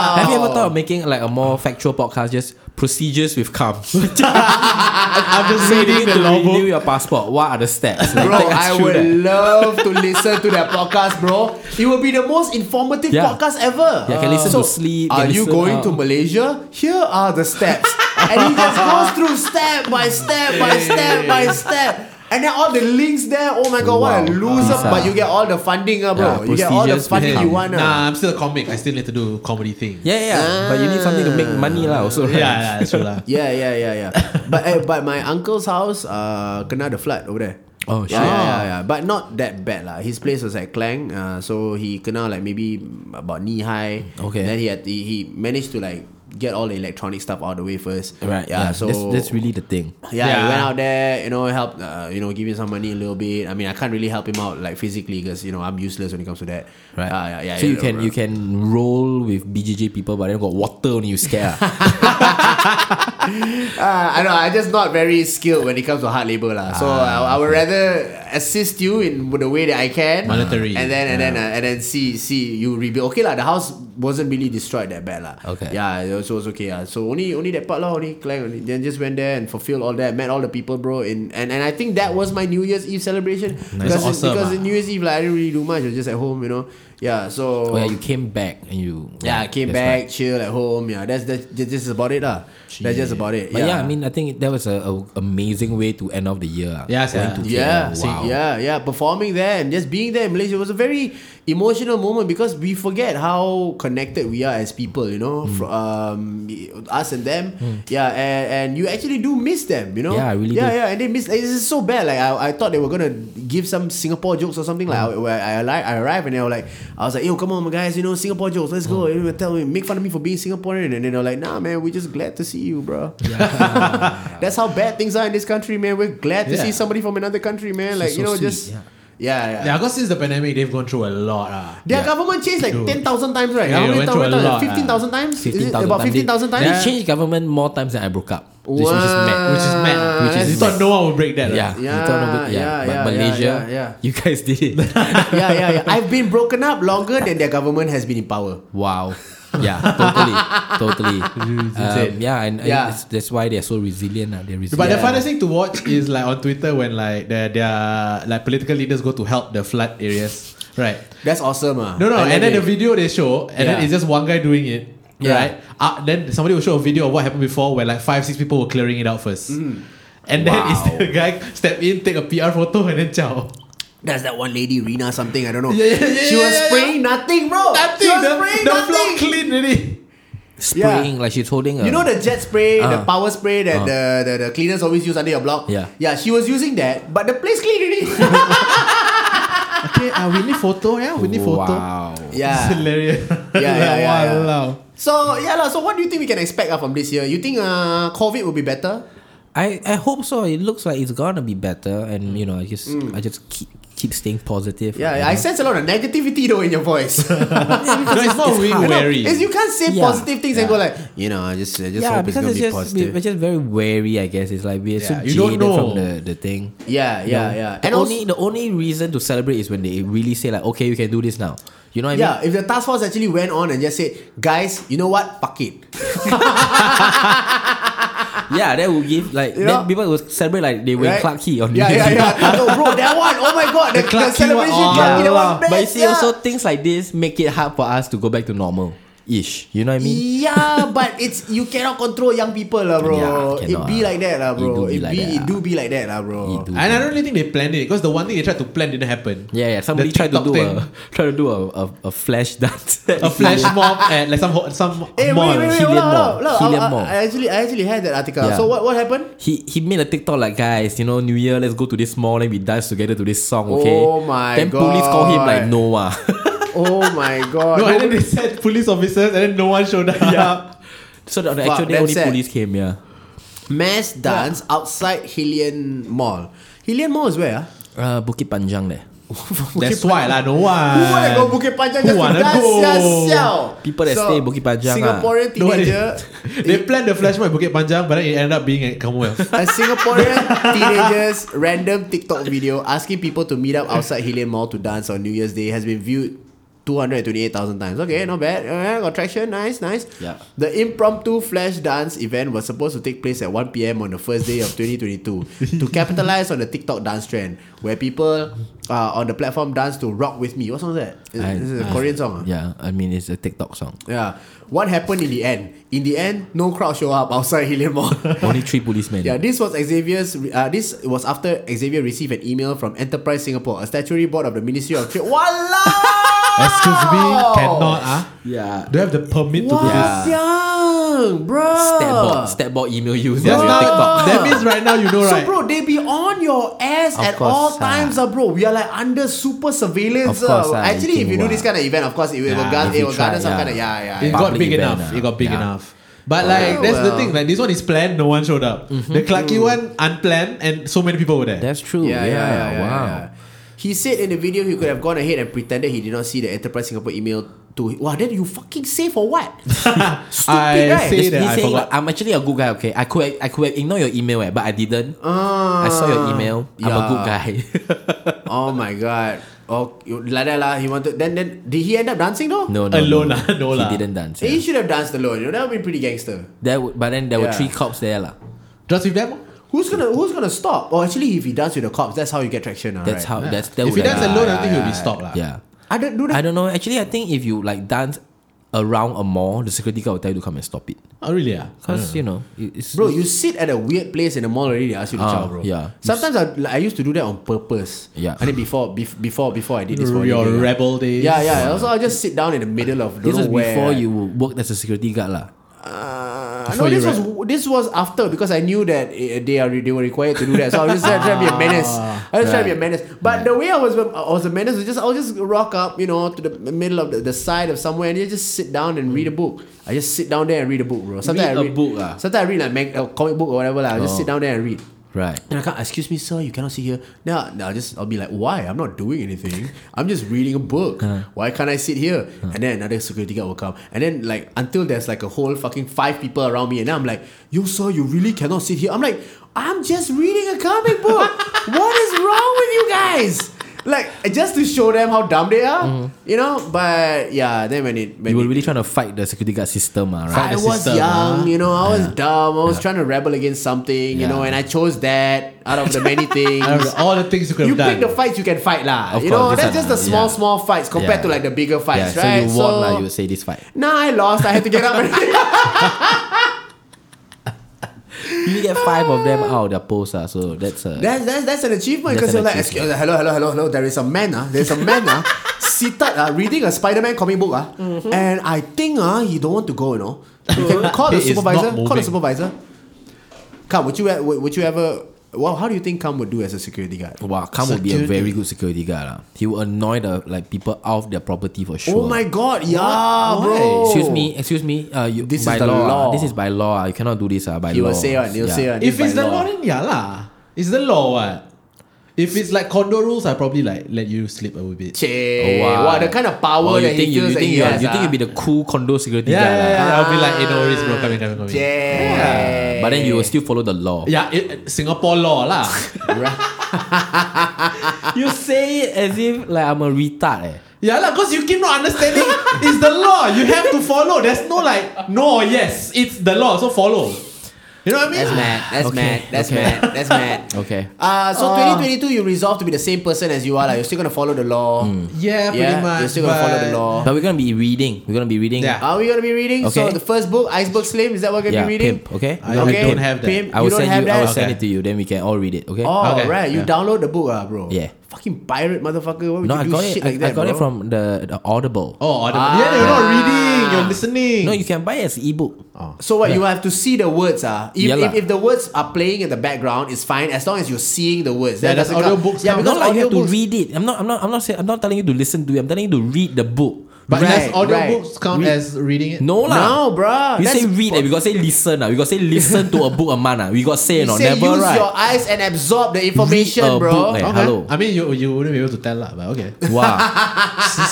[SPEAKER 4] Have you ever thought of making like a more factual podcast, just procedures with comes?
[SPEAKER 5] I'm just reading the
[SPEAKER 4] to
[SPEAKER 5] law
[SPEAKER 4] renew
[SPEAKER 5] book.
[SPEAKER 4] your passport. What are the steps? Like,
[SPEAKER 3] Bro,
[SPEAKER 4] take us
[SPEAKER 3] I
[SPEAKER 4] through
[SPEAKER 3] would
[SPEAKER 4] that.
[SPEAKER 3] love to listen to that podcast, bro. It will be the most informative
[SPEAKER 4] Yeah.
[SPEAKER 3] podcast ever.
[SPEAKER 4] Yeah, can listen to sleep,
[SPEAKER 3] Are
[SPEAKER 4] can
[SPEAKER 3] you
[SPEAKER 4] listen
[SPEAKER 3] going
[SPEAKER 4] out.
[SPEAKER 3] to Malaysia? Here are the steps. and he just goes through step by step by step by step. And then all the links there, oh my god, what a
[SPEAKER 4] Wow.
[SPEAKER 3] loser.
[SPEAKER 4] These are-
[SPEAKER 3] But you get all the funding, uh, bro.
[SPEAKER 4] Yeah,
[SPEAKER 3] you get all the
[SPEAKER 4] prestigious
[SPEAKER 3] funding
[SPEAKER 4] become-
[SPEAKER 3] you want. uh.
[SPEAKER 5] Nah, I'm still a comic. I still need to do comedy thing.
[SPEAKER 4] Yeah, yeah, but you need something to make money lah. Also,
[SPEAKER 5] Yeah,
[SPEAKER 4] right?
[SPEAKER 5] yeah, that's true
[SPEAKER 3] Ah.
[SPEAKER 5] lah.
[SPEAKER 3] Yeah, yeah, yeah, yeah. but eh, but my uncle's house uh kena the flood over there.
[SPEAKER 4] Oh,
[SPEAKER 3] yeah,
[SPEAKER 4] shit.
[SPEAKER 3] yeah, yeah, yeah. But not that bad lah. His place was at Klang, uh, so he kena like maybe about knee high.
[SPEAKER 4] Okay.
[SPEAKER 3] Then he had he, he managed to like get all the electronic stuff out of the way first.
[SPEAKER 4] Right. Yeah.
[SPEAKER 3] Yeah. so
[SPEAKER 4] that's, that's really the thing.
[SPEAKER 3] yeah, he
[SPEAKER 5] Yeah.
[SPEAKER 3] went out there, you know, help, uh, you know, give him some money a little bit. I mean, I can't really help him out like physically because you know I'm useless when it comes to that.
[SPEAKER 4] Right.
[SPEAKER 3] Uh, yeah, yeah.
[SPEAKER 4] so
[SPEAKER 3] yeah,
[SPEAKER 4] you can
[SPEAKER 3] bro.
[SPEAKER 4] you can roll with BJJ people, but then got water when you scare.
[SPEAKER 3] Uh, I know. I just not very skilled when it comes to hard labor lah. So
[SPEAKER 4] Ah,
[SPEAKER 3] I, I would rather assist you in the way that I can,
[SPEAKER 5] Monetary,
[SPEAKER 3] and then and then uh, and then see see you rebuild. Okay lah, the house wasn't really destroyed that bad lah.
[SPEAKER 4] Okay.
[SPEAKER 3] Yeah, it was, it was okay lah. So only only that part lah, only clang only. Then just went there and fulfilled all that. Met all the people, bro. In and and I think that was my New Year's Eve celebration because
[SPEAKER 5] That's awesome,
[SPEAKER 3] because
[SPEAKER 5] ah.
[SPEAKER 3] in New Year's Eve like I didn't really do much. I was just at home, you know. Yeah. So.
[SPEAKER 4] Where you came back and you
[SPEAKER 3] yeah, I came
[SPEAKER 4] that's
[SPEAKER 3] back,
[SPEAKER 4] right.
[SPEAKER 3] chill at home. Yeah, that's that's this is about it lah. That's just about it.
[SPEAKER 4] But yeah. I mean, I think that was a, a amazing way to end off the year. ah.
[SPEAKER 5] Yeah,
[SPEAKER 4] Going
[SPEAKER 5] sia.
[SPEAKER 4] to
[SPEAKER 3] Yeah,
[SPEAKER 4] KL,
[SPEAKER 3] see,
[SPEAKER 4] wow.
[SPEAKER 3] yeah, yeah. Performing there and just being there in Malaysia was a very emotional moment because we forget how connected we are as people. You
[SPEAKER 4] Hmm.
[SPEAKER 3] know, Fro- um, us and them. Yeah, and, and you actually do miss them. You know.
[SPEAKER 4] Yeah, I really
[SPEAKER 3] Yeah,
[SPEAKER 4] do.
[SPEAKER 3] yeah. And they miss. It's just so bad. Like I, I thought they were gonna give some Singapore jokes or something. Like I-
[SPEAKER 4] Hmm.
[SPEAKER 3] where I arrived, I arrived and they were like, I was like, yo, come on, my guys, you know, Singapore jokes. Let's go.
[SPEAKER 4] Hmm.
[SPEAKER 3] You know, tell me, make fun of me for being Singaporean. And then they're like, nah, man, we're just glad to see you, bro. That's how bad things are in this country, man. We're glad to
[SPEAKER 5] Yeah.
[SPEAKER 3] see somebody from another country, man. like
[SPEAKER 4] so
[SPEAKER 3] you know,
[SPEAKER 4] sweet,
[SPEAKER 3] just
[SPEAKER 4] yeah.
[SPEAKER 3] yeah, yeah.
[SPEAKER 5] Yeah, because since the pandemic, they've gone through a lot. Ah.
[SPEAKER 3] Their government changed like ten thousand times, right?
[SPEAKER 5] Yeah,
[SPEAKER 3] How
[SPEAKER 5] it
[SPEAKER 3] many
[SPEAKER 5] went through
[SPEAKER 3] times?
[SPEAKER 5] a lot,
[SPEAKER 3] Fifteen thousand times? Is it
[SPEAKER 4] 15,000
[SPEAKER 3] about
[SPEAKER 4] times.
[SPEAKER 3] fifteen thousand
[SPEAKER 4] They-
[SPEAKER 3] times?
[SPEAKER 4] They changed government more times than I broke up. Which, which is mad.
[SPEAKER 5] Which is mad.
[SPEAKER 4] Which is
[SPEAKER 5] you thought no one would break that. ah.
[SPEAKER 4] Yeah,
[SPEAKER 5] right?
[SPEAKER 4] you thought of it,
[SPEAKER 3] yeah,
[SPEAKER 4] yeah, but
[SPEAKER 3] yeah,
[SPEAKER 4] Malaysia,
[SPEAKER 3] yeah, yeah.
[SPEAKER 4] you guys did it.
[SPEAKER 3] yeah, yeah, yeah. I've been broken up longer than their government has been in power.
[SPEAKER 4] wow. Yeah, totally, totally. Um, yeah, and, and
[SPEAKER 3] Yeah.
[SPEAKER 4] it's- that's why they're so resilient. ah. They're resilient.
[SPEAKER 5] But the funniest thing to watch is like on Twitter when like their their like political leaders go to help the flood areas, right?
[SPEAKER 3] That's awesome, ah.
[SPEAKER 5] No, no, and, then the
[SPEAKER 3] they-
[SPEAKER 5] video they show, and then
[SPEAKER 3] Yeah.
[SPEAKER 5] it's just one guy doing it, Ah,
[SPEAKER 3] Yeah.
[SPEAKER 5] right? Uh, then somebody will show a video of what happened before, where like five, six people were clearing it out first, And then it's the guy step in, take a PR photo, and then ciao.
[SPEAKER 3] That's that one lady, Rina something, I don't know.
[SPEAKER 5] Yeah, yeah, yeah,
[SPEAKER 3] she
[SPEAKER 5] yeah,
[SPEAKER 3] was
[SPEAKER 5] yeah,
[SPEAKER 3] spraying nothing, bro. She
[SPEAKER 5] Oh, Nothing.
[SPEAKER 3] was
[SPEAKER 5] The,
[SPEAKER 3] spraying
[SPEAKER 5] the
[SPEAKER 3] nothing.
[SPEAKER 5] floor clean already.
[SPEAKER 4] ah. Spraying like she's holding a
[SPEAKER 3] You know the jet spray, the
[SPEAKER 4] Ah.
[SPEAKER 5] Uh-huh.
[SPEAKER 3] power spray that
[SPEAKER 4] Ah.
[SPEAKER 3] the, the, the cleaners always use under your block?
[SPEAKER 4] Yeah.
[SPEAKER 3] Yeah, she was using that, but the place clean already.
[SPEAKER 5] Okay, uh, we need photo. Yeah, we need photo.
[SPEAKER 4] Wow.
[SPEAKER 5] It's
[SPEAKER 3] yeah.
[SPEAKER 5] hilarious.
[SPEAKER 3] yeah, yeah,
[SPEAKER 5] Like,
[SPEAKER 3] yeah.
[SPEAKER 5] walao.
[SPEAKER 3] So, yeah, lah. so what do you think we can expect uh, from this year? You think uh, COVID will be better?
[SPEAKER 4] I, I hope so. It looks like it's gonna be better, and you know, I just I just keep keep staying positive. ah.
[SPEAKER 3] Yeah, I
[SPEAKER 4] you know?
[SPEAKER 3] sense a lot of negativity though in your voice.
[SPEAKER 5] No, it's more being
[SPEAKER 3] I know,
[SPEAKER 5] wary.
[SPEAKER 3] it's- you can't say
[SPEAKER 4] Yeah.
[SPEAKER 3] positive things and go like, you know, I just, I just
[SPEAKER 4] yeah,
[SPEAKER 3] hope it's
[SPEAKER 4] because
[SPEAKER 3] gonna
[SPEAKER 4] it's
[SPEAKER 3] be
[SPEAKER 4] just
[SPEAKER 3] positive.
[SPEAKER 4] we- we're just very wary. I guess it's like we're so
[SPEAKER 5] Yeah, you don't
[SPEAKER 4] jaded from
[SPEAKER 5] know.
[SPEAKER 4] the the thing.
[SPEAKER 3] yeah,
[SPEAKER 4] you
[SPEAKER 3] yeah,
[SPEAKER 4] know?
[SPEAKER 3] yeah.
[SPEAKER 4] The
[SPEAKER 3] And
[SPEAKER 4] only
[SPEAKER 3] also,
[SPEAKER 4] the only reason to celebrate is when they really say like, okay, you can do this now. You know what I mean?
[SPEAKER 3] yeah, if the task force actually went on and just said, guys, you know what, fuck it.
[SPEAKER 4] Yeah, that would give like
[SPEAKER 3] You know?
[SPEAKER 4] then people would celebrate like they were
[SPEAKER 3] Right?
[SPEAKER 4] Clark Key on
[SPEAKER 3] Yeah,
[SPEAKER 4] New
[SPEAKER 3] yeah,
[SPEAKER 4] Year's Eve.
[SPEAKER 3] yeah. no, bro, that one, oh my god, the, the,
[SPEAKER 5] Clarke Quay one,
[SPEAKER 3] celebration
[SPEAKER 5] oh,
[SPEAKER 3] Clarke Quay, that
[SPEAKER 5] yeah.
[SPEAKER 3] was best,
[SPEAKER 4] But you see,
[SPEAKER 3] yeah.
[SPEAKER 4] also things like this make it hard for us to go back to normal ish. You know what I mean?
[SPEAKER 3] Yeah, but it's you cannot control young people lah, bro.
[SPEAKER 4] Yeah,
[SPEAKER 3] it
[SPEAKER 4] cannot
[SPEAKER 3] be
[SPEAKER 4] ah.
[SPEAKER 3] like that lah,
[SPEAKER 4] It
[SPEAKER 3] bro.
[SPEAKER 4] do be
[SPEAKER 3] It,
[SPEAKER 4] like
[SPEAKER 3] be,
[SPEAKER 4] that
[SPEAKER 3] it do
[SPEAKER 4] ah.
[SPEAKER 3] be like that lah, bro.
[SPEAKER 4] It do.
[SPEAKER 5] And I don't really think they planned it because the one thing they tried to plan didn't happen.
[SPEAKER 4] Yeah, yeah. Somebody
[SPEAKER 5] The
[SPEAKER 4] tried to
[SPEAKER 5] TikTok
[SPEAKER 4] do
[SPEAKER 5] thing.
[SPEAKER 4] a try to do a, a, a flash dance.
[SPEAKER 5] a flash mob at like some ho- some
[SPEAKER 3] Eh,
[SPEAKER 5] mall.
[SPEAKER 3] wait, wait, wait,
[SPEAKER 4] Hillian
[SPEAKER 3] hold on, hold on, hold
[SPEAKER 4] Mall,
[SPEAKER 3] on.
[SPEAKER 4] Hillian
[SPEAKER 3] I- I-
[SPEAKER 4] Mall.
[SPEAKER 3] I actually, I actually had that article.
[SPEAKER 4] Yeah.
[SPEAKER 3] So what, what happened?
[SPEAKER 4] He he made a TikTok like guys, you know, New Year, let's go to this mall and we dance together to this song, okay?
[SPEAKER 3] Oh my
[SPEAKER 4] then police call him
[SPEAKER 3] God.
[SPEAKER 4] like Noah.
[SPEAKER 3] Oh my god.
[SPEAKER 5] No, and then they sent police officers, and then no one showed up. Yeah.
[SPEAKER 4] so the, on the
[SPEAKER 3] Fuck,
[SPEAKER 4] actual day
[SPEAKER 3] that's
[SPEAKER 4] only
[SPEAKER 3] sad.
[SPEAKER 4] police came, yeah.
[SPEAKER 3] Mass dance outside Hillian Mall. Hillian Mall is where? Ah?
[SPEAKER 4] Uh, Bukit Panjang there.
[SPEAKER 5] That's why lah, no one.
[SPEAKER 3] Who
[SPEAKER 4] Uh,
[SPEAKER 3] wanna go Bukit Panjang just
[SPEAKER 5] Who
[SPEAKER 3] to
[SPEAKER 5] wanna
[SPEAKER 3] dance?
[SPEAKER 5] go?
[SPEAKER 3] Sia, siao.
[SPEAKER 4] People that stay Bukit Panjang ah.
[SPEAKER 3] Singaporean
[SPEAKER 5] No, they,
[SPEAKER 3] teenager.
[SPEAKER 5] they planned the flash mob at Bukit Panjang, but then it ended up being at Commonwealth.
[SPEAKER 3] A Singaporean teenager's random TikTok video asking people to meet up outside Hillian Mall to dance on New Year's Day has been viewed 228,000 times. Okay, not bad. Uh, got traction. Nice, nice.
[SPEAKER 4] Yeah.
[SPEAKER 3] The impromptu flash dance event was supposed to take place at 1 p.m. on the first day of 2022 to capitalize on the TikTok dance trend where people uh, on the platform dance to Rock With Me. What song is that? Is,
[SPEAKER 4] I-
[SPEAKER 3] is it a
[SPEAKER 4] I-
[SPEAKER 3] Korean song? ah?
[SPEAKER 4] Yeah, I mean it's a TikTok song.
[SPEAKER 3] Yeah. What happened in the end? In the end, no crowd show up outside Hillian Mall.
[SPEAKER 4] Only three policemen.
[SPEAKER 3] Yeah, this was Xavier's. Uh, this was after Xavier received an email from Enterprise Singapore, a statutory board of the Ministry of Trade. Walao!
[SPEAKER 5] Excuse me, cannot ah.
[SPEAKER 4] Yeah.
[SPEAKER 5] Do you have the permit to do this?
[SPEAKER 3] Wow, young, bro.
[SPEAKER 4] Step bot, step bot email you.
[SPEAKER 5] That's
[SPEAKER 4] That's your
[SPEAKER 5] not-
[SPEAKER 4] TikTok.
[SPEAKER 5] that means right now you know
[SPEAKER 3] So
[SPEAKER 5] right.
[SPEAKER 3] bro, they be on your ass
[SPEAKER 4] Of
[SPEAKER 3] at
[SPEAKER 4] course,
[SPEAKER 3] all
[SPEAKER 4] ah.
[SPEAKER 3] times, ah, bro. We are like under super surveillance.
[SPEAKER 4] Of course,
[SPEAKER 3] ah.
[SPEAKER 4] ah,
[SPEAKER 3] Actually,
[SPEAKER 4] you
[SPEAKER 3] if you do
[SPEAKER 4] think
[SPEAKER 3] this kind of event, of course, it will,
[SPEAKER 5] Yeah,
[SPEAKER 3] gar-
[SPEAKER 4] if
[SPEAKER 3] it
[SPEAKER 4] you
[SPEAKER 3] will
[SPEAKER 4] try,
[SPEAKER 3] garden some
[SPEAKER 4] yeah.
[SPEAKER 3] kind of yeah, yeah.
[SPEAKER 5] It
[SPEAKER 3] yeah.
[SPEAKER 5] got
[SPEAKER 4] Public
[SPEAKER 5] big
[SPEAKER 4] event,
[SPEAKER 5] enough.
[SPEAKER 4] ah.
[SPEAKER 5] It got big
[SPEAKER 4] Yeah.
[SPEAKER 5] enough. But like
[SPEAKER 3] Oh,
[SPEAKER 5] that's the
[SPEAKER 3] well.
[SPEAKER 5] thing. Like this one is planned, no one showed up. The Clarky one unplanned, and so many people were there.
[SPEAKER 4] That's true.
[SPEAKER 3] Yeah, yeah, yeah, yeah,
[SPEAKER 4] wow.
[SPEAKER 3] yeah. He said in the video he could have gone ahead and pretended he did not see the Enterprise Singapore email to. Wow, then you fucking say for what? Stupid,
[SPEAKER 5] I
[SPEAKER 3] right?
[SPEAKER 5] say
[SPEAKER 4] He's
[SPEAKER 5] that I
[SPEAKER 4] saying like,
[SPEAKER 5] forgot.
[SPEAKER 4] I'm actually a good guy, okay? I could I could have ignored your email, eh, but I didn't. I saw
[SPEAKER 5] Ah.
[SPEAKER 4] your email. I'm a
[SPEAKER 3] yeah.
[SPEAKER 4] good guy.
[SPEAKER 3] Oh my god. Oh, you- like that lah. He wanted. Then, then did he end up dancing though?
[SPEAKER 4] no, no,
[SPEAKER 5] Alone,
[SPEAKER 4] no.
[SPEAKER 5] ah, no
[SPEAKER 4] He
[SPEAKER 5] lah.
[SPEAKER 4] didn't dance.
[SPEAKER 3] Eh, He
[SPEAKER 4] Yeah.
[SPEAKER 3] should have danced alone. You know, that would be pretty gangster.
[SPEAKER 4] There, were- but then there
[SPEAKER 3] Yeah.
[SPEAKER 4] were three cops there, lah.
[SPEAKER 5] Just with them.
[SPEAKER 3] Who's gonna Who's gonna stop? Oh, actually, if he dances with the cops, that's how you get traction. ah,
[SPEAKER 4] That's
[SPEAKER 3] right?
[SPEAKER 4] how. That's that
[SPEAKER 5] If
[SPEAKER 4] would
[SPEAKER 5] he dance
[SPEAKER 4] have-
[SPEAKER 5] alone, ah. I think he'll be stopped lah.
[SPEAKER 4] Yeah.
[SPEAKER 3] I don't do that.
[SPEAKER 4] I don't know. Actually, I think if you like dance around a mall, the security guard will tell you to come and stop it.
[SPEAKER 5] Oh really? Ah.
[SPEAKER 4] Cause you know, it- it's
[SPEAKER 3] Bro, you sit at a weird place in the mall already. They ask you to
[SPEAKER 4] Ah,
[SPEAKER 3] chow, bro.
[SPEAKER 4] yeah.
[SPEAKER 3] Sometimes I, like, I used to do that on purpose.
[SPEAKER 4] Yeah.
[SPEAKER 3] I think before, bef- before, before I did this. for a
[SPEAKER 5] Your
[SPEAKER 3] living, ah.
[SPEAKER 5] rebel days.
[SPEAKER 3] Yeah, yeah. Also, I'll just sit down in the middle of.
[SPEAKER 4] This
[SPEAKER 3] don't know
[SPEAKER 4] was
[SPEAKER 3] where.
[SPEAKER 4] before you worked as a security guard, lah.
[SPEAKER 3] Uh, no,
[SPEAKER 5] Before
[SPEAKER 3] this
[SPEAKER 5] you
[SPEAKER 3] was this was after because I knew that eh, they are they were required to do that. So I was just trying to be
[SPEAKER 4] Ah,
[SPEAKER 3] a menace. I was trying to be a menace. But the way I was I was a menace was just I'll just rock up, you know, to the middle of the, the side of somewhere and you just sit down and read a book. I just sit down there and read a book, bro. Sometimes
[SPEAKER 4] Read
[SPEAKER 3] I
[SPEAKER 4] a
[SPEAKER 3] read
[SPEAKER 4] book, ah? Oh.
[SPEAKER 3] Sometimes I read like mag, a comic book or whatever. Like, I'll just sit down there and read.
[SPEAKER 4] Right.
[SPEAKER 3] Then I can't, excuse me, sir, you cannot sit here. Now, now just I'll be like, why? I'm not doing anything. I'm just reading a book.
[SPEAKER 5] Uh-huh.
[SPEAKER 3] Why can't I sit here? And then another security guard will come. And then like until there's like a whole fucking five people around me, and then I'm like, yo, sir, you really cannot sit here. I'm like, I'm just reading a comic book. what is wrong with you guys? Like just to show them how dumb they are,
[SPEAKER 5] Mm-hmm.
[SPEAKER 3] you know. But yeah, then when it when
[SPEAKER 4] You
[SPEAKER 3] it-
[SPEAKER 4] were really trying to fight the security guard system, ah, right?
[SPEAKER 3] I
[SPEAKER 5] the
[SPEAKER 3] was
[SPEAKER 5] system,
[SPEAKER 3] young,
[SPEAKER 5] huh?
[SPEAKER 3] you know, I was dumb. I was trying to rebel against something, you know,
[SPEAKER 4] Yeah.
[SPEAKER 3] and I chose that out of the many things.
[SPEAKER 5] Out of all the things you could
[SPEAKER 3] You
[SPEAKER 5] have done.
[SPEAKER 3] pick the fights you can fight lah.
[SPEAKER 4] Of
[SPEAKER 3] you know,
[SPEAKER 4] course, these
[SPEAKER 3] that's
[SPEAKER 4] are
[SPEAKER 3] just the
[SPEAKER 4] the-
[SPEAKER 3] small,
[SPEAKER 4] yeah.
[SPEAKER 3] small fights compared
[SPEAKER 4] Yeah,
[SPEAKER 3] to like the bigger fights,
[SPEAKER 4] yeah,
[SPEAKER 3] right?
[SPEAKER 4] So you won, lah. You would say this fight.
[SPEAKER 3] Nah, I lost. I had to get up. and-
[SPEAKER 4] we get five of them out of their posts. ah, so that's a
[SPEAKER 3] That's that's that's an achievement
[SPEAKER 4] That's
[SPEAKER 3] because
[SPEAKER 4] an
[SPEAKER 3] you're like,
[SPEAKER 4] achievement.
[SPEAKER 3] "Excuse- hello, hello, hello, hello. There is a man, ah, there's a man, ah, seated, ah, reading a Spider-Man comic book, ah, and I think, ah, he don't want to go, you know. You can call the
[SPEAKER 5] He is not
[SPEAKER 3] supervisor. Call the
[SPEAKER 5] moving.
[SPEAKER 3] supervisor. Come, would you e- would, would you ever? Well, how do you think Kam would do as a security guard?
[SPEAKER 4] wow. Kam would be a
[SPEAKER 5] Security.
[SPEAKER 4] very good security guard. ah. He will annoy the like people out of their property for sure.
[SPEAKER 3] Oh my god, yeah,
[SPEAKER 5] Why?
[SPEAKER 3] bro.
[SPEAKER 4] Excuse me, excuse me. Uh, you,
[SPEAKER 3] This is
[SPEAKER 4] by
[SPEAKER 3] the
[SPEAKER 4] law, ah,
[SPEAKER 3] law.
[SPEAKER 4] This is by law. ah, You cannot do this. Uh, by
[SPEAKER 3] He
[SPEAKER 4] law.
[SPEAKER 3] will say one. He will
[SPEAKER 4] Yeah.
[SPEAKER 3] say one.
[SPEAKER 5] If
[SPEAKER 3] by
[SPEAKER 5] it's the law, then yeah lah. It's the law what? If it's like condo rules, I probably like let you slip a little bit.
[SPEAKER 3] Che,
[SPEAKER 4] Oh,
[SPEAKER 3] wow.
[SPEAKER 4] wow.
[SPEAKER 3] the kind of power
[SPEAKER 4] Oh, you
[SPEAKER 3] that he
[SPEAKER 4] think you,
[SPEAKER 3] feels that
[SPEAKER 4] you think
[SPEAKER 3] he
[SPEAKER 4] you,
[SPEAKER 3] has,
[SPEAKER 4] you think
[SPEAKER 3] ah.
[SPEAKER 4] you'd be the cool condo security
[SPEAKER 5] Yeah,
[SPEAKER 4] guard.
[SPEAKER 5] yeah,
[SPEAKER 4] ah.
[SPEAKER 5] yeah. I'll be like, hey, no worries, bro. Come in, come in, come in.
[SPEAKER 3] Yeah.
[SPEAKER 4] Oh, But then you will still follow the law.
[SPEAKER 5] Yeah, it, Singapore law lah.
[SPEAKER 4] You say it as if like I'm a retard. Eh.
[SPEAKER 5] yeah lah, because you keep not understanding. it's the law. You have to follow. There's no like no or yes. It's the law, so follow. You know what I mean?
[SPEAKER 3] That's mad. That's
[SPEAKER 4] Okay,
[SPEAKER 3] mad. That's
[SPEAKER 4] okay.
[SPEAKER 3] mad. That's mad.
[SPEAKER 4] Okay.
[SPEAKER 3] Uh,
[SPEAKER 5] Oh.
[SPEAKER 3] so 2022, you resolve to be the same person as you are. Like you're still gonna follow the law.
[SPEAKER 4] Hmm.
[SPEAKER 5] Yeah, pretty
[SPEAKER 3] Yeah,
[SPEAKER 5] much.
[SPEAKER 3] you're still gonna follow the
[SPEAKER 5] but-
[SPEAKER 3] law.
[SPEAKER 4] But we're gonna be reading. We're gonna be reading.
[SPEAKER 5] Yeah.
[SPEAKER 3] Are we gonna be reading? So
[SPEAKER 4] Okay.
[SPEAKER 3] the first book, Iceberg Slim, is that what we're gonna
[SPEAKER 4] Yeah,
[SPEAKER 3] be reading?
[SPEAKER 4] Pimp, okay?
[SPEAKER 5] I don't have that.
[SPEAKER 3] Pimp,
[SPEAKER 4] I
[SPEAKER 3] you
[SPEAKER 4] will
[SPEAKER 3] don't
[SPEAKER 4] send
[SPEAKER 3] have
[SPEAKER 4] you.
[SPEAKER 3] that.
[SPEAKER 4] I will send
[SPEAKER 5] Okay.
[SPEAKER 4] it to you. Then we can all read it. Okay.
[SPEAKER 3] Oh
[SPEAKER 5] Okay,
[SPEAKER 3] right, you
[SPEAKER 5] yeah.
[SPEAKER 3] download the book, ah, bro.
[SPEAKER 4] Yeah.
[SPEAKER 3] Fucking pirate, motherfucker. Why would you
[SPEAKER 4] no, I
[SPEAKER 3] do
[SPEAKER 4] got
[SPEAKER 3] shit
[SPEAKER 4] it. I,
[SPEAKER 3] like that,
[SPEAKER 4] I got
[SPEAKER 3] bro?
[SPEAKER 4] it from the, the Audible.
[SPEAKER 5] Oh, audible. yeah, you're
[SPEAKER 3] Ah.
[SPEAKER 5] not reading. You're listening.
[SPEAKER 4] No, you can buy it as ebook.
[SPEAKER 3] So what you have to see the words ah. If,
[SPEAKER 4] Yeah lah.
[SPEAKER 3] if, if the words are playing in the background, it's fine as long as you're seeing the words.
[SPEAKER 5] Yeah,
[SPEAKER 3] That
[SPEAKER 5] does
[SPEAKER 3] doesn't count.
[SPEAKER 5] audiobooks
[SPEAKER 3] Yeah,
[SPEAKER 5] count?
[SPEAKER 3] because
[SPEAKER 4] Not like you have to
[SPEAKER 3] audiobooks-
[SPEAKER 4] read it. I'm not. I'm not. I'm not saying. I'm not telling you to listen to it. I'm telling you to read the book.
[SPEAKER 5] but
[SPEAKER 3] Right,
[SPEAKER 5] does audiobooks count
[SPEAKER 3] Read.
[SPEAKER 5] as reading it?
[SPEAKER 4] No lah.
[SPEAKER 3] No, bruh.
[SPEAKER 4] You
[SPEAKER 3] That's-
[SPEAKER 4] say read. eh, We got say listen. ah. We got say listen to a book a month. ah. We got say
[SPEAKER 3] You
[SPEAKER 4] no.
[SPEAKER 3] say
[SPEAKER 4] Never
[SPEAKER 3] use your
[SPEAKER 4] right.
[SPEAKER 3] eyes and absorb the information,
[SPEAKER 4] Read a
[SPEAKER 3] bro.
[SPEAKER 4] book, eh.
[SPEAKER 5] Okay.
[SPEAKER 4] Hello.
[SPEAKER 5] I mean, you you wouldn't be able to tell lah, but okay.
[SPEAKER 4] Wow.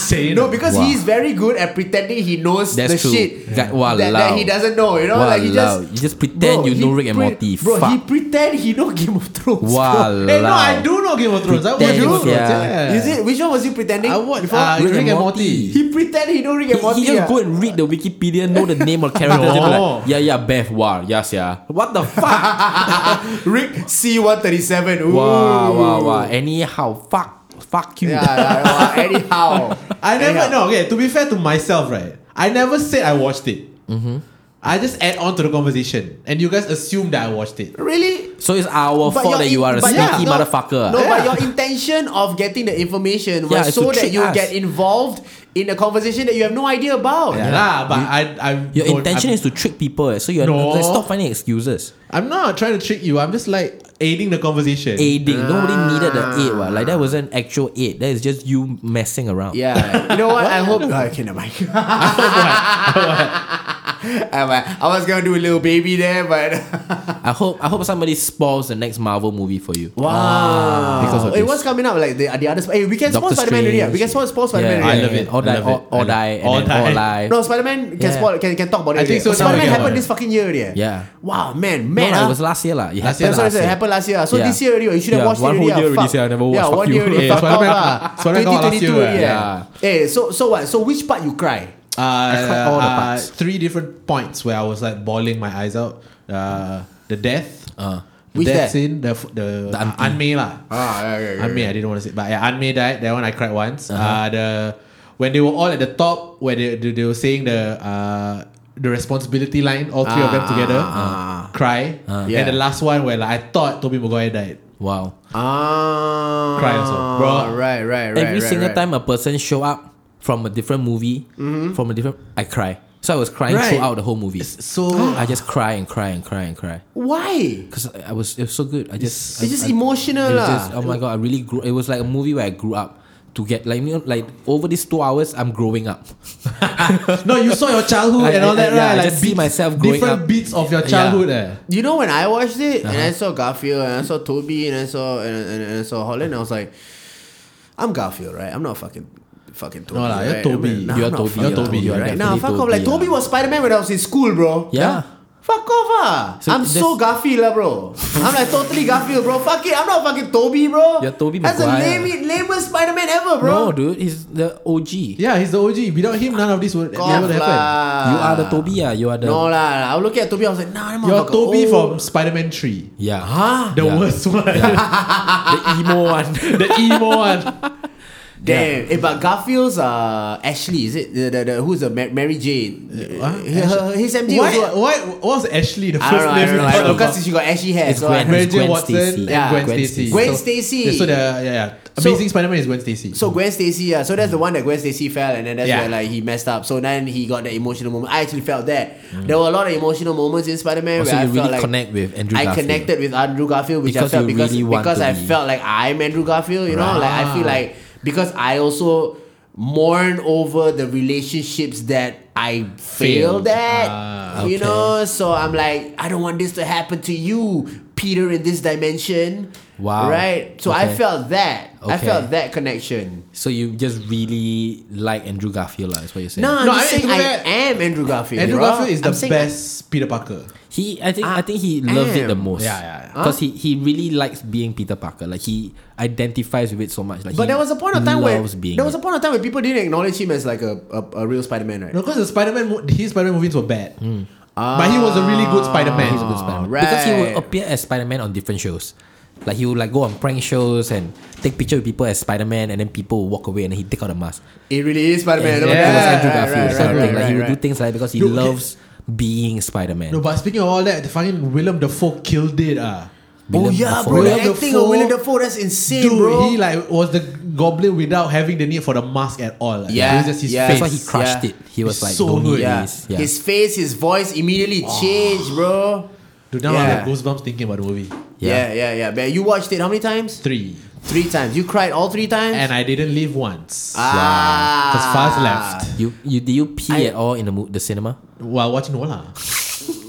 [SPEAKER 5] Say
[SPEAKER 3] No, because
[SPEAKER 4] Wow.
[SPEAKER 3] he's very good at pretending he knows the
[SPEAKER 4] That's true.
[SPEAKER 3] shit
[SPEAKER 4] That- wow,
[SPEAKER 3] that, that
[SPEAKER 4] loud.
[SPEAKER 3] he doesn't know. You know,
[SPEAKER 4] Wow,
[SPEAKER 3] like he just
[SPEAKER 4] loud. You just pretend
[SPEAKER 3] he
[SPEAKER 4] you know Rick and
[SPEAKER 3] pre-
[SPEAKER 4] Morty.
[SPEAKER 3] Bro, he
[SPEAKER 4] Fuck.
[SPEAKER 3] pretend he know Game of Thrones. bro.
[SPEAKER 4] Wow.
[SPEAKER 5] Hey, eh, no, I do know Game of Thrones. I watch
[SPEAKER 4] Pretend,
[SPEAKER 5] Game of Thrones.
[SPEAKER 4] yeah.
[SPEAKER 5] Yeah.
[SPEAKER 3] Is it which one was he pretending?
[SPEAKER 5] I watch
[SPEAKER 3] before?
[SPEAKER 5] uh,
[SPEAKER 4] Rick
[SPEAKER 5] Rick,
[SPEAKER 4] and
[SPEAKER 5] and
[SPEAKER 4] Morty.
[SPEAKER 5] Morty.
[SPEAKER 3] he pretend he know Rick and
[SPEAKER 4] He,
[SPEAKER 3] Morty.
[SPEAKER 4] he just
[SPEAKER 3] ah. Oh.
[SPEAKER 4] go and read the Wikipedia, know the name of characters, and be
[SPEAKER 5] No.
[SPEAKER 4] like, yeah, yeah, Beth, wow, yes, yeah. What the fuck?
[SPEAKER 3] Ah, Rick C one thirty seven.
[SPEAKER 4] wow, wow, wow. Anyhow, fuck, fuck you.
[SPEAKER 3] Yeah, yeah, wow. anyhow.
[SPEAKER 5] I never
[SPEAKER 3] Anyhow.
[SPEAKER 5] know. Okay, to be fair to myself, right? I never said I watched it. I just add on to the conversation, and you guys assume that I watched it.
[SPEAKER 3] Really?
[SPEAKER 4] So it's our
[SPEAKER 3] But
[SPEAKER 4] fault
[SPEAKER 3] your
[SPEAKER 4] that you
[SPEAKER 3] in-
[SPEAKER 4] are a
[SPEAKER 3] but
[SPEAKER 4] sneaky
[SPEAKER 3] your- no,
[SPEAKER 4] motherfucker.
[SPEAKER 3] No, but
[SPEAKER 5] Yeah.
[SPEAKER 3] your intention of getting the information
[SPEAKER 4] Yeah,
[SPEAKER 3] was
[SPEAKER 4] it's
[SPEAKER 3] so that
[SPEAKER 4] to trick
[SPEAKER 3] you
[SPEAKER 4] us.
[SPEAKER 3] get involved in a conversation that you have no idea about.
[SPEAKER 5] Yeah, lah, but I, I,
[SPEAKER 4] Your intention is to trick people, eh, so you're
[SPEAKER 5] No.
[SPEAKER 4] like, stop finding excuses.
[SPEAKER 5] I'm not trying to trick you. I'm just like aiding the conversation.
[SPEAKER 4] Aiding. Nobody
[SPEAKER 3] Ah.
[SPEAKER 4] needed the aid, what? Like that wasn't actual aid. That is just you messing around.
[SPEAKER 3] Yeah. You know what? I hope. Oh, okay, never mind. Never mind. I was gonna do a little baby there, but
[SPEAKER 4] I hope I hope somebody spoils the next Marvel movie for you.
[SPEAKER 3] wow.
[SPEAKER 4] Because of
[SPEAKER 3] it
[SPEAKER 4] this.
[SPEAKER 3] was coming up like the, the other. Sp- hey, we can
[SPEAKER 4] Doctor
[SPEAKER 3] sponsor Spider Man already. ah.
[SPEAKER 4] Strange.
[SPEAKER 3] We can sponsor Spider Man
[SPEAKER 4] Yeah,
[SPEAKER 5] I
[SPEAKER 3] already.
[SPEAKER 5] love it.
[SPEAKER 4] Or
[SPEAKER 5] I
[SPEAKER 4] die,
[SPEAKER 5] love it.
[SPEAKER 4] or, or
[SPEAKER 5] I love
[SPEAKER 4] die,
[SPEAKER 5] it.
[SPEAKER 4] and
[SPEAKER 5] Or
[SPEAKER 4] then or
[SPEAKER 5] die.
[SPEAKER 4] lie.
[SPEAKER 3] No, Spider Man can,
[SPEAKER 4] Yeah.
[SPEAKER 3] spoil can can talk about it.
[SPEAKER 5] I think so now,
[SPEAKER 3] Spider Man
[SPEAKER 5] yeah.
[SPEAKER 3] happened this fucking year already. eh.
[SPEAKER 4] Yeah.
[SPEAKER 3] Wow, man,
[SPEAKER 4] No,
[SPEAKER 3] man.
[SPEAKER 4] no,
[SPEAKER 3] ah.
[SPEAKER 4] it was last year lah. It
[SPEAKER 5] Last
[SPEAKER 4] happened
[SPEAKER 5] year,
[SPEAKER 3] That's what I
[SPEAKER 4] last
[SPEAKER 3] said.
[SPEAKER 4] year.
[SPEAKER 3] It happened last year. So
[SPEAKER 4] Yeah.
[SPEAKER 3] this year already, you should have
[SPEAKER 4] Yeah,
[SPEAKER 3] watched
[SPEAKER 4] one
[SPEAKER 3] it
[SPEAKER 4] whole
[SPEAKER 3] already.
[SPEAKER 4] year
[SPEAKER 3] ah,
[SPEAKER 4] already,
[SPEAKER 3] fuck.
[SPEAKER 4] say I never watch,
[SPEAKER 3] Yeah,
[SPEAKER 4] fuck
[SPEAKER 3] one
[SPEAKER 4] you.
[SPEAKER 3] year already.
[SPEAKER 5] Yeah,
[SPEAKER 3] fuck
[SPEAKER 5] Spider-Man-
[SPEAKER 3] off, ah.
[SPEAKER 5] Spider-Man got last year,
[SPEAKER 3] 2022 already.
[SPEAKER 5] yeah.
[SPEAKER 3] ah. Eh, so so what? So which part you cry?
[SPEAKER 5] Uh,
[SPEAKER 4] cried all the parts.
[SPEAKER 5] uh, three different points where I was like bawling my eyes out. Uh, the death. Uh, the
[SPEAKER 3] Which
[SPEAKER 5] death
[SPEAKER 3] death?
[SPEAKER 5] scene. The f- the, the
[SPEAKER 4] auntie.
[SPEAKER 5] Anmei lah.
[SPEAKER 3] Ah, yeah, yeah, yeah,
[SPEAKER 5] Anmei, I didn't want to say, but yeah, Anmei died. That one I cried once. uh the when they were all at the top, where they they, they were saying the uh the responsibility line, all three of them together, cry.
[SPEAKER 3] Yeah.
[SPEAKER 5] And the last one where like I thought Toby Maguire died.
[SPEAKER 4] Wow.
[SPEAKER 3] Ah,
[SPEAKER 5] Cry also, bro.
[SPEAKER 3] Right, right, right.
[SPEAKER 4] Every
[SPEAKER 3] right,
[SPEAKER 4] single
[SPEAKER 3] right. Mm-hmm.
[SPEAKER 4] time a person show up from a different movie, from a different, I cry. So I was crying
[SPEAKER 5] Right.
[SPEAKER 4] throughout the whole movie.
[SPEAKER 5] So
[SPEAKER 4] I just cry and cry and cry and cry
[SPEAKER 3] Why?
[SPEAKER 4] because I I was it was so good. I just
[SPEAKER 3] It's just
[SPEAKER 4] I, I-
[SPEAKER 3] emotional
[SPEAKER 4] it was
[SPEAKER 3] lah.
[SPEAKER 4] just- oh my god, I really grew. It was like a movie where I grew up. To get like you know, like over these two hours, I'm growing up.
[SPEAKER 5] no, you saw your childhood
[SPEAKER 4] I-
[SPEAKER 5] and all
[SPEAKER 4] I-
[SPEAKER 5] that,
[SPEAKER 4] yeah, I
[SPEAKER 5] right?
[SPEAKER 4] just see myself growing
[SPEAKER 5] different
[SPEAKER 4] up.
[SPEAKER 5] beats of your
[SPEAKER 4] Yeah.
[SPEAKER 5] childhood. Eh.
[SPEAKER 3] You know when I watched it and
[SPEAKER 4] Uh-huh.
[SPEAKER 3] I saw Garfield and I saw Toby and I saw and, and, and I saw Holland, I was like, I'm Garfield, right? I'm not fucking fucking Toby.
[SPEAKER 5] lah, you're
[SPEAKER 3] right?
[SPEAKER 5] Toby.
[SPEAKER 3] I mean, nah,
[SPEAKER 4] You're
[SPEAKER 3] I'm not
[SPEAKER 4] Toby,
[SPEAKER 3] fucking
[SPEAKER 4] you're Toby, you're
[SPEAKER 3] right? Nah,
[SPEAKER 4] definitely
[SPEAKER 3] fuck off. Like
[SPEAKER 4] Toby,
[SPEAKER 3] Toby
[SPEAKER 4] yeah.
[SPEAKER 3] was Spider Man when I was in school, bro.
[SPEAKER 4] Yeah.
[SPEAKER 3] Fuck off, ah.
[SPEAKER 4] So
[SPEAKER 3] I'm so
[SPEAKER 4] that's-
[SPEAKER 3] Garfield, lah, bro. I'm like totally Garfield, bro. Fuck it, I'm not fucking Toby, bro.
[SPEAKER 4] You're Toby
[SPEAKER 3] That's the
[SPEAKER 4] Maguire.
[SPEAKER 3] lame, lamest Spider Man ever, bro.
[SPEAKER 4] No, dude, he's the OG.
[SPEAKER 5] Yeah, he's the OG. Without him, none of this would
[SPEAKER 3] Fuck
[SPEAKER 5] never happen.
[SPEAKER 3] lah.
[SPEAKER 4] You are the Toby, ah. You are the
[SPEAKER 3] No lah, I was looking at Toby, I was like, nah, that
[SPEAKER 5] You're
[SPEAKER 3] motherfucker
[SPEAKER 5] Toby
[SPEAKER 3] old.
[SPEAKER 5] from Spider-Man 3.
[SPEAKER 4] yeah.
[SPEAKER 3] Huh?
[SPEAKER 5] The
[SPEAKER 4] Yeah.
[SPEAKER 5] worst one.
[SPEAKER 4] the emo one.
[SPEAKER 5] the emo one.
[SPEAKER 3] Damn. Eh, but Garfield's uh, Ashley, is it? The, the, the, who's the Ma- Mary Jane? Uh, her, her, his MD
[SPEAKER 5] Why,
[SPEAKER 3] also. uh,
[SPEAKER 5] why, what was Ashley the
[SPEAKER 3] I don't
[SPEAKER 5] first
[SPEAKER 3] know, I don't know,
[SPEAKER 5] name we
[SPEAKER 3] I don't
[SPEAKER 5] thought
[SPEAKER 3] know.
[SPEAKER 5] about?
[SPEAKER 3] Because she got ashy hair.
[SPEAKER 4] It's
[SPEAKER 3] so I-
[SPEAKER 4] Gwen.
[SPEAKER 5] Mary Jane
[SPEAKER 4] Gwen
[SPEAKER 5] Watson
[SPEAKER 4] Stacy.
[SPEAKER 5] and
[SPEAKER 3] Yeah,
[SPEAKER 5] Gwen,
[SPEAKER 4] Gwen
[SPEAKER 5] Stacy.
[SPEAKER 4] Stacy.
[SPEAKER 3] Gwen
[SPEAKER 5] So-
[SPEAKER 3] Stacy.
[SPEAKER 5] Yeah, so the yeah, yeah.
[SPEAKER 3] So-
[SPEAKER 5] Amazing Spider-Man is Gwen Stacy.
[SPEAKER 3] So Gwen Stacy, yeah. So that's the one that Gwen Stacy fell, and then that's
[SPEAKER 5] Yeah.
[SPEAKER 3] where like he messed up. So then he got that emotional moment. I actually felt that there were a lot of emotional moments in Spider Man
[SPEAKER 4] Oh, so
[SPEAKER 3] where I
[SPEAKER 4] you
[SPEAKER 3] felt
[SPEAKER 4] really
[SPEAKER 3] like
[SPEAKER 4] connect with Andrew
[SPEAKER 3] I
[SPEAKER 4] Garfield.
[SPEAKER 3] connected with Andrew Garfield, which
[SPEAKER 4] Because
[SPEAKER 3] I felt
[SPEAKER 4] you
[SPEAKER 3] because
[SPEAKER 4] really want
[SPEAKER 3] because
[SPEAKER 4] to
[SPEAKER 3] I
[SPEAKER 4] be-
[SPEAKER 3] felt like I'm Andrew Garfield. You know,
[SPEAKER 5] Right.
[SPEAKER 3] like I feel
[SPEAKER 5] Ah.
[SPEAKER 3] like because I also mourn over the relationships that I failed
[SPEAKER 5] Failed.
[SPEAKER 3] at.
[SPEAKER 5] Ah,
[SPEAKER 3] You
[SPEAKER 4] okay.
[SPEAKER 3] know, so I'm like, I don't want this to happen to you, Peter, in this dimension.
[SPEAKER 4] Wow.
[SPEAKER 3] Right. So I
[SPEAKER 4] Okay.
[SPEAKER 3] felt that. I
[SPEAKER 4] Okay.
[SPEAKER 3] felt that connection.
[SPEAKER 4] So you just really like Andrew Garfield, lah, is what you're saying?
[SPEAKER 3] No, I'm
[SPEAKER 5] No,
[SPEAKER 3] just
[SPEAKER 5] I mean,
[SPEAKER 3] saying
[SPEAKER 5] to
[SPEAKER 3] I
[SPEAKER 5] be fair,
[SPEAKER 3] am Andrew Garfield.
[SPEAKER 5] Andrew
[SPEAKER 3] bro.
[SPEAKER 5] Garfield is the
[SPEAKER 3] I'm saying I-
[SPEAKER 5] best Peter Parker.
[SPEAKER 4] He, I think, I think he
[SPEAKER 3] Ah,
[SPEAKER 4] loved it the
[SPEAKER 3] am.
[SPEAKER 4] most.
[SPEAKER 5] Yeah, yeah, yeah.
[SPEAKER 4] Because he, he really likes being Peter Parker. Like he identifies with it so much. Like,
[SPEAKER 3] But
[SPEAKER 4] he
[SPEAKER 3] there was a point of time where
[SPEAKER 4] loves being
[SPEAKER 3] there was
[SPEAKER 4] it.
[SPEAKER 3] a point of time where people didn't acknowledge him as like a, a, a real Spider-Man, right?
[SPEAKER 5] No, because the Spider-Man, mo- his Spider-Man movies were bad.
[SPEAKER 3] Hmm.
[SPEAKER 5] But he was a really good
[SPEAKER 3] Ah,
[SPEAKER 5] Spider-Man.
[SPEAKER 4] He's a good Spider-Man.
[SPEAKER 3] right.
[SPEAKER 4] Because he would appear as Spider-Man on different shows. Like he would like go on prank shows and take picture with people as Spider-Man, and then people would walk away and he would take out a mask.
[SPEAKER 3] It really is Spider-Man.
[SPEAKER 4] And
[SPEAKER 3] no,
[SPEAKER 4] that was
[SPEAKER 3] right,
[SPEAKER 4] Andrew
[SPEAKER 3] right,
[SPEAKER 4] Garfield.
[SPEAKER 3] right,
[SPEAKER 4] so
[SPEAKER 3] right,
[SPEAKER 4] like,
[SPEAKER 3] right,
[SPEAKER 4] he would
[SPEAKER 3] right,
[SPEAKER 4] do
[SPEAKER 3] right.
[SPEAKER 4] things like that because he
[SPEAKER 5] Dude,
[SPEAKER 4] loves being Spider-Man.
[SPEAKER 5] No, but speaking of all that, the fucking Willem Dafoe killed it. Ah.
[SPEAKER 3] Oh
[SPEAKER 4] Willem
[SPEAKER 3] yeah,
[SPEAKER 4] Dafoe.
[SPEAKER 3] bro. The
[SPEAKER 5] Willem
[SPEAKER 3] acting of
[SPEAKER 5] Dafoe.
[SPEAKER 3] Willem Dafoe that's insane,
[SPEAKER 5] Dude,
[SPEAKER 3] bro.
[SPEAKER 5] he like was the goblin without having the need for the mask at all. Like,
[SPEAKER 3] Yeah,
[SPEAKER 5] it was just his
[SPEAKER 3] yeah.
[SPEAKER 5] face.
[SPEAKER 4] That's why he crushed
[SPEAKER 3] yeah.
[SPEAKER 4] it. He was
[SPEAKER 5] It's
[SPEAKER 4] like,
[SPEAKER 5] so
[SPEAKER 4] don't need
[SPEAKER 5] good.
[SPEAKER 3] yeah.
[SPEAKER 4] this. Yeah.
[SPEAKER 3] his face, his voice immediately changed, bro.
[SPEAKER 5] Dude, now I
[SPEAKER 3] Yeah.
[SPEAKER 5] have goosebumps thinking about the movie.
[SPEAKER 3] Yeah.
[SPEAKER 4] Yeah.
[SPEAKER 3] yeah, yeah, Man, you watched it how many times?
[SPEAKER 5] Three,
[SPEAKER 3] Three times. You cried all three times.
[SPEAKER 5] and I didn't leave once.
[SPEAKER 3] ah,
[SPEAKER 5] Cause fast left.
[SPEAKER 4] You, you did you pee
[SPEAKER 3] I-
[SPEAKER 4] at all in the mo- the cinema?
[SPEAKER 5] While watching Nola.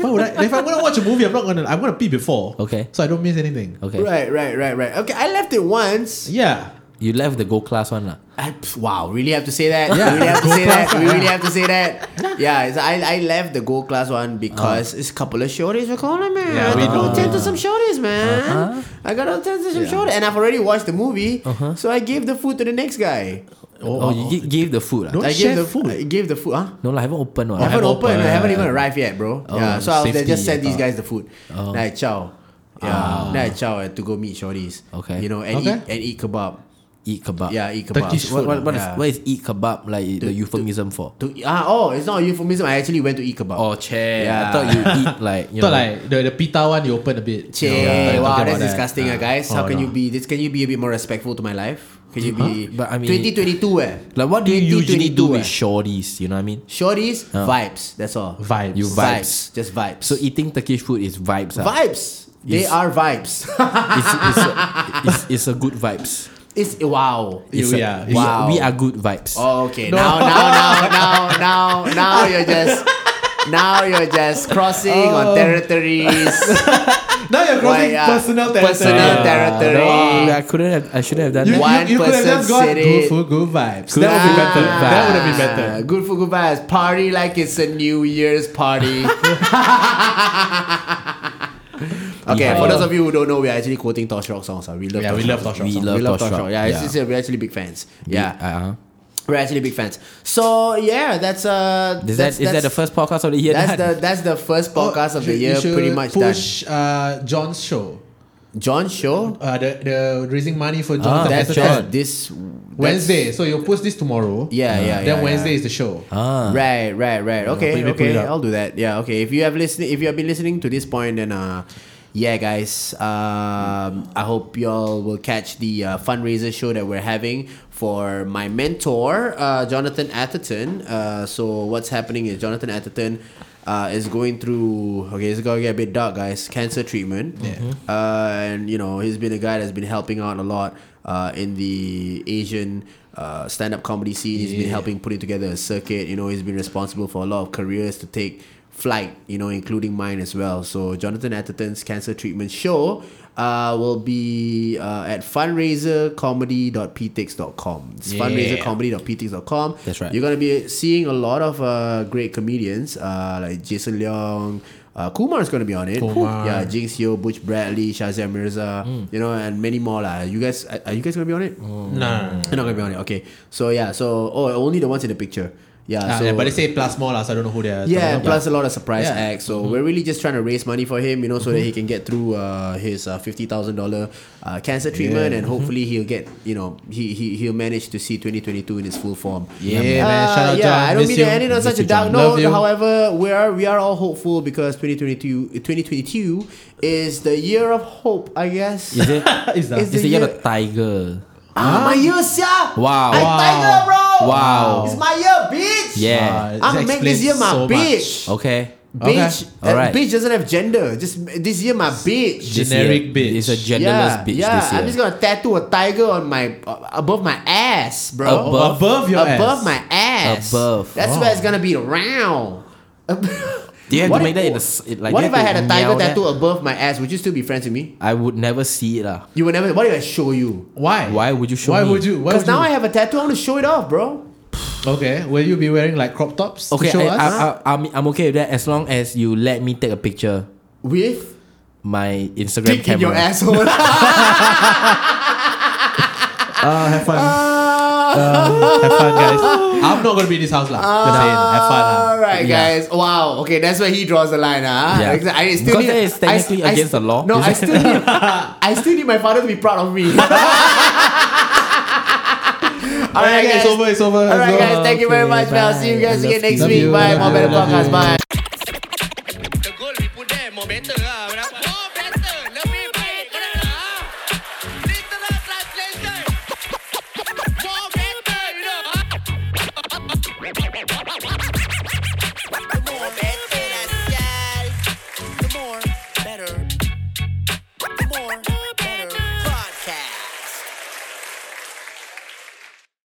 [SPEAKER 5] Why would I? If I'm gonna watch a movie, I'm not gonna. I'm gonna pee before.
[SPEAKER 4] Okay.
[SPEAKER 5] So I don't miss anything.
[SPEAKER 4] Okay,
[SPEAKER 3] Right, right, right, right. Okay, I left it once.
[SPEAKER 5] Yeah.
[SPEAKER 4] you left the gold class one lah.
[SPEAKER 3] I, wow, really have to say that?
[SPEAKER 5] Yeah.
[SPEAKER 3] Really have to
[SPEAKER 5] Gold
[SPEAKER 3] say
[SPEAKER 5] class,
[SPEAKER 3] that? We
[SPEAKER 5] yeah.
[SPEAKER 3] really have to say that? Yeah, it's, I, I left the gold class one because it's a couple of shorties were calling, man.
[SPEAKER 5] Uh-huh.
[SPEAKER 3] I
[SPEAKER 5] Yeah, Uh-huh. we
[SPEAKER 3] gotta
[SPEAKER 5] know.
[SPEAKER 3] attend to some shorties, man. I gotta attend to some shorties. And I've already watched the movie,
[SPEAKER 5] Uh-huh.
[SPEAKER 3] so I gave the food to the next guy.
[SPEAKER 4] Oh, you gi- gave the food
[SPEAKER 5] Don't
[SPEAKER 4] lah.
[SPEAKER 3] I
[SPEAKER 5] share
[SPEAKER 3] gave the
[SPEAKER 5] food. Oh,
[SPEAKER 3] I gave the food, huh?
[SPEAKER 4] No, lah, I haven't opened one.
[SPEAKER 3] I haven't opened. I
[SPEAKER 5] opened.
[SPEAKER 3] haven't even arrived yet, bro.
[SPEAKER 5] Oh,
[SPEAKER 3] yeah, so I was there,
[SPEAKER 4] safety,
[SPEAKER 3] just sent
[SPEAKER 4] I
[SPEAKER 3] these
[SPEAKER 5] uh,
[SPEAKER 3] guys
[SPEAKER 4] thought.
[SPEAKER 3] the food. Oh. Then I chow. Yeah, then I chow and to go meet shorties.
[SPEAKER 4] Okay.
[SPEAKER 3] You know, and,
[SPEAKER 5] Ah. Okay.
[SPEAKER 3] eat, and eat kebab.
[SPEAKER 4] Eat kebab.
[SPEAKER 3] Yeah, eat kebab.
[SPEAKER 5] Turkish
[SPEAKER 4] What,
[SPEAKER 5] food.
[SPEAKER 4] what, what, is,
[SPEAKER 3] Yeah.
[SPEAKER 4] what is eat kebab like the euphemism for?
[SPEAKER 3] To, ah, oh, it's not a euphemism. I actually went to eat kebab.
[SPEAKER 4] Oh, chair.
[SPEAKER 3] Yeah.
[SPEAKER 4] I thought you eat like you
[SPEAKER 5] Thought
[SPEAKER 4] know.
[SPEAKER 5] like the, the pita one you open a bit.
[SPEAKER 3] Che,
[SPEAKER 5] Yeah,
[SPEAKER 3] wow,
[SPEAKER 5] talking
[SPEAKER 3] that's
[SPEAKER 5] about that.
[SPEAKER 3] disgusting, ah,
[SPEAKER 5] Yeah.
[SPEAKER 3] guys. How
[SPEAKER 5] Oh,
[SPEAKER 3] can
[SPEAKER 5] no.
[SPEAKER 3] you be this? Can you be a bit more respectful to my life? Can you be?
[SPEAKER 4] Huh? But I mean-
[SPEAKER 3] 2022, eh?
[SPEAKER 4] Like what do you usually do
[SPEAKER 3] 2022,
[SPEAKER 4] with
[SPEAKER 3] eh?
[SPEAKER 4] shorties? You know what I mean?
[SPEAKER 3] Shorties, vibes. That's all.
[SPEAKER 5] vibes?
[SPEAKER 4] You
[SPEAKER 3] vibes.
[SPEAKER 4] Oh. vibes.
[SPEAKER 3] just vibes.
[SPEAKER 4] So eating Turkish food is vibes. ah.
[SPEAKER 3] vibes. They
[SPEAKER 4] Is-
[SPEAKER 3] are vibes.
[SPEAKER 4] It's, it's, a, it's, it's a good vibes.
[SPEAKER 3] it's wow.
[SPEAKER 5] You-
[SPEAKER 4] It's a-
[SPEAKER 5] yeah.
[SPEAKER 4] we,
[SPEAKER 3] Wow.
[SPEAKER 4] we are good vibes.
[SPEAKER 3] Oh, okay. Now, now, now, now, now, now you're just. Now you're just crossing on
[SPEAKER 4] Oh.
[SPEAKER 3] territories.
[SPEAKER 5] Now you're crossing
[SPEAKER 3] Why, uh,
[SPEAKER 5] personal territory.
[SPEAKER 3] personal territory.
[SPEAKER 4] Oh, I couldn't. Have, I shouldn't have done
[SPEAKER 5] You,
[SPEAKER 4] that.
[SPEAKER 3] One
[SPEAKER 5] you, you could
[SPEAKER 3] person
[SPEAKER 5] have just got
[SPEAKER 3] said it.
[SPEAKER 5] good food, good vibes.
[SPEAKER 4] Good
[SPEAKER 5] that would
[SPEAKER 4] food,
[SPEAKER 5] be better.
[SPEAKER 4] good
[SPEAKER 5] That would have
[SPEAKER 4] vibes.
[SPEAKER 5] been better.
[SPEAKER 3] Ah, Good for good vibes. Party like it's a New Year's party. okay,
[SPEAKER 4] Yeah.
[SPEAKER 3] for those of you who don't know, we are actually quoting Tosh Rock songs. ah. We love
[SPEAKER 5] Yeah,
[SPEAKER 3] Tosh
[SPEAKER 5] we love
[SPEAKER 3] Rock.
[SPEAKER 5] Tosh Rock
[SPEAKER 4] We
[SPEAKER 5] songs.
[SPEAKER 4] love
[SPEAKER 3] we love
[SPEAKER 4] Tosh
[SPEAKER 3] Tosh Rock.
[SPEAKER 4] Rock.
[SPEAKER 3] Yeah, It's,
[SPEAKER 4] Yeah.
[SPEAKER 3] it's, we're actually big fans. Yeah,
[SPEAKER 4] Uh-huh.
[SPEAKER 3] we're actually big fans. So yeah, that's uh,
[SPEAKER 4] Is
[SPEAKER 3] that's,
[SPEAKER 4] that is that the
[SPEAKER 3] that's-
[SPEAKER 4] first podcast of the year?
[SPEAKER 3] That's
[SPEAKER 4] done?
[SPEAKER 3] the that's the first
[SPEAKER 5] Oh,
[SPEAKER 3] podcast of the
[SPEAKER 5] should- we
[SPEAKER 3] year,
[SPEAKER 5] should
[SPEAKER 3] pretty much
[SPEAKER 5] Push uh, John's show.
[SPEAKER 3] done. John Show.
[SPEAKER 5] Uh, the, the raising money for
[SPEAKER 4] Ah,
[SPEAKER 5] John's
[SPEAKER 3] that's
[SPEAKER 5] ambassador.
[SPEAKER 3] that's this that's-
[SPEAKER 5] Wednesday. So you'll post this tomorrow.
[SPEAKER 3] Yeah, yeah,
[SPEAKER 5] Then
[SPEAKER 3] yeah,
[SPEAKER 5] Wednesday
[SPEAKER 3] yeah.
[SPEAKER 5] is the show.
[SPEAKER 4] ah.
[SPEAKER 3] Right, right, right. Okay,
[SPEAKER 5] put it- put
[SPEAKER 3] okay.
[SPEAKER 5] it up.
[SPEAKER 3] I'll do that. Yeah, okay. If you have listening, if you have been listening to this point, then uh, yeah, guys. Um, I hope y'all will catch the uh, fundraiser show that we're having for my mentor, uh, Jonathan Atherton. Uh, so what's happening is Jonathan Atherton. Uh, is going through okay it's gonna get a bit dark guys cancer treatment
[SPEAKER 4] Mm-hmm.
[SPEAKER 3] uh, and you know he's been a guy that's been helping out a lot uh, in the asian uh, stand-up comedy scene he's been helping putting together a circuit you know he's been responsible for a lot of careers to take flight you know including mine as well so jonathan atherton's cancer treatment show uh, will be uh, at fundraisercomedy.ptix.com it's
[SPEAKER 5] Yeah.
[SPEAKER 3] fundraisercomedy.ptix.com
[SPEAKER 4] That's right.
[SPEAKER 3] you're gonna be seeing a lot of uh, great comedians uh, like jason leong uh, Kumar's gonna be on it.
[SPEAKER 5] Kumar. Mm.
[SPEAKER 3] Yeah, Jinx Yeo, Butch Bradley, Shazia Mirza, you know, and many more lah. You guys, are are you guys gonna be on it?
[SPEAKER 5] No.
[SPEAKER 3] You're not gonna be on it. Okay. So yeah. So oh, only oh, the ones in the picture. Yeah,
[SPEAKER 5] Ah,
[SPEAKER 3] so-
[SPEAKER 5] yeah, but they say plus more lah, so I don't know who they are.
[SPEAKER 3] Yeah,
[SPEAKER 5] talking
[SPEAKER 3] plus
[SPEAKER 5] about.
[SPEAKER 3] a lot of surprise
[SPEAKER 5] Yeah. Mm-hmm.
[SPEAKER 3] acts. So we're really just trying to raise money for him, you know, so that he can get through uh, his uh, fifty thousand uh, cancer treatment, and
[SPEAKER 5] Mm-hmm.
[SPEAKER 3] hopefully he'll get, you know, he he he'll manage to see twenty twenty two in its full form.
[SPEAKER 5] Yeah, man.
[SPEAKER 3] Uh,
[SPEAKER 5] Shout out
[SPEAKER 3] yeah,
[SPEAKER 5] John.
[SPEAKER 3] I don't
[SPEAKER 5] Miss
[SPEAKER 3] mean
[SPEAKER 5] you.
[SPEAKER 3] to end it on
[SPEAKER 5] Miss
[SPEAKER 3] such
[SPEAKER 5] you,
[SPEAKER 3] a dark
[SPEAKER 5] John. Love
[SPEAKER 3] note.
[SPEAKER 5] you.
[SPEAKER 3] However, we are we are all hopeful because 2022, 2022 is the year of hope, I guess.
[SPEAKER 4] Is it?
[SPEAKER 5] Is that-
[SPEAKER 3] Is
[SPEAKER 4] It's the year of tiger.
[SPEAKER 3] Ah, my year, sia. I
[SPEAKER 4] Wow. Wow.
[SPEAKER 3] tiger, bro.
[SPEAKER 4] Wow.
[SPEAKER 3] It's my year, bitch.
[SPEAKER 5] Ah,
[SPEAKER 4] Yeah.
[SPEAKER 5] it
[SPEAKER 3] I'm make this
[SPEAKER 5] explains
[SPEAKER 3] year my
[SPEAKER 5] so
[SPEAKER 3] bitch.
[SPEAKER 4] Okay.
[SPEAKER 3] Bitch, uh,
[SPEAKER 4] Okay. Alright.
[SPEAKER 3] bitch doesn't have gender. Just this year, my bitch.
[SPEAKER 4] This
[SPEAKER 5] Generic
[SPEAKER 4] year,
[SPEAKER 5] bitch.
[SPEAKER 4] It's a genderless
[SPEAKER 3] yeah,
[SPEAKER 4] bitch
[SPEAKER 3] yeah.
[SPEAKER 4] this year.
[SPEAKER 3] I'm just gonna tattoo a tiger on my uh, above my ass, bro.
[SPEAKER 5] much.
[SPEAKER 4] Above-
[SPEAKER 5] above your ass.
[SPEAKER 3] above my ass.
[SPEAKER 4] Above.
[SPEAKER 3] That's where it's gonna be round.
[SPEAKER 4] Do you have
[SPEAKER 3] What
[SPEAKER 4] to
[SPEAKER 3] if-
[SPEAKER 4] make that in a s- it- like?
[SPEAKER 3] what
[SPEAKER 4] do you
[SPEAKER 3] if I
[SPEAKER 4] have to
[SPEAKER 3] had a tiger
[SPEAKER 4] meow that?
[SPEAKER 3] tattoo above my ass? Would you still be friends with me?
[SPEAKER 4] I would never see it lah.
[SPEAKER 3] You would never. What if I show you?
[SPEAKER 5] Why?
[SPEAKER 4] Why would you show
[SPEAKER 5] Why
[SPEAKER 4] me?
[SPEAKER 5] would you? Why
[SPEAKER 3] Because
[SPEAKER 5] would
[SPEAKER 3] now I
[SPEAKER 5] you?
[SPEAKER 3] have a tattoo. I want to show it off, bro.
[SPEAKER 5] Okay, will you be wearing like crop tops
[SPEAKER 4] Okay,
[SPEAKER 5] to show
[SPEAKER 4] I,
[SPEAKER 5] us?
[SPEAKER 4] I, I, I'm, I'm okay with that as long as you let me take a picture.
[SPEAKER 3] With
[SPEAKER 4] My Instagram
[SPEAKER 3] dick
[SPEAKER 4] camera.
[SPEAKER 3] in your asshole.
[SPEAKER 5] Uh, have fun. Uh, have fun, guys. I'm not gonna be in this house lah. Just saying, have fun. lah.
[SPEAKER 3] All right,
[SPEAKER 4] ah. Yeah.
[SPEAKER 3] guys. Wow. Okay, that's where he draws the line. Huh?
[SPEAKER 4] Yeah.
[SPEAKER 3] Exa- I still
[SPEAKER 4] Because
[SPEAKER 3] need,
[SPEAKER 4] that is technically
[SPEAKER 3] I,
[SPEAKER 4] against the law.
[SPEAKER 3] No,
[SPEAKER 4] Is
[SPEAKER 3] I
[SPEAKER 4] it?
[SPEAKER 3] still need, I still need my father to be proud of me. All right,
[SPEAKER 5] Okay,
[SPEAKER 3] guys.
[SPEAKER 5] it's over. It's over.
[SPEAKER 3] All right, guys. Thank you very
[SPEAKER 4] Okay,
[SPEAKER 3] much, man. I'll see you
[SPEAKER 4] bye.
[SPEAKER 3] guys
[SPEAKER 4] I
[SPEAKER 3] again
[SPEAKER 4] love
[SPEAKER 3] next
[SPEAKER 5] you.
[SPEAKER 3] week.
[SPEAKER 5] Love
[SPEAKER 3] Bye.
[SPEAKER 5] you.
[SPEAKER 3] More better
[SPEAKER 5] Love you.
[SPEAKER 3] podcast. Bye.
[SPEAKER 2] The goal we put there more better lah. Berapa? More better. Lebih baik. Kenapa? Literal translation. More better, you know.